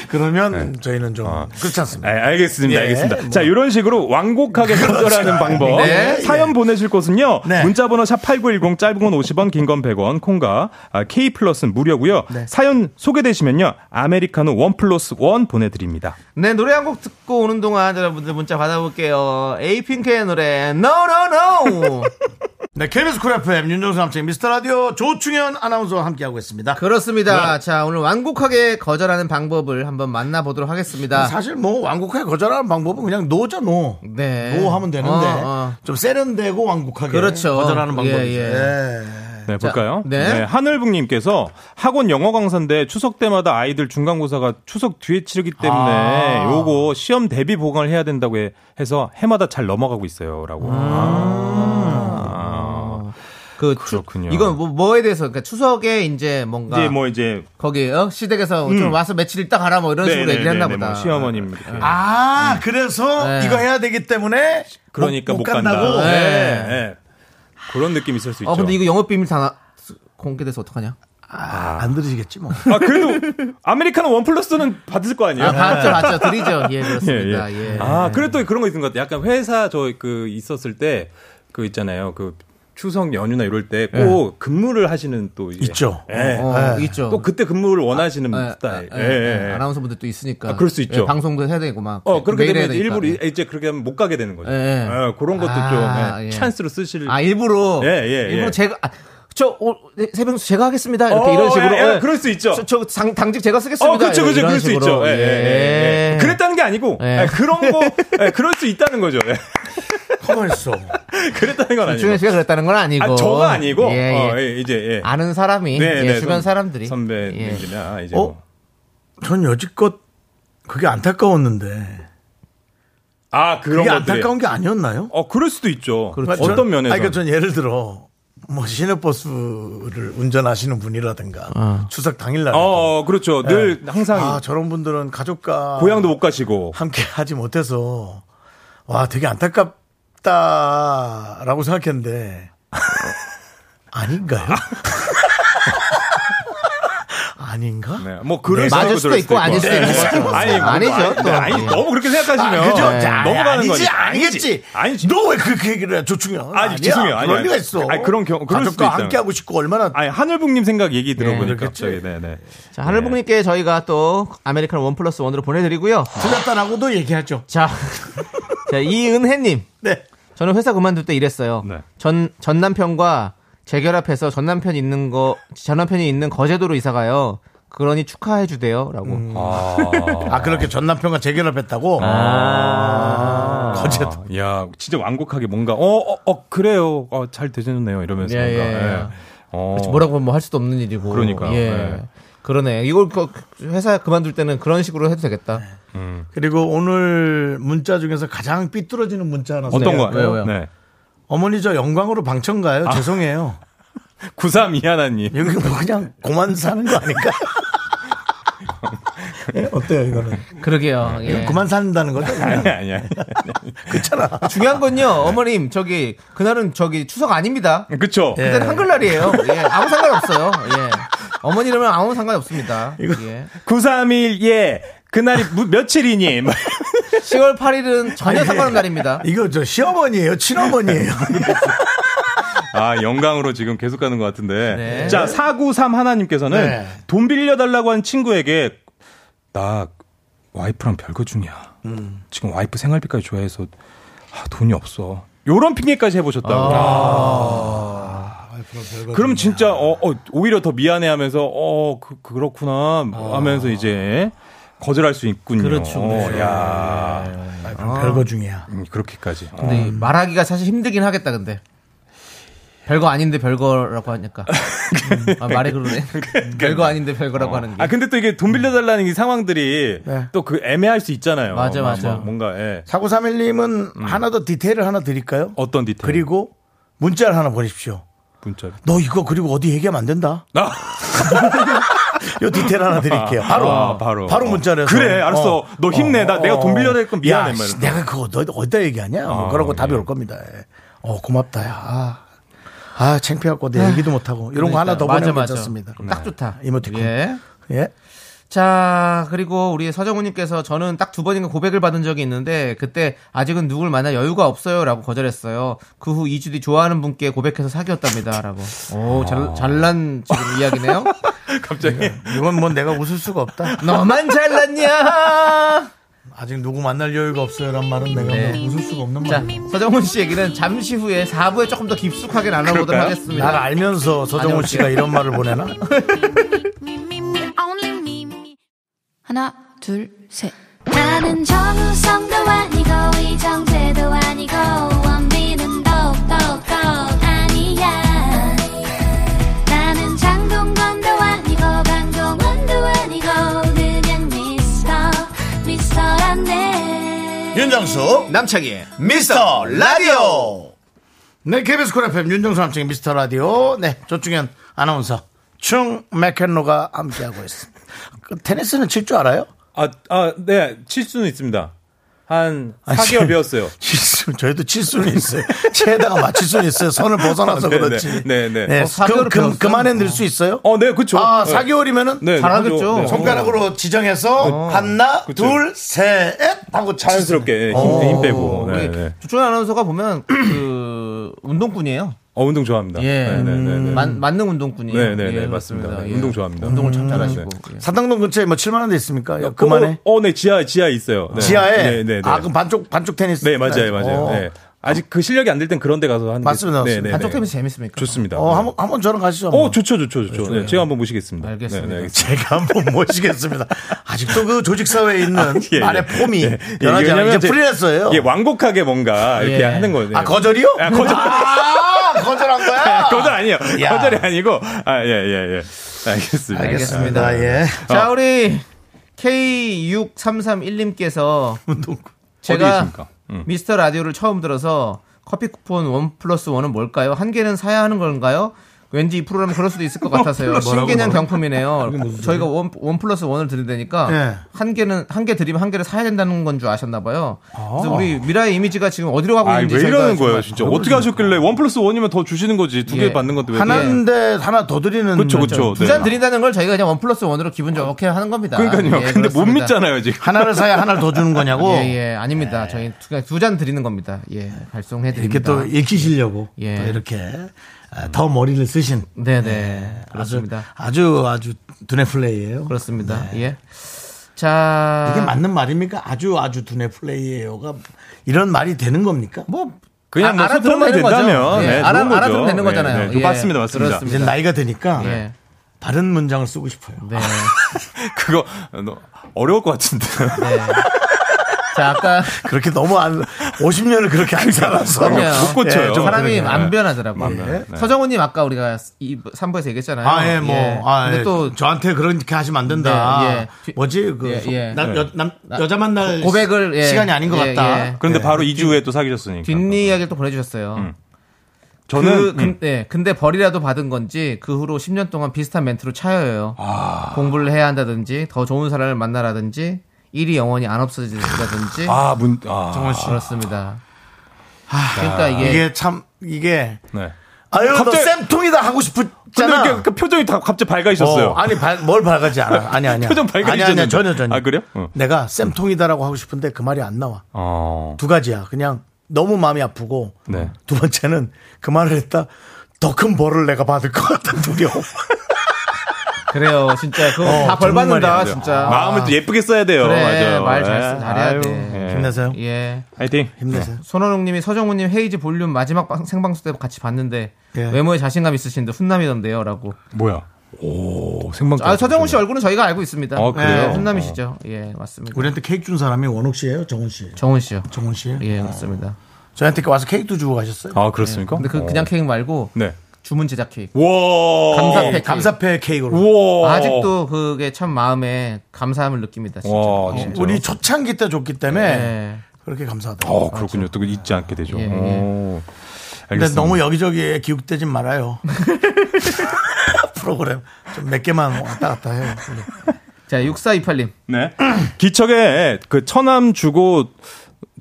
S2: 그러면 저희는 좀 그렇지
S7: 아,
S2: 않습니까?
S7: 알겠습니다.
S2: 예,
S7: 알겠습니다.
S2: 뭐.
S7: 자, 이런 식으로 완곡하게 거절하는 방법.
S2: 네,
S7: 사연 보내실 곳은요.
S2: 네.
S7: 문자 번호 샵8910 짧은 건 50원, 긴 건 100원, 콩과 아, K 플러스는 무료고요.
S2: 네.
S7: 사연 소개되시면요. 아메리카노 원 플러스 원 보내 드립니다.
S3: 네, 노래 한 곡 듣고 오는 동안 여러분들 문자 받아볼게요. 에이핑크의 노래, No, No, No!
S2: 네, KBS 쿨 FM 윤정수 남친 미스터 라디오 조충현 아나운서와 함께하고 있습니다.
S3: 그렇습니다. 자, 오늘 완곡하게 거절하는 방법을 한번 만나보도록 하겠습니다.
S2: 사실 뭐 완곡하게 거절하는 방법은 그냥 노죠 노.
S3: 아. 네.
S2: 노 하면 되는데
S3: 어, 어.
S2: 좀 세련되고 완곡하게
S3: 그렇죠.
S2: 거절하는 방법이죠.
S3: 예, 예.
S7: 네, 볼까요?
S3: 네.
S7: 네. 하늘북님께서 학원 영어 강사인데 추석 때마다 아이들 중간고사가 추석 뒤에 치르기 때문에
S2: 아.
S7: 요거 시험 대비 보강을 해야 된다고 해- 해서 해마다 잘 넘어가고 있어요. 라고. 아.
S3: 그 추-
S7: 그렇군요.
S3: 이건 뭐, 뭐에 대해서, 그러니까 추석에 이제 뭔가,
S7: 이제 뭐 이제
S3: 거기, 어? 시댁에서 좀 와서 며칠 있다 가라 뭐 이런 식으로
S7: 네네네네,
S3: 얘기를 했나 보다.
S7: 뭐 시어머님 이렇게.
S2: 아 그래서
S3: 네.
S2: 이거 해야 되기 때문에
S7: 그러니까
S2: 못,
S7: 못,
S2: 못
S7: 간다.
S2: 간다고.
S7: 네.
S3: 네.
S7: 네. 그런 느낌 있을 수 있죠.
S3: 어, 근데 이거 영업 비밀 다 나- 공개돼서 어떡하냐?
S2: 아, 안 들으시겠지 뭐.
S7: 아 그래도 아메리카노 원 플러스는 받을 거 아니에요?
S3: 아, 맞죠, 맞죠. 드리죠. 예, 그렇습니다. 예.
S7: 아, 그래도 또 그런 거 있는 것 같아요. 약간 회사 저 그 있었을 때 그 있잖아요. 그 추석 연휴나 이럴 때 꼭 근무를 하시는 또 이제
S2: 예. 있죠.
S7: 예.
S3: 어, 있죠.
S7: 또 그때 근무를 원하시는
S3: 예,
S7: 스타일.
S3: 예,
S7: 예, 예,
S3: 예,
S7: 예.
S3: 아나운서분들 또 있으니까.
S7: 아, 그럴 수 있죠.
S3: 예, 방송도 해야 되고 막.
S7: 어 그렇게
S3: 매일 해야
S7: 되면 이제
S3: 되니까.
S7: 일부러 이- 이제 그렇게 하면 못 가게 되는 거죠.
S3: 예, 예.
S7: 예, 그런 것도
S3: 아,
S7: 좀
S3: 예.
S7: 예, 찬스로 쓰실.
S3: 아 일부러
S7: 예, 예,
S3: 일부러
S7: 예.
S3: 제가 아, 저 오, 네, 세병수 제가 하겠습니다 이렇게
S7: 어,
S3: 이런 식으로
S7: 예, 예,
S3: 예.
S7: 그럴 수 있죠.
S3: 저, 저 당, 당직 제가 쓰겠습니다
S7: 어, 그렇죠, 그렇죠,
S3: 이런
S7: 그럴 수
S3: 식으로.
S7: 있죠. 예, 예, 예, 예.
S3: 예.
S7: 그랬다는 게 아니고
S3: 예.
S7: 예, 그런 거, 예, 그럴 수 있다는 거죠. 예.
S2: 가만 있어.
S7: 그랬다는 건 아니고.
S3: 박중현 씨가 그랬다는 건 아니고.
S7: 아, 저가 아니고
S3: 예, 예.
S7: 어, 예, 이제 예.
S3: 아는 사람이 예,
S7: 네,
S3: 주변
S7: 선-
S3: 사람들이 예.
S7: 선배님이나 이제
S2: 어?
S7: 뭐.
S2: 전 여지껏 그게 안타까웠는데
S7: 아 그런
S2: 그게
S7: 것들이.
S2: 안타까운 게 아니었나요?
S7: 어 그럴 수도 있죠.
S2: 전-
S7: 어떤 면에서
S2: 아니, 그러니까 전 예를 들어 뭐 시내버스를 운전하시는 분이라든가 추석 당일날
S7: 어, 어, 그렇죠. 늘 항상
S2: 아 저런 분들은 가족과
S7: 고향도 못 가시고
S2: 함께 하지 못해서 와 되게 안타깝다라고 생각했는데 아닌가요? 아닌가?
S7: 네, 뭐 그럴
S2: 네.
S7: 수도
S3: 맞을
S7: 있고
S3: 수도
S7: 그럴
S3: 있고 아닐 수도 있는 거죠.
S7: 아니, 뭐,
S3: 아니죠,
S7: 아니,
S3: 또.
S7: 아니,
S3: 예.
S7: 너무 그렇게 생각하시면 네.
S2: 아, 그죠? 자,
S7: 넘어가는
S2: 아니지,
S7: 거지.
S2: 아니겠지.
S7: 아니지.
S2: 너 왜 그렇게 얘기를 해? 조충현.
S7: 아니, 죄송해요. 아니,
S2: 그런
S7: 아니.
S2: 리가 있어.
S7: 아니, 그런 경우- 그럴 수도
S2: 가족과
S7: 있잖아요.
S2: 함께 하고 싶고 얼마나
S7: 아니 하늘북님 생각 얘기 들어보니까
S2: 그렇겠지.
S7: 갑자기 네네.
S3: 자, 하늘복님께 저희가 또 아메리카노 원 플러스 원으로 보내드리고요.
S2: 틀렸다라고도 얘기하죠.
S3: 자, 자 이은혜님.
S2: 네.
S3: 저는 회사 그만둘 때 이랬어요.
S7: 네.
S3: 전, 전 남편과 재결합해서 전 남편 있는 거, 전 남편이 있는 거제도로 이사가요. 그러니 축하해 주대요. 라고.
S7: 음.
S2: 아, 그렇게 전 남편과 재결합했다고?
S7: 아.
S2: 거제도.
S7: 야 진짜 완곡하게 뭔가 어 어 그래요. 어, 잘 되셨네요. 이러면서
S3: 예,
S7: 뭔가.
S3: 예, 예.
S7: 어.
S3: 뭐라고 뭐 할 수도 없는 일이고.
S7: 그러니까요.
S3: 예.
S7: 네.
S3: 그러네. 이걸 그 회사 그만둘 때는 그런 식으로 해도 되겠다.
S2: 그리고 오늘 문자 중에서 가장 삐뚤어지는 문자 하나
S7: 어떤
S2: 써요.
S7: 거?
S3: 왜요, 왜요?
S7: 네.
S2: 어머니 저 영광으로 방청
S7: 아.
S2: 가요. 죄송해요.
S7: 구삼 이하나님.
S2: 여기 뭐 그냥 고만 사는 거 아닐까? 예? 어때요 이거는?
S3: 그러게요.
S7: 네.
S3: 예.
S2: 그만 산다는 거죠? 그냥?
S7: 아니야 아니야.
S2: 그렇잖아.
S3: 중요한 건요, 어머님, 저기, 그날은 저기 추석 아닙니다.
S7: 그쵸.
S2: 예.
S3: 그때는 한글날이에요. 예. 아무 상관없어요. 예. 어머니라면 아무 상관없습니다. 예.
S7: 931, 예. 그날이 무- 며칠이니? 막
S3: 10월 8일은 전혀 상관없는 날입니다.
S2: 이거 저 시어머니예요, 친어머니예요.
S7: 아, 영광으로 지금 계속 가는 것 같은데.
S3: 네.
S7: 자, 493 하나님께서는
S2: 네.
S7: 돈 빌려달라고 한 친구에게 나 와이프랑 별거 중이야.
S3: 음.
S7: 지금 와이프 생활비까지 줘야 해서 아, 돈이 없어. 요런 핑계까지 해보셨다고.
S3: 아.
S7: 그럼 진짜 어, 어, 오히려 더 미안해하면서 어 그, 그렇구나 하면서 이제 거절할 수 있군요.
S3: 아. 그렇죠. 네.
S7: 어, 야
S2: 아, 그럼 별거 중이야.
S7: 음, 그렇게까지. 어.
S3: 근데
S2: 음.
S3: 말하기가 사실 힘들긴 하겠다 근데 별거 아닌데 별거라고 하니까 음,
S2: 그러니까.
S3: 아, 말이 그러네 별거 아닌데
S2: 어.
S3: 별거라고 하는 게
S7: 아 근데 또 이게 돈 빌려달라는 이 상황들이
S2: 네.
S7: 또 그 애매할 수 있잖아요.
S3: 맞아,
S7: 뭐,
S3: 맞아.
S7: 뭔가 예.
S2: 4931님은 하나 더 디테일을 하나 드릴까요?
S7: 음. 어떤 디테일?
S2: 그리고 문자를 하나 보내십시오.
S7: 문자.
S2: 너 이거 그리고 어디 얘기하면 안 된다.
S7: 나
S2: 요 디테일 하나 드릴게요. 바로
S7: 아, 바로
S2: 바로
S7: 어.
S2: 문자를 해서.
S7: 그래, 알았어.
S2: 어.
S7: 너 힘내. 나
S2: 어,
S7: 내가 돈 빌려야 될건 미안해.
S2: 야,
S7: 막
S2: 씨,
S7: 이러면서.
S2: 내가 그거 너 어디다 얘기하냐? 뭐
S7: 어,
S2: 그러고 답이
S7: 예.
S2: 올 겁니다. 예. 어 고맙다. 야. 아, 아 창피하고 내 얘기도 못 하고 이런 거 하나 더
S3: 그러니까. 맞아,
S2: 보내면
S3: 맞아.
S2: 괜찮습니다. 네.
S3: 딱 좋다
S2: 이모티콘.
S3: 예.
S2: 예.
S3: 자 그리고 우리 서정우님께서 저는 딱 두 번인가 고백을 받은 적이 있는데 그때 아직은 누굴 만날 여유가 없어요라고 거절했어요 그 후 2주 뒤 좋아하는 분께 고백해서 사귀었답니다라고 오
S2: 아.
S3: 잘, 잘난 지금 이야기네요
S7: 갑자기
S2: 이건 뭐 내가 웃을 수가 없다.
S3: 너만 잘났냐
S2: 아직 누구 만날 여유가 없어요란 말은 내가 뭐 웃을 수가 없는
S3: 네. 자,
S2: 말이야.
S3: 서정훈 씨 얘기는 잠시 후에 4부에 조금 더 깊숙하게 나눠보도록
S7: 그럴까요? 아,
S3: 하겠습니다.
S2: 날 알면서 서정훈 씨가 이런 말을 보내나?
S5: me, me, me, only me, me. 하나, 둘, 셋. 나는 정우성도 아니고, 이정재도 아니고, 원빈은 더욱더 아니야. 나는 장동건도 아니고, 강동원도 아니고, 그냥 미스터, 미스터란데.
S2: 윤정수
S3: 남창희의
S2: 미스터 라디오. 네, KBS 쿨 FM 윤정수 남창의 미스터 라디오. 네, 조충현 아나운서 충 맥켄로가 함께하고 있습니다. 그 테니스는 칠 줄 알아요?
S7: 아아네 칠수는 있습니다. 한
S2: 아니,
S7: 4개월 배웠어요.
S2: 칠 수, 저희도 칠 수는 있어요. 체에다가 맞출 수는 있어요. 선을 벗어나서
S7: 아, 네네.
S2: 그렇지.
S7: 네네.
S2: 네,
S7: 어,
S2: 그,
S3: 사개월을
S2: 그,
S3: 배웠어요?
S2: 그만에 늘 수 있어요?
S7: 어, 네, 그쵸.
S2: 아,
S7: 네.
S2: 4개월이면은 어.
S7: 네,
S3: 잘하겠죠.
S7: 그죠. 네.
S2: 손가락으로 지정해서 하나,
S7: 그쵸.
S2: 둘, 셋 하고 잘
S7: 자연스럽게 예,
S2: 어,
S7: 힘, 힘 빼고. 네, 네.
S3: 조준 아나운서가 보면 그 운동꾼이에요.
S7: 어, 운동 좋아합니다.
S3: 예.
S7: 네, 네, 네, 네.
S3: 만, 만능 운동꾼이에요.
S7: 네, 네,
S3: 예,
S7: 네, 맞습니다. 네, 운동 좋아합니다.
S3: 운동을 참
S7: 음,
S3: 잘하시고. 예.
S2: 사당동 근처에 뭐 7만 원대 있습니까? 야, 그만해.
S7: 어, 어, 네, 지하 지하에 있어요. 네.
S2: 지하에
S7: 네, 네, 네.
S2: 아 그럼 반쪽 반쪽 테니스
S7: 네, 맞아요, 맞아요.
S2: 어.
S7: 네. 아직 그 실력이 안 될 땐 그런 데 가서 하는 게-
S2: 맞습니다, 맞습니다.
S7: 네, 네,
S3: 한쪽
S7: 네.
S3: 탭이 재밌습니까?
S7: 좋습니다. 네.
S2: 어, 한번 한번 저랑 가시죠.
S7: 어,
S2: 한번.
S7: 좋죠, 좋죠, 좋죠. 네, 제가 한번 모시겠습니다.
S3: 알겠습니다.
S7: 네, 네, 알겠습니다.
S2: 제가 한번 모시겠습니다. 아직도 그 조직 사회에 있는
S7: 예,
S2: 말의
S7: 예.
S2: 폼이
S7: 예,
S2: 변하지 않아요.
S7: 왜냐면
S2: 이제
S7: 제-
S2: 프리랜서예요.
S7: 예, 완곡하게 뭔가 이렇게
S3: 예.
S7: 하는 거예요.
S2: 아 거절이요?
S7: 아, 거절. 네,
S2: 아, 거절한 거야.
S7: 거절 아니에요.
S2: 야.
S7: 거절이 아니고. 아, 예, 예, 예. 알겠습니다. 아,
S2: 알겠습니다. 예.
S3: 자,
S7: 어.
S3: 우리 K6331님께서 제가
S7: 계십니까? 음.
S3: 미스터 라디오를 처음 들어서 커피 쿠폰 원 플러스 원은 뭘까요? 한 개는 사야 하는 건가요? 왠지 이 프로그램 그럴 수도 있을
S7: 어,
S3: 것 같아서요. 신개념 경품이네요. 저희가 원, 원 플러스 원을 드린다니까
S2: 예.
S3: 한 개는 한 개 드리면 한 개를 사야 된다는 건 줄 아셨나 봐요. 그래서 우리 미라의 이미지가 지금 어디로 가고
S7: 아, 왜
S3: 있는지
S7: 이러는
S3: 저희가
S7: 거예요,
S3: 정말-
S7: 진짜. 어떻게 하셨길래 원 플러스 원이면 더 주시는 거지. 두 개
S3: 예.
S7: 받는 건데 왜. 그래?
S2: 하나인데 하나 더 드리는.
S7: 그쵸, 그쵸.
S3: 두 잔 드린다는 걸 저희가 그냥 원 플러스 원으로 기분 좋게 하는 겁니다.
S7: 네. 그러니까요.
S3: 예,
S7: 근데 못
S3: 그렇습니다.
S7: 믿잖아요, 지금.
S2: 하나를 사야 하나를 더 주는 거냐고.
S3: 예, 예, 아닙니다. 저희 두 잔 드리는 겁니다. 예, 발송해 드립니다.
S2: 이렇게 또 읽히시려고
S3: 예.
S2: 또 이렇게 아, 더 머리를 쓰신
S3: 네, 네. 그렇습니다.
S2: 예, 아주 아주 아주 두뇌 플레이예요.
S3: 그렇습니다. 예. 자,
S2: 이게 맞는 말입니까? 아주 아주 두뇌 플레이예요가 이런 말이 되는 겁니까?
S3: 뭐
S7: 그냥 뭐 소통이
S3: 되는 거죠.
S7: 된다면,
S3: 예,
S7: 네, 좋은
S3: 알아
S7: 거죠.
S3: 알아도 되는
S7: 네,
S3: 거잖아요.
S7: 네, 맞습니다, 맞습니다.
S2: 이제
S3: 그렇습니다.
S2: 나이가 드니까
S3: 예.
S2: 다른 문장을 쓰고 싶어요.
S3: 네.
S7: 그거, 너, 어려울 것 같은데.
S3: 네. 자, 아까
S2: 그렇게 너무 안 50년을 그렇게 안 살아서
S3: 그럼요.
S7: 못 고쳐요.
S2: 예, 좀
S3: 사람이
S2: 그러네요. 예.
S3: 안 변하더라고요.
S7: 변해요. 네.
S3: 서정훈님 아까 우리가 3부에서 얘기했잖아요.
S2: 아, 예, 뭐, 아,
S3: 근데
S2: 예.
S3: 또
S2: 저한테 그렇게 하시면 안 된다.
S3: 네, 예.
S2: 뭐지, 그,
S3: 예,
S2: 소-
S3: 예.
S2: 남- 여, 남-
S3: 나-
S2: 여자 만날
S3: 고백을, 예.
S2: 시간이 아닌 것
S3: 예,
S2: 같다.
S3: 예.
S7: 그런데 바로 2주 후에 또 사귀셨으니까.
S3: 뒷니 이야기를 또 보내주셨어요.
S7: 아, 음. 저는,
S3: 그,
S7: 음,
S3: 근, 예, 근데 벌이라도 받은 건지 그 후로 10년 동안 비슷한 멘트로 차여요.
S7: 아.
S3: 공부를 해야 한다든지 더 좋은 사람을 만나라든지 일이 영원히 안 없어진다든지
S7: 아, 문, 아.
S2: 정원 씨.
S3: 그렇습니다. 그러니까 이게,
S2: 이게 참, 이게,
S7: 네.
S2: 아유,
S7: 갑자기-
S2: 너 쌤통이다 하고
S7: 근데
S2: 싶었잖아.
S7: 이렇게 그 표정이 다 갑자기 밝아지셨어요.
S2: 어, 아니, 발- 뭘 밝아지 않아. 아니, 아니야.
S7: 표정 밝아지셨는데.
S2: 아니, 아니야. 전혀, 전혀.
S7: 아, 그래요? 어.
S2: 내가 쌤통이다라고 하고 싶은데 그 말이 안 나와.
S7: 어.
S2: 두 가지야. 그냥 너무 마음이 아프고
S7: 네.
S2: 두 번째는 그 말을 했다 더 큰 벌을 내가 받을 것 같은 두려움.
S3: 그래요. 진짜 그거
S2: 어,
S3: 다 벌
S2: 정말
S3: 받는다.
S2: 말이야.
S3: 진짜.
S7: 아, 마음을 또 예쁘게 써야 돼요.
S3: 아. 그래,
S7: 맞아요.
S3: 말잘 쓰-
S7: 예.
S3: 잘해야
S7: 아유,
S3: 돼.
S7: 예. 네.
S2: 힘내세요.
S3: 예.
S7: 화이팅.
S2: 힘내세요.
S3: 손원웅님이 서정훈님 헤이즈 볼륨 마지막 방- 생방송 때 같이 봤는데
S2: 예.
S3: 외모에 자신감 있으신데 훈남이던데요라고.
S7: 뭐야? 오, 생방송.
S3: 아 서정훈 씨 얼굴은 저희가 알고 있습니다.
S7: 어, 네, 그래요?
S3: 예, 훈남이시죠. 예 맞습니다.
S2: 우리한테 케이크 준 사람이 원옥 씨예요, 정훈 씨.
S3: 정훈 씨요.
S2: 정훈 씨.
S3: 예 맞습니다.
S2: 저희한테 와서 케이크도 주고 가셨어요.
S7: 아, 그렇습니까?
S3: 근데 그
S7: 어.
S3: 그냥 케이크 말고
S7: 네.
S3: 주문 제작 케이크.
S7: 와.
S3: 감사패
S2: 감사패 케이크로.
S7: 우와.
S3: 아직도 그게 참 마음에 감사함을 느낍니다. 진짜.
S7: 와, 진짜.
S2: 우리 초창기 때 줬기 때문에
S3: 예.
S2: 그렇게
S7: 네.
S2: 감사하다.
S7: 어, 그렇군요. 또 잊지 않게 되죠.
S3: 예, 예.
S7: 오.
S2: 근데
S7: 알겠습니다.
S2: 너무 여기저기에 기웃대진 말아요. 프로그램 좀 몇 개만 왔다 갔다 해요.
S3: 자 6428님.
S7: 네. 기척에 그 천암 주고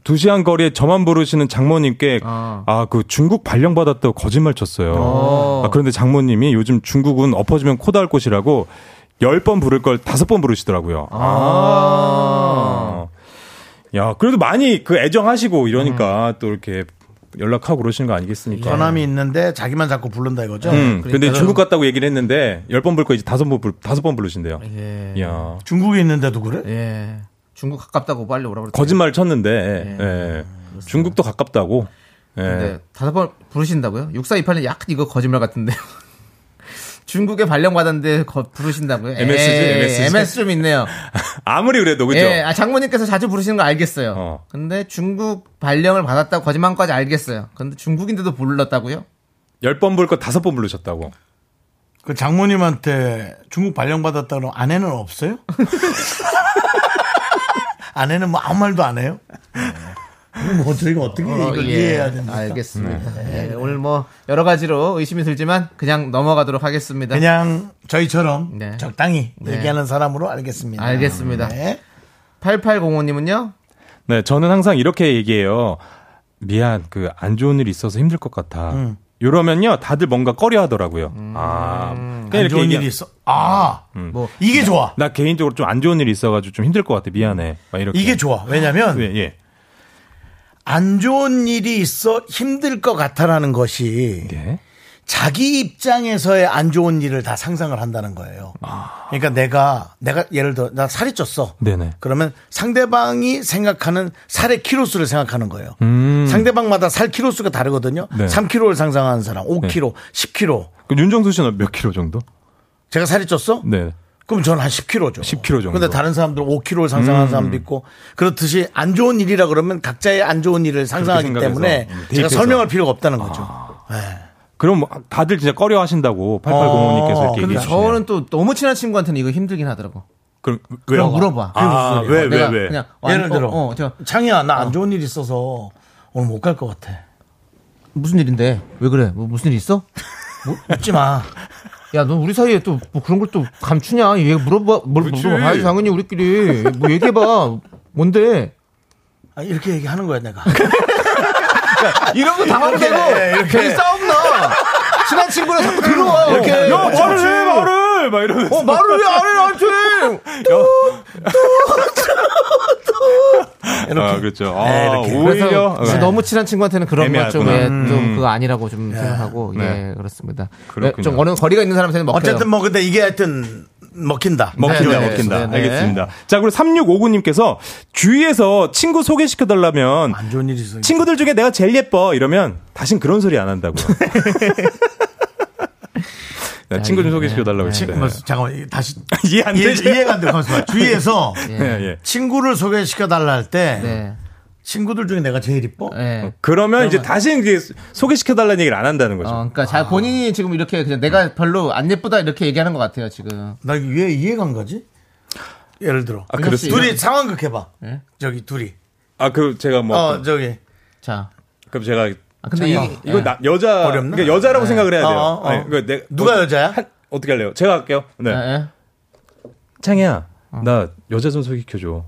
S7: 두 시간 거리에 저만 부르시는 장모님께
S3: 아.
S7: 아 그 중국 발령 받았다고 거짓말 쳤어요. 아, 그런데 장모님이 요즘 중국은 엎어지면 코 닿을 곳이라고 열 번 부를 걸 다섯 번 부르시더라고요. 아. 야 그래도 많이 그 애정하시고 이러니까
S3: 음.
S7: 또 이렇게 연락하고 그러시는 거 아니겠습니까?
S2: 전함이 있는데 자기만 자꾸 부른다 이거죠.
S7: 예. 음, 근데
S3: 예. 그러니까요.
S7: 중국 갔다고 얘기를 했는데 열 번 부를 거 이제 다섯 번 부르- 다섯 번 부르신대요.
S3: 예.
S7: 야
S2: 중국에 있는데도 그래?
S3: 예. 중국 가깝다고 빨리 오라고 그랬죠.
S7: 거짓말을 쳤는데 예. 중국도 가깝다고. 예.
S3: 네. 다섯 번 부르신다고요? 6428은 약간 이거 거짓말 같은데요. 중국에 발령받았는데 거- 부르신다고요? 예,
S7: MSG? MSG?
S3: MS 좀 있네요.
S7: 아무리 그래도 그죠?
S3: 예, 아, 장모님께서 자주 부르시는 거 알겠어요.
S7: 어.
S3: 근데 중국 발령을 받았다고 거짓말까지 알겠어요. 근데 중국인데도 불렀다고요?
S7: 열 번 부를 거 다섯 번 부르셨다고.
S2: 그 장모님한테 중국 발령받았다는 아내는 없어요? 아내는 뭐 아무 말도 안 해요? 뭐 저희가 어떻게 아, 이걸
S3: 예,
S2: 이해해야 됩니까?
S3: 알겠습니다. 예, 오늘 뭐 여러 가지로 의심이 들지만 그냥 넘어가도록 하겠습니다.
S2: 그냥 저희처럼
S3: 네.
S2: 적당히
S3: 네.
S2: 얘기하는 사람으로 알겠습니다.
S3: 알겠습니다.
S2: 네.
S3: 8805님은요?
S7: 네, 저는 항상 이렇게 얘기해요. 미안, 그 안 좋은 일 있어서 힘들 것 같아.
S3: 음.
S7: 이러면요, 다들 뭔가 꺼려하더라고요. 아, 그냥
S2: 안
S7: 이렇게
S2: 좋은
S7: 얘기하-
S2: 일이 있어. 아,
S3: 뭐
S2: 이게 좋아.
S7: 나 개인적으로 좀 안 좋은 일이 있어가지고 좀 힘들 것 같아. 미안해. 막 이렇게.
S2: 이게 좋아. 왜냐면
S7: 예, 예.
S2: 안 좋은 일이 있어 힘들 것 같아라는 것이
S7: 예.
S2: 자기 입장에서의 안 좋은 일을 다 상상을 한다는 거예요. 그러니까 내가 내가 예를 들어 나 살이 쪘어.
S7: 아. 네네.
S2: 그러면 상대방이 생각하는 살의 키로수를 생각하는 거예요.
S7: 음.
S2: 상대방마다 살 키로수가 다르거든요.
S7: 네.
S2: 3키로를 상상하는 사람, 5키로, 10키로.
S7: 그 윤정수 씨는 몇 킬로 정도?
S2: 제가 살이 쪘어?
S7: 네.
S2: 그럼 저는 한 10kg죠.
S7: 10kg 정도. 음.
S2: 근데 다른 사람들은 5kg를 상상하는 사람도 있고 그렇듯이 안 좋은 일이라 그러면 각자의 안 좋은 일을 상상하기
S7: 생각해서,
S2: 때문에
S7: 음,
S2: 제가
S7: 대입해서. 아.
S2: 설명할 필요가 없다는 거죠. 예.
S7: 그럼 뭐 다들 진짜 꺼려 하신다고 8805님께서 이렇게
S3: 어, 근데
S7: 얘기해 주시네요.
S3: 저는 또 너무 친한 친구한테는 이거 힘들긴 하더라고.
S7: 그럼 왜요?
S3: 그럼 물어봐.
S7: 아, 왜, 왜,
S3: 내가
S7: 왜?
S3: 그냥
S2: 예를 들어
S3: 어, 어, 제가
S2: 창희야 나 안 좋은 일 있어서 오늘 못 갈 것 같아.
S3: 무슨 일인데? 왜 그래? 뭐 무슨 일 있어? 뭐?
S2: 웃지 마.
S3: 야, 넌 우리 사이에 또 뭐 그런 걸 또 감추냐? 얘 물어봐, 뭘
S7: 그치.
S3: 물어봐야지 당연히 우리끼리 뭐 얘기해봐. 뭔데?
S2: 아, 이렇게 얘기하는 거야 내가.
S3: 이런 거 당황되고
S2: 네, 이렇게.
S3: 괜히 싸움 나. 친한 친구랑 자꾸 들어와 이렇게.
S7: 야, 말을 해, 말을! 막 이러면서.
S3: 어 말을 왜 안 해 나한테?
S2: 이렇게.
S7: 아, 그렇죠. 아,
S2: 네, 이렇게.
S7: 오히려.
S3: 그래서 너무 친한 친구한테는 그런 것좀
S7: 애매하구나. 음. 네.
S3: 예, 좀 그거 아니라고 좀 생각하고 예 그렇습니다.
S7: 그렇군요.
S3: 예, 좀 어느 거리가 있는 사람한테는 먹혀요.
S2: 어쨌든 뭐 근데 이게 하여튼 먹힌다.
S7: 먹힌다,
S3: 네, 네,
S7: 먹힌다.
S3: 네, 네.
S7: 알겠습니다. 자, 그리고 3659님께서 주위에서 친구 소개시켜달라면
S2: 안 좋은 일이 있어.
S7: 친구들 중에 내가 제일 예뻐 이러면 다신 그런 소리 안 한다고요. 나 네, 친구 좀 소개시켜달라고 했는데.
S2: 뭐, 잠깐만 이게 다시
S7: 이해 안
S2: 이해,
S7: 되죠?
S2: 이해가 안 돼. 가만있어 봐. 주위에서
S7: 예,
S2: 네.
S7: 예.
S2: 친구를 소개시켜 달라 할 때
S3: 네.
S2: 친구들 중에 내가 제일 이뻐?
S7: 네.
S3: 예.
S7: 어, 그러면 이제 다시 이제 소개시켜달라는 얘기를 안 한다는
S3: 어,
S7: 거죠.
S3: 그러니까 잘 본인이 지금 이렇게 그냥 내가 별로 안 예쁘다 이렇게 얘기하는 것 같아요 지금.
S2: 나 이게 왜 이해가 안 가지? 예를 들어
S7: 아, 그렇습니다.
S2: 둘이 상황극 해봐.
S3: 예?
S2: 저기 둘이.
S7: 아, 그 제가 뭐.
S2: 어 저기
S3: 자,
S7: 그럼 제가
S3: 아, 근데 이,
S2: 잠깐만.
S7: 이거 나- 여자
S2: 네. 어렵나?
S7: 그러니까 여자라고 생각을 해야 돼요.
S2: 어, 어, 어.
S7: 아니, 그러니까 내-
S2: 누가 여자야?
S7: 한- 어떻게 할래요? 제가 할게요. 네.
S3: 예, 예.
S7: 창이야,
S2: 어.
S7: 나 여자 좀 소개시켜줘.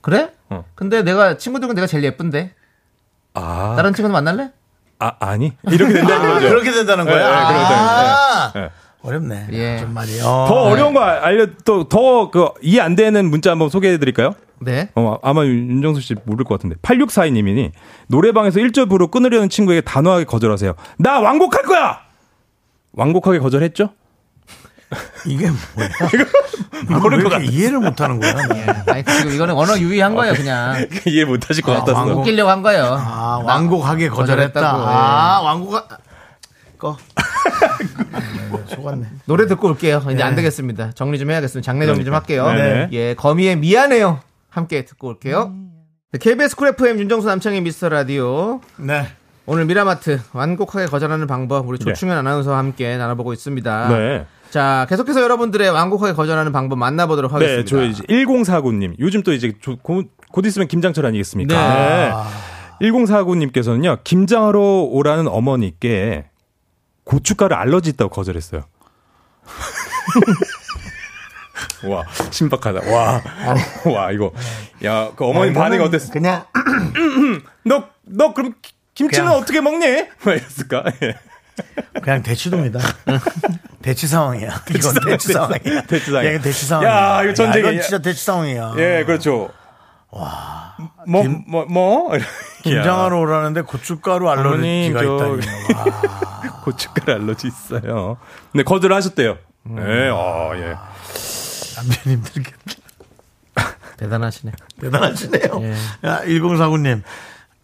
S3: 그래?
S7: 어.
S3: 근데 내가 친구들은 내가 제일 예쁜데
S7: 아,
S3: 다른 친구 만날래?
S7: 아 아니 이렇게 된다는 거죠.
S2: 그렇게 된다는
S7: 예,
S2: 거야.
S7: 예, 그렇게 되는 거예요.
S2: 아,
S7: 예.
S2: 어렵네.
S3: 예.
S2: 좀 말이요.
S7: 더 어려운 거 알- 알려 또 더 그 이해 안 되는 문자 한번 소개해 드릴까요?
S3: 네.
S7: 어, 아마 윤정수 씨 모를 것 같은데 8642님이 노래방에서 1절부로 끊으려는 친구에게 단호하게 거절하세요. 나 왕곡할 거야. 왕곡하게 거절했죠?
S2: 이게 뭐야? 이걸 왜 이렇게 이해를 못하는 거야? 나.
S3: 아니 지금 이거는 언어 유의한 거예요 그냥.
S7: 이해 못하실 것 같아서.
S2: 왕곡.
S3: 웃기려고 한 거예요.
S2: 아 완곡하게 거절했다.
S3: 거절했다고, 예.
S2: 아 완곡하 꺼. 아, 속았네.
S3: 노래 듣고 올게요. 이제 안 되겠습니다. 정리 좀 해야겠습니다. 장례 정리 좀 할게요.
S7: 네네.
S3: 예, 거미의 미안해요. 함께 듣고 올게요. 네, KBS 쿨 FM 윤정수 남창의 미스터 라디오.
S2: 네.
S3: 오늘 미라마트 완곡하게 거절하는 방법 우리
S7: 네.
S3: 조충현 아나운서와 함께 나눠보고 있습니다.
S7: 네.
S3: 자, 계속해서 여러분들의 완곡하게 거절하는 방법 만나보도록 하겠습니다.
S7: 네, 저 이제 1049님. 요즘 또 이제 조- 곧, 곧 있으면 김장철 아니겠습니까?
S3: 네.
S7: 1049님께서는요, 김장하러 오라는 어머니께 고춧가루 알러지 있다고 거절했어요. 와, 신박하다. 와, 와, 이거. 야, 그 어머니 반응 어땠어?
S2: 아, 그냥
S7: 너, 너 그럼 기- 김치는 어떻게 먹니? 막 이랬을까? 예.
S2: 그냥 대치동이다. 대치 상황이야. 이건 대치
S7: 상황,
S2: 상황이야.
S7: 대치 상황.
S2: 야, 이거 대치 상황이야.
S7: 야, 이거 전쟁이야.
S2: 이건 진짜 대치 상황이야.
S7: 예, 그렇죠. 와. 뭐, 뭐, 뭐?
S2: 김장하러 오라는데 고춧가루
S7: 어머님,
S2: 알러지가
S7: 저-
S2: 있다니. 와.
S7: 고춧가루 알러지 있어요. 근데 거절하셨대요.
S2: 음.
S7: 예, 어, 예.
S2: 남편님들
S3: 대단하시네.
S2: 대단하시네요.
S7: 예.
S2: 야, 1049님.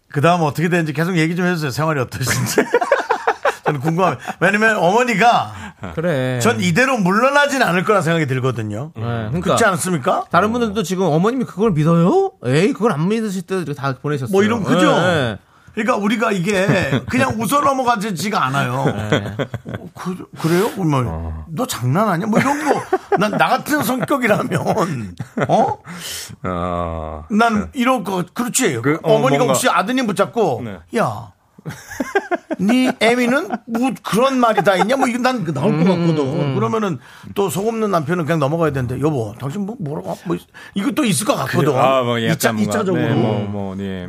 S2: 그 다음 어떻게 되는지 계속 얘기 좀 해주세요. 생활이 어떠신지. 저는 궁금합니다. 왜냐면 어머니가
S7: 예.
S3: 그래.
S2: 전 이대로 물러나진 않을 거라 생각이 들거든요.
S7: 음.
S3: 그러니까.
S2: 그렇지 않습니까?
S3: 다른 분들도 지금 어머님이 그걸 믿어요? 에이, 그걸 안 믿으실 때다 보내셨어요.
S2: 뭐 이런
S7: 그렇죠.
S2: 그죠?
S3: 예.
S2: 그러니까 우리가 이게 그냥 웃어 넘어가지지가 않아요.
S7: 예.
S2: 어, 그, 그래요? 뭐,
S7: 어.
S2: 너 장난하냐? 뭐 이런 거. 난 나 같은 성격이라면, 어?
S7: 아.
S2: 난 이런 거, 그렇지.
S7: 그, 어,
S2: 어머니가
S7: 뭔가-
S2: 혹시 아드님 붙잡고,
S7: 네.
S2: 야, 네 애미는 뭐 그런 말이 다 있냐? 뭐 이거 난 나올 것
S7: 음,
S2: 같거든. 그러면은 또 속없는 남편은 그냥 넘어가야 되는데, 여보, 당신 뭐 뭐라고? 뭐 이것도 있을 것 같거든.
S7: 아, 뭐
S2: 이차,
S7: 약간 뭔가,
S2: 이차적으로.
S7: 네, 뭐, 뭐, 네.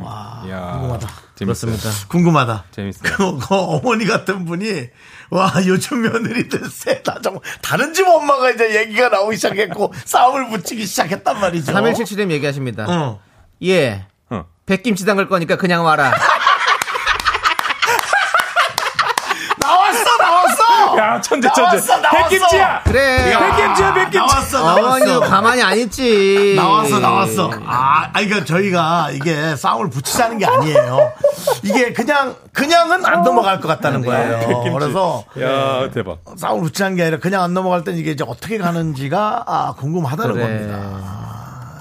S7: 야,
S2: 궁금하다.
S7: 재밌습니다.
S2: 궁금하다.
S7: 재밌어요.
S2: 그, 그 어머니 같은 분이 와 요즘 며느리들 세다 정말 다른 집 엄마가 이제 얘기가 나오기 시작했고 싸움을 붙이기 시작했단 말이죠.
S3: 3177님 네. 얘기하십니다.
S2: 어.
S3: 예.
S7: 어.
S3: 백김치 담글 거니까 그냥 와라.
S2: 나왔어 나왔어
S7: 야, 천재, 천재.
S4: 나왔어, 나왔어.
S7: 백김치야!
S3: 그래.
S7: 백김치야, 백김치!
S2: 나왔어,
S3: 어머니도
S2: 나왔어.
S3: 가만히 안 있지.
S2: 나왔어, 나왔어. 아, 아니, 그러니까 저희가 이게 싸움을 붙이자는 게 아니에요. 이게 그냥, 그냥은 안 넘어갈 것 같다는
S3: 네.
S2: 거예요. 그래서 네.
S7: 야, 대박.
S2: 싸움을 붙이자는 게 아니라 그냥 안 넘어갈 땐 이게 이제 어떻게 가는지가 아, 궁금하다는 겁니다.
S3: 그래.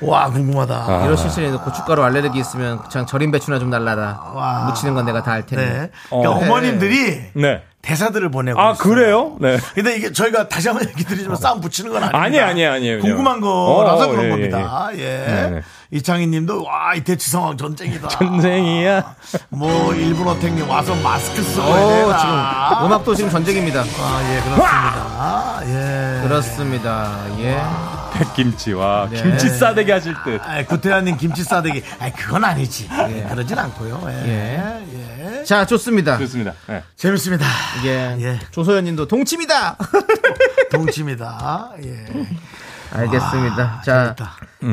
S2: 와, 궁금하다.
S3: 이런 실수에도 고춧가루 알레르기 있으면 그냥 절임 배추나 좀 날라라.
S2: 와.
S3: 묻히는 건 내가 다 할 테니.
S2: 네. 그러니까
S7: 어.
S2: 어머님들이
S7: 네.
S2: 대사들을 보내고.
S7: 아,
S2: 있어요.
S7: 그래요? 네.
S2: 근데 이게 저희가 다시 한번 얘기 드리지만 싸움 붙이는 건 아니에요.
S7: 아니에요, 아니에요, 아니에요.
S2: 궁금한
S7: 어,
S2: 거라서 그런
S7: 예,
S2: 겁니다. 예.
S7: 네.
S2: 이창희 님도 와, 이 대치 상황 전쟁이다.
S7: 예. 전생이야.
S2: 뭐, 일본 어택님 와서 마스크
S3: 오,
S2: 써야
S3: 어, 지금
S2: 되나.
S3: 음악도 지금 전쟁입니다.
S2: 어, 네. 아, 예, 그렇습니다. 예.
S3: 그렇습니다. 예.
S7: 백김치와
S2: 네.
S7: 김치 싸대기 하실 듯.
S2: 아, 구태환님 김치 싸대기. 아, 그건 아니지. 그러진 않고요. 예. 예.
S3: 자, 좋습니다.
S7: 좋습니다. 네.
S2: 재밌습니다.
S3: 예.
S2: 예. 아,
S3: 조소연 님도 동침이다!
S2: 동치입니다. 예.
S3: 알겠습니다. 자,
S2: 재밌다.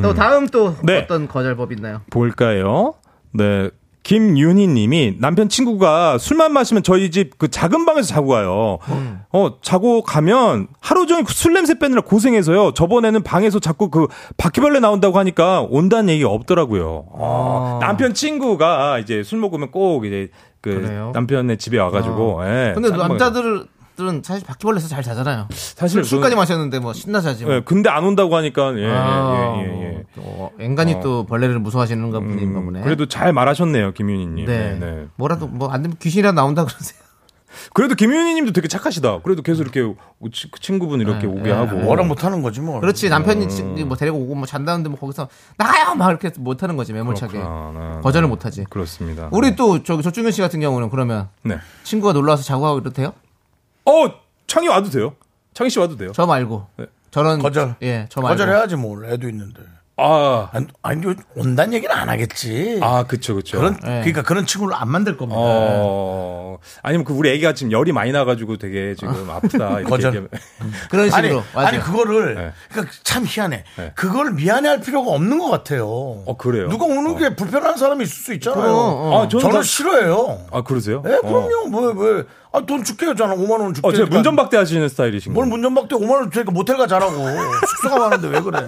S3: 또 다음 또
S7: 네.
S3: 어떤 거절법 있나요?
S7: 볼까요? 네. 김윤희 님이 남편 친구가 술만 마시면 저희 집 그 작은 방에서 자고 가요.
S3: 음.
S7: 어, 자고 가면 하루 종일 그 술 냄새 빼느라 고생해서요. 저번에는 방에서 자꾸 그 바퀴벌레 나온다고 하니까 온다는 얘기 가 없더라고요.
S3: 아.
S7: 어, 남편 친구가 이제 술 먹으면 꼭 이제 그
S3: 그래요? 아.
S7: 남편의 집에 와가지고. 예,
S3: 근데
S7: 다른 방에서.
S3: 남자들은 사실 바퀴벌레에서 잘 자잖아요.
S7: 사실
S3: 술까지
S7: 저는-
S3: 마셨는데 뭐 신나 자지. 뭐.
S7: 예, 근데 안 온다고 하니까 예, 예,
S3: 아,
S7: 예, 예, 예.
S3: 또 앵간히 또 벌레를 무서워하시는가 분인가 보네.
S7: 그래도 잘 말하셨네요, 김윤희 님.
S3: 네. 뭐라도 뭐 안 되면 귀신이라 나온다 그러세요.
S7: 그래도 김윤희님도 되게 착하시다. 그래도 계속 이렇게 오- 치- 그 친구분
S2: 네,
S7: 이렇게 오게 하고.
S2: 뭐라 못하는 거지
S7: 어,
S2: 뭐.
S3: 그렇지 남편이 지- 뭐 데리고 오고 뭐 잔다는데 뭐 거기서 나가요 막 이렇게 못 하는 거지 매몰차게
S7: 그렇구나. 네,
S3: 거절을
S7: 네.
S3: 못 하지.
S7: 그렇습니다.
S3: 우리 또 저기 조충현 씨 같은 경우는 그러면
S7: 네.
S3: 친구가 놀러 와서 자고 하고 이렇대요?
S7: 어 창이 와도 돼요. 창희 씨 와도 돼요.
S3: 저 말고
S7: 네.
S3: 저런
S2: 거절.
S3: 예, 저 말고
S2: 거절해야지 뭘. 애도 있는데.
S7: 아,
S2: 안- 아니, 이거 온다는 얘기는 안 하겠지.
S7: 아, 그쵸, 그쵸.
S2: 그런,
S3: 예.
S2: 그러니까 그런 친구를 안 만들 겁니다.
S7: 어,
S2: 네.
S7: 아니면 그 우리 애기가 지금 열이 많이 나가지고 되게 지금 아프다. 이렇게
S2: 거절.
S7: 얘기하면.
S3: 그런
S2: 아니,
S3: 식으로 맞아요.
S2: 아니 그거를
S7: 네.
S2: 그러니까 참 희한해. 그걸 미안해할 필요가 없는 것 같아요. 어
S7: 그래요?
S2: 누가 오는
S7: 어.
S2: 게 불편한 사람이 있을 수 있잖아요.
S3: 그럼, 어.
S7: 아, 저는
S2: 저는
S7: 다-
S2: 싫어해요.
S7: 아, 그러세요?
S2: 예, 그럼요. 뭐 왜? 아, 돈 줄게요. 저는 5만 원 줄게요.
S7: 어, 제가 문전박대 하시는 스타일이신
S2: 뭘
S7: 가요
S2: 문전박대 5만 원 주니까 모텔 가 자라고. 숙소가 많은데 왜 그래?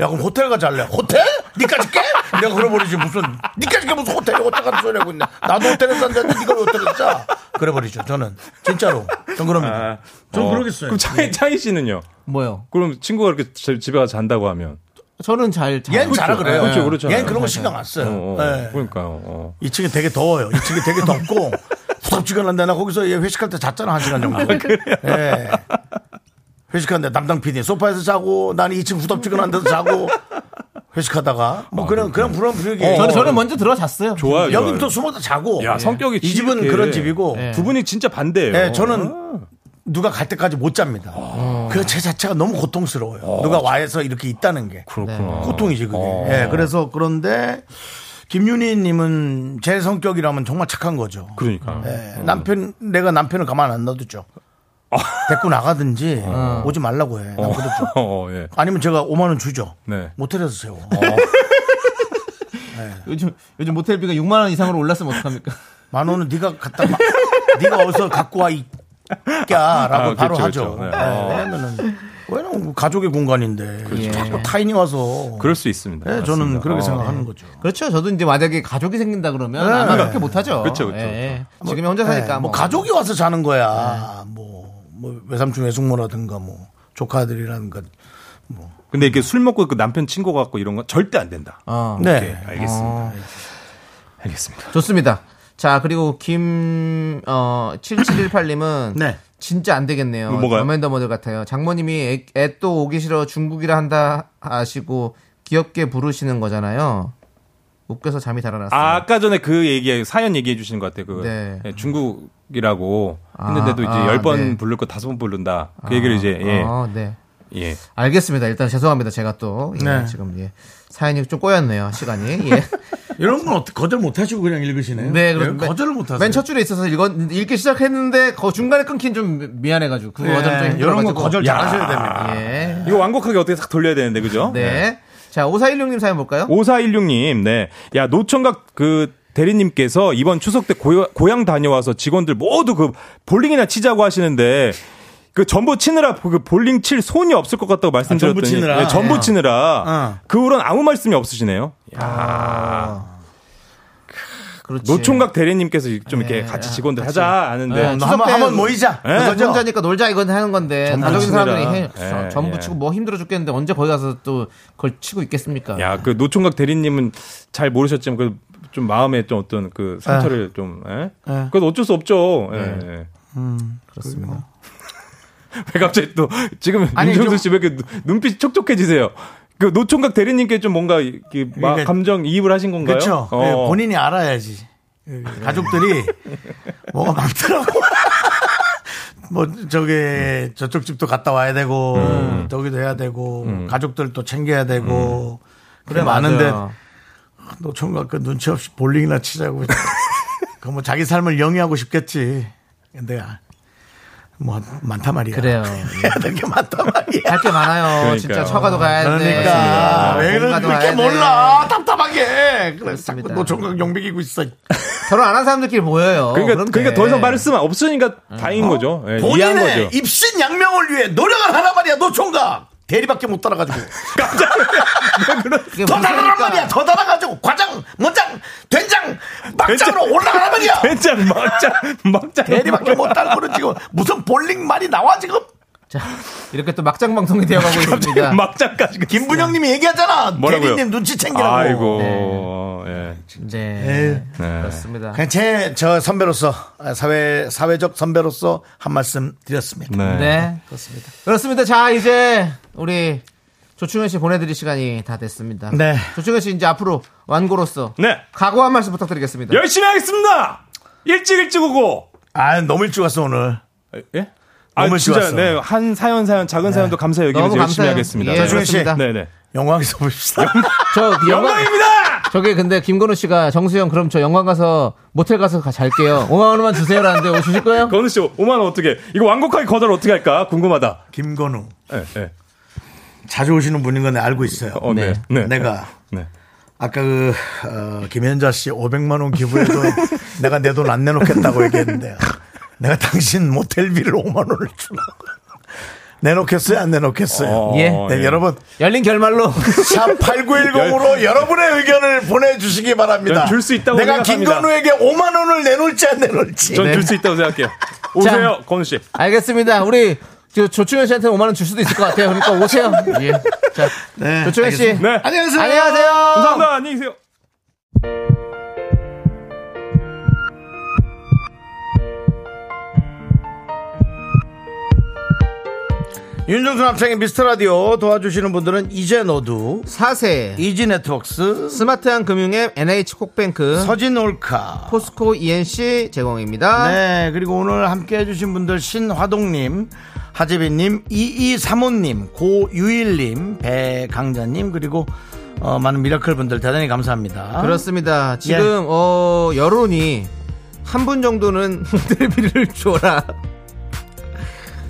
S2: 야, 그럼 호텔 가 잘래. 호텔? 니까지 깨? 내가 그래버리지. 무슨, 니까지 깨 무슨 호텔이 호텔 같은 소리 하고 있네. 나도 호텔에 싼다는데 니가 왜 호텔에 짜? 그래버리죠. 저는. 진짜로. 전 그럽니다. 전
S7: 아,
S2: 그러겠어요. 네.
S7: 그럼 창희, 창희 씨는요?
S3: 뭐요?
S7: 그럼 친구가 이렇게 제- 집에 가서 잔다고 하면.
S3: 저는 잘 자.
S2: 얜 자라 그래요.
S7: 그렇죠, 그렇죠.
S2: 얜 그런 거 신경 안
S7: 어,
S2: 써요.
S7: 어,
S2: 네.
S7: 그러니까요. 어.
S2: 2층이 되게 더워요. 2층이 되게 덥고 후덥지근한데 나 거기서 얘 회식할 때 잤잖아 한 시간 정도. 예. 회식하는데 담당 PD 소파에서 자고 나는 2층 후덥지근한 데서 자고 회식하다가 뭐 그런 그런 불안 부력이
S7: 어,
S3: 저는 뭐 저는 먼저 들어잤어요.
S7: 좋아요.
S2: 여기부터
S7: 좋아요.
S2: 숨어서 자고
S7: 야, 성격이
S2: 이 집은
S7: 이렇게.
S2: 그런 집이고 예.
S7: 두 분이 진짜 반대예요.
S2: 네,
S7: 아.
S2: 저는 누가 갈 때까지 못 잡니다. 그 제 자체가 너무 고통스러워요. 누가 와서 이렇게 있다는 게.
S7: 아.
S2: 네.
S7: 그렇구나. 아.
S2: 고통이지 그게. 예, 그래서 그런데 김윤희님은 제 성격이라면 정말 착한 거죠.
S7: 그러니까.
S2: 예, 남편 내가 남편을 가만 안 놔두죠. 데리고 나가든지 오지 말라고 해. 난 그러죠.
S7: 아. 어, 예.
S2: 아니면 제가 5만 원 주죠.
S7: 네.
S2: 모텔에서 세워.
S3: 요즘 요즘 모텔비가 6만 원 이상으로 올랐으면 어떡합니까?
S2: 만 원은 네가 갖다 마- 네가 어디서 갖고 와 있야라고
S7: 아,
S2: 바로
S7: 그렇죠, 그렇죠.
S2: 하죠.
S7: 네.
S2: 예,
S7: 어. 그렇죠.
S2: 왜냐면은 왜냐면 그 가족의 공간인데 자꾸 타인이 와서.
S7: 그럴 수 있습니다.
S2: 예, 저는
S7: 맞습니다.
S2: 그렇게
S7: 어.
S2: 생각하는 거죠.
S3: 그렇죠. 저도 이제 만약에 가족이 생긴다 그러면 아마 그렇게 못 하죠. 예,
S7: 그렇죠, 그렇죠.
S3: 지금 혼자 사니까 네.
S2: 네, 뭐 가족이 와서 자는 거야. 뭐, 뭐 외삼촌 외숙모라든가 뭐 조카들이라든가.
S7: 근데 이렇게 술 먹고 그 남편 친구 갖고 이런 건 절대 안 된다.
S3: 어,
S7: 네,
S2: 네.
S7: 알겠습니다. 알겠습니다.
S3: 좋습니다. 자, 그리고 김, 어, 7718님은.
S2: 네.
S3: 진짜 안 되겠네요.
S7: 뭐가요?
S3: 더맨더머들 같아요. 장모님이 애 또 오기 싫어 중국이라 한다 아시고 귀엽게 부르시는 거잖아요. 웃겨서 잠이 달아났어요.
S7: 아, 아까 전에 그 얘기 사연 얘기해 주시는 것 같아요. 그
S3: 네.
S7: 예, 중국이라고
S3: 아,
S7: 했는데도 이제
S3: 아,
S7: 열 번
S3: 네.
S7: 부를 거 다섯 번 부른다.
S2: 아.
S7: 그 얘기를 이제 예.
S3: 어, 네.
S7: 예.
S3: 알겠습니다. 일단 죄송합니다. 제가 또 예,
S2: 네.
S3: 지금 예. 사연이 좀 꼬였네요. 시간이. 예.
S2: 이런 건 어떻게 거절 못 하시고 그냥 읽으시네요.
S3: 네,
S2: 예,
S3: 그렇습니다.
S2: 거절을 못 하세요.
S3: 맨첫 줄에 있어서 읽어, 읽기 시작했는데 그 중간에 끊긴 좀 미안해가지고 그 거절 좀
S2: 예, 이런 거
S3: 힘들어가지고.
S2: 거절 잘 하셔야 됩니다. 네.
S3: 예.
S7: 이거 완곡하게 어떻게 싹 돌려야 되는데 그죠?
S3: 네. 자, 5416님 사연 볼까요?
S7: 5416님, 네. 야, 노총각 그 대리님께서 이번 추석 때 고여- 고향 다녀와서 직원들 모두 그 볼링이나 치자고 하시는데 그 전부 치느라 그 볼링 칠 손이 없을 것 같다고 말씀드렸더니
S2: 아, 전부 치느라.
S7: 네, 전부
S2: 예.
S7: 치느라
S2: 어.
S7: 그 후로는 아무 말씀이 없으시네요.
S3: 그렇지.
S7: 노총각 대리님께서 좀
S2: 예.
S7: 이렇게 같이 직원들 하자 하는데
S3: 예. 추석
S2: 네, 한번
S3: 때
S2: 한번 모이자.
S7: 예.
S2: 그거죠?
S3: 혼자니까 놀자 이건 하는 건데 나중에
S7: 치느라.
S3: 사람들이 해
S7: 예,
S3: 전부
S7: 예.
S3: 치고 뭐 힘들어 죽겠는데 언제 거기 가서 또 그걸 치고
S2: 아,
S3: 있겠습니까?
S7: 야, 그 노총각 대리님은 잘 모르셨지만 그 좀 마음에 좀 어떤 그
S2: 아.
S7: 상처를 좀 예? 그건 어쩔 수 없죠. 예.
S2: 네.
S7: 예.
S2: 음,
S3: 그렇습니다.
S7: 왜 갑자기 또 지금
S2: 아니,
S7: 윤정수
S2: 좀-
S7: 씨 왜 이렇게 눈- 눈빛이 촉촉해지세요? 그 노총각 대리님께 좀 뭔가 이렇게 막
S2: 그러니까-
S7: 감정 이입을 하신 건가요?
S2: 그렇죠.
S7: 어.
S2: 예, 본인이 알아야지. 가족들이 뭐가 많더라고. 뭐 저기 저쪽 집도 갔다 와야 되고 저기도 해야 되고 가족들 또 챙겨야 되고 그래 많은데
S3: 맞아요.
S2: 노총각 그 눈치 없이 볼링이나 치자고. 그 뭐 자기 삶을 영위하고 싶겠지. 근데 아, 뭐 많단 말이야.
S3: 그래요.
S2: 해야 될 게 많단 말이야.
S3: 할 게 많아요.
S7: 그러니까요.
S3: 진짜 처가도 가야 돼.
S2: 그러니까 왜
S3: 본가도 가야
S2: 그렇게
S3: 돼.
S2: 몰라 답답하게 그래서 자꾸
S3: 그렇습니다.
S2: 노총각 용비기고 있어
S3: 결혼 안 한 사람들끼리 모여요.
S7: 그러니까
S3: 그런데.
S7: 그러니까 더 이상 말을 쓰면 없으니까
S3: 음.
S7: 다행인 거죠. 예, 이해한
S2: 어, 본인의
S7: 거죠.
S2: 입신 양명을 위해 노력을 하란 말이야 노총각 대리밖에 못 따라가지고
S3: 그게
S2: 더
S3: 무슨
S2: 달아란
S3: 소리입니까?
S2: 말이야 더 달아가지고 과장 먼장 된장 막장으로 올라가란 말이야
S7: 대짜 막자 막자
S2: 대리밖에 못 달고는 지금 무슨 볼링 말이 나와 지금
S3: 자, 이렇게 또 막장 방송이 되어가고 있습니다.
S7: 막장까지 갔어요.
S2: 김분영님이 얘기하잖아
S7: 뭐라고요?
S2: 대리님 눈치 챙기라고 네.
S7: 아이고. 예.
S3: 네.
S2: 에휴.
S3: 그렇습니다.
S2: 그냥 제 저 선배로서 아, 사회 사회적 선배로서 한 말씀 드렸습니다.
S7: 네.
S3: 네. 그렇습니다. 그렇습니다. 자, 이제 우리 조충현 씨 보내드릴 시간이 다 됐습니다.
S2: 네.
S3: 조충현 씨 이제 앞으로 완고로서
S7: 네. 예?
S3: 각오 한 말씀 부탁드리겠습니다.
S7: 열심히 하겠습니다. 일찍 일찍 오고.
S2: 아 너무 일찍 왔어 오늘.
S7: 예? 아
S2: 너무
S7: 진짜
S2: 좋았어.
S7: 네. 한 사연 사연 작은 사연도 감사 여기면서
S3: 네. 너무
S7: 열심히
S3: 감사해요.
S7: 하겠습니다.
S3: 예,
S7: 네.
S2: 조충현 씨.
S3: 그렇습니다.
S7: 네, 네.
S2: 영광에서 봅시다.
S3: 저그 영광
S7: 영광입니다.
S3: 저게 근데 김건우 씨가 정수영 그럼 저 영광 가서 모텔 가서 가- 잘게요. 5만 원만 주세요라는데 오실 거예요?
S7: 건우 씨 5만 원 어떻게? 이거 완곡하게 거절 어떻게 할까? 궁금하다.
S2: 김건우
S7: 예, 예.
S2: 자주 오시는 분인 건 알고 있어요.
S7: 어, 네. 네.
S2: 내가
S7: 네.
S2: 아까 그 어, 김현자 씨 500만 원 기부해도 내가 내 돈 안 내놓겠다고 얘기했는데 내가 당신 모텔비를 5만 원을 주라고 내놓겠어요 안 내놓겠어요.
S7: 어,
S3: 예.
S2: 네, 여러분
S3: 열린 결말로
S2: 샵 8910으로 여러분의 의견을 보내주시기 바랍니다.
S7: 줄 수 있다고
S2: 내가
S7: 생각합니다.
S2: 김건우에게 5만 원을 내놓을지 안 내놓을지.
S3: 네.
S7: 전 줄 수 있다고 생각해요. 오세요, 건우 씨.
S3: 알겠습니다. 우리 저 조충현 씨한테 5만 원 줄 수도 있을 것 같아요. 그러니까 오세요. 예. 자,
S2: 네,
S3: 조충현 씨.
S2: 알겠습니다.
S7: 네.
S2: 안녕하세요.
S3: 안녕하세요.
S7: 감사합니다. 안녕히 계세요.
S2: 네. 윤정수 남창의 미스터 라디오 도와주시는 분들은 이제 너두
S3: 사세
S2: 이지 네트웍스
S3: 스마트한 금융앱 NH 콕뱅크
S2: 서진 올카
S3: 포스코 ENC 제공입니다.
S2: 네, 그리고 오늘 함께 해주신 분들 신화동님, 하재빈님, 2235님, 고유일님, 배강자님, 그리고 어, 많은 미라클 분들 대단히 감사합니다.
S3: 그렇습니다. 지금
S2: 예.
S3: 어, 여론이 한 분 정도는 모텔비를 줘라.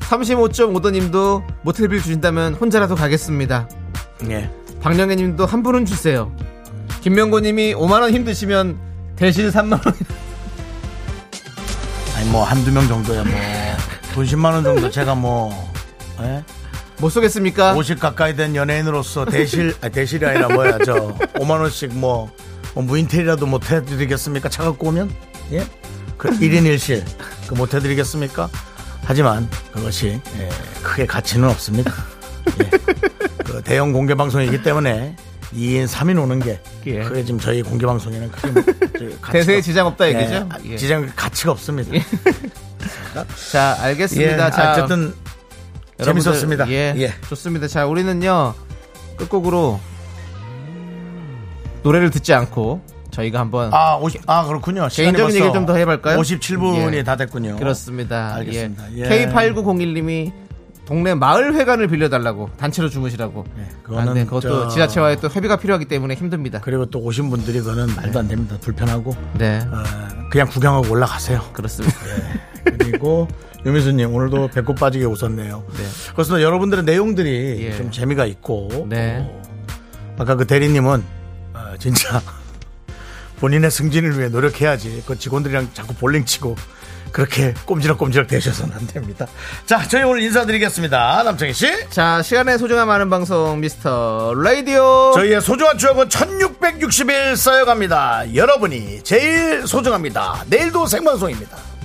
S3: 35.5도님도 모텔비를 주신다면 혼자라도 가겠습니다.
S2: 예.
S3: 박령애님도 한 분은 주세요. 김명곤님이 5만 원 힘드시면 대신 3만 원.
S2: 아니, 뭐, 한두 명 정도야, 뭐. 돈 10만원 정도 제가 뭐, 예?
S3: 못 쏘겠습니까?
S2: 50 가까이 된 연예인으로서 대실, 아, 대실이 아니라 뭐야, 저, 5만원씩 뭐, 뭐 무인텔이라도 못 해드리겠습니까? 차 갖고 오면? 예? 그 1인 1실, 그 못 해드리겠습니까? 하지만 그것이 예, 크게 가치는 없습니다. 예. 그 대형 공개방송이기 때문에 2인, 3인 오는 게
S3: 예.
S2: 크게 지금 저희 공개방송에는 크게 뭐, 저희 가치가
S3: 대세에
S2: 없-
S3: 지장 없다
S2: 예,
S3: 얘기죠?
S2: 아,
S3: 예.
S2: 지장 가치가 없습니다.
S3: 자,
S2: 예,
S3: 알겠습니다. 자,
S2: 아, 어쨌든
S3: 여러분들,
S2: 재밌었습니다.
S3: 예,
S2: 예.
S3: 좋습니다. 자, 우리는요 끝곡으로 노래를 듣지 않고 저희가 한번
S2: 아, 50, 아 그렇군요. 시간이
S3: 개인적인
S2: 벌써
S3: 얘기를 좀더 해볼까요?
S2: 57분이
S3: 예.
S2: 다 됐군요.
S3: 그렇습니다.
S2: 알겠습니다.
S3: 예.
S2: 예.
S3: K8901님이 동네 마을 회관을 빌려달라고 단체로 주무시라고. 아, 네,
S2: 예, 그거는
S3: 그거는 그것도
S2: 저-
S3: 지자체와의 또 협의가 필요하기 때문에 힘듭니다.
S2: 그리고 또 오신 분들이 그는 말도 안 됩니다. 불편하고
S3: 네,
S2: 어, 그냥 구경하고 올라가세요.
S3: 그렇습니다.
S2: 그리고 유미수님 오늘도 배꼽 빠지게 웃었네요. 그렇습니다. 여러분들의 내용들이
S3: 예.
S2: 좀 재미가 있고
S3: 네.
S2: 또 아까 그 대리님은 어, 진짜 어, 본인의 승진을 위해 노력해야지 그 직원들이랑 자꾸 볼링 치고 그렇게 꼼지락꼼지락 되셔서는 안 됩니다. 자, 저희 오늘 인사드리겠습니다. 남창희 씨.
S3: 자, 시간의 소중함 아는 방송 미스터 라디오.
S2: 저희의 소중한 추억은 1660일 쌓여갑니다. 여러분이 제일 소중합니다. 내일도 생방송입니다.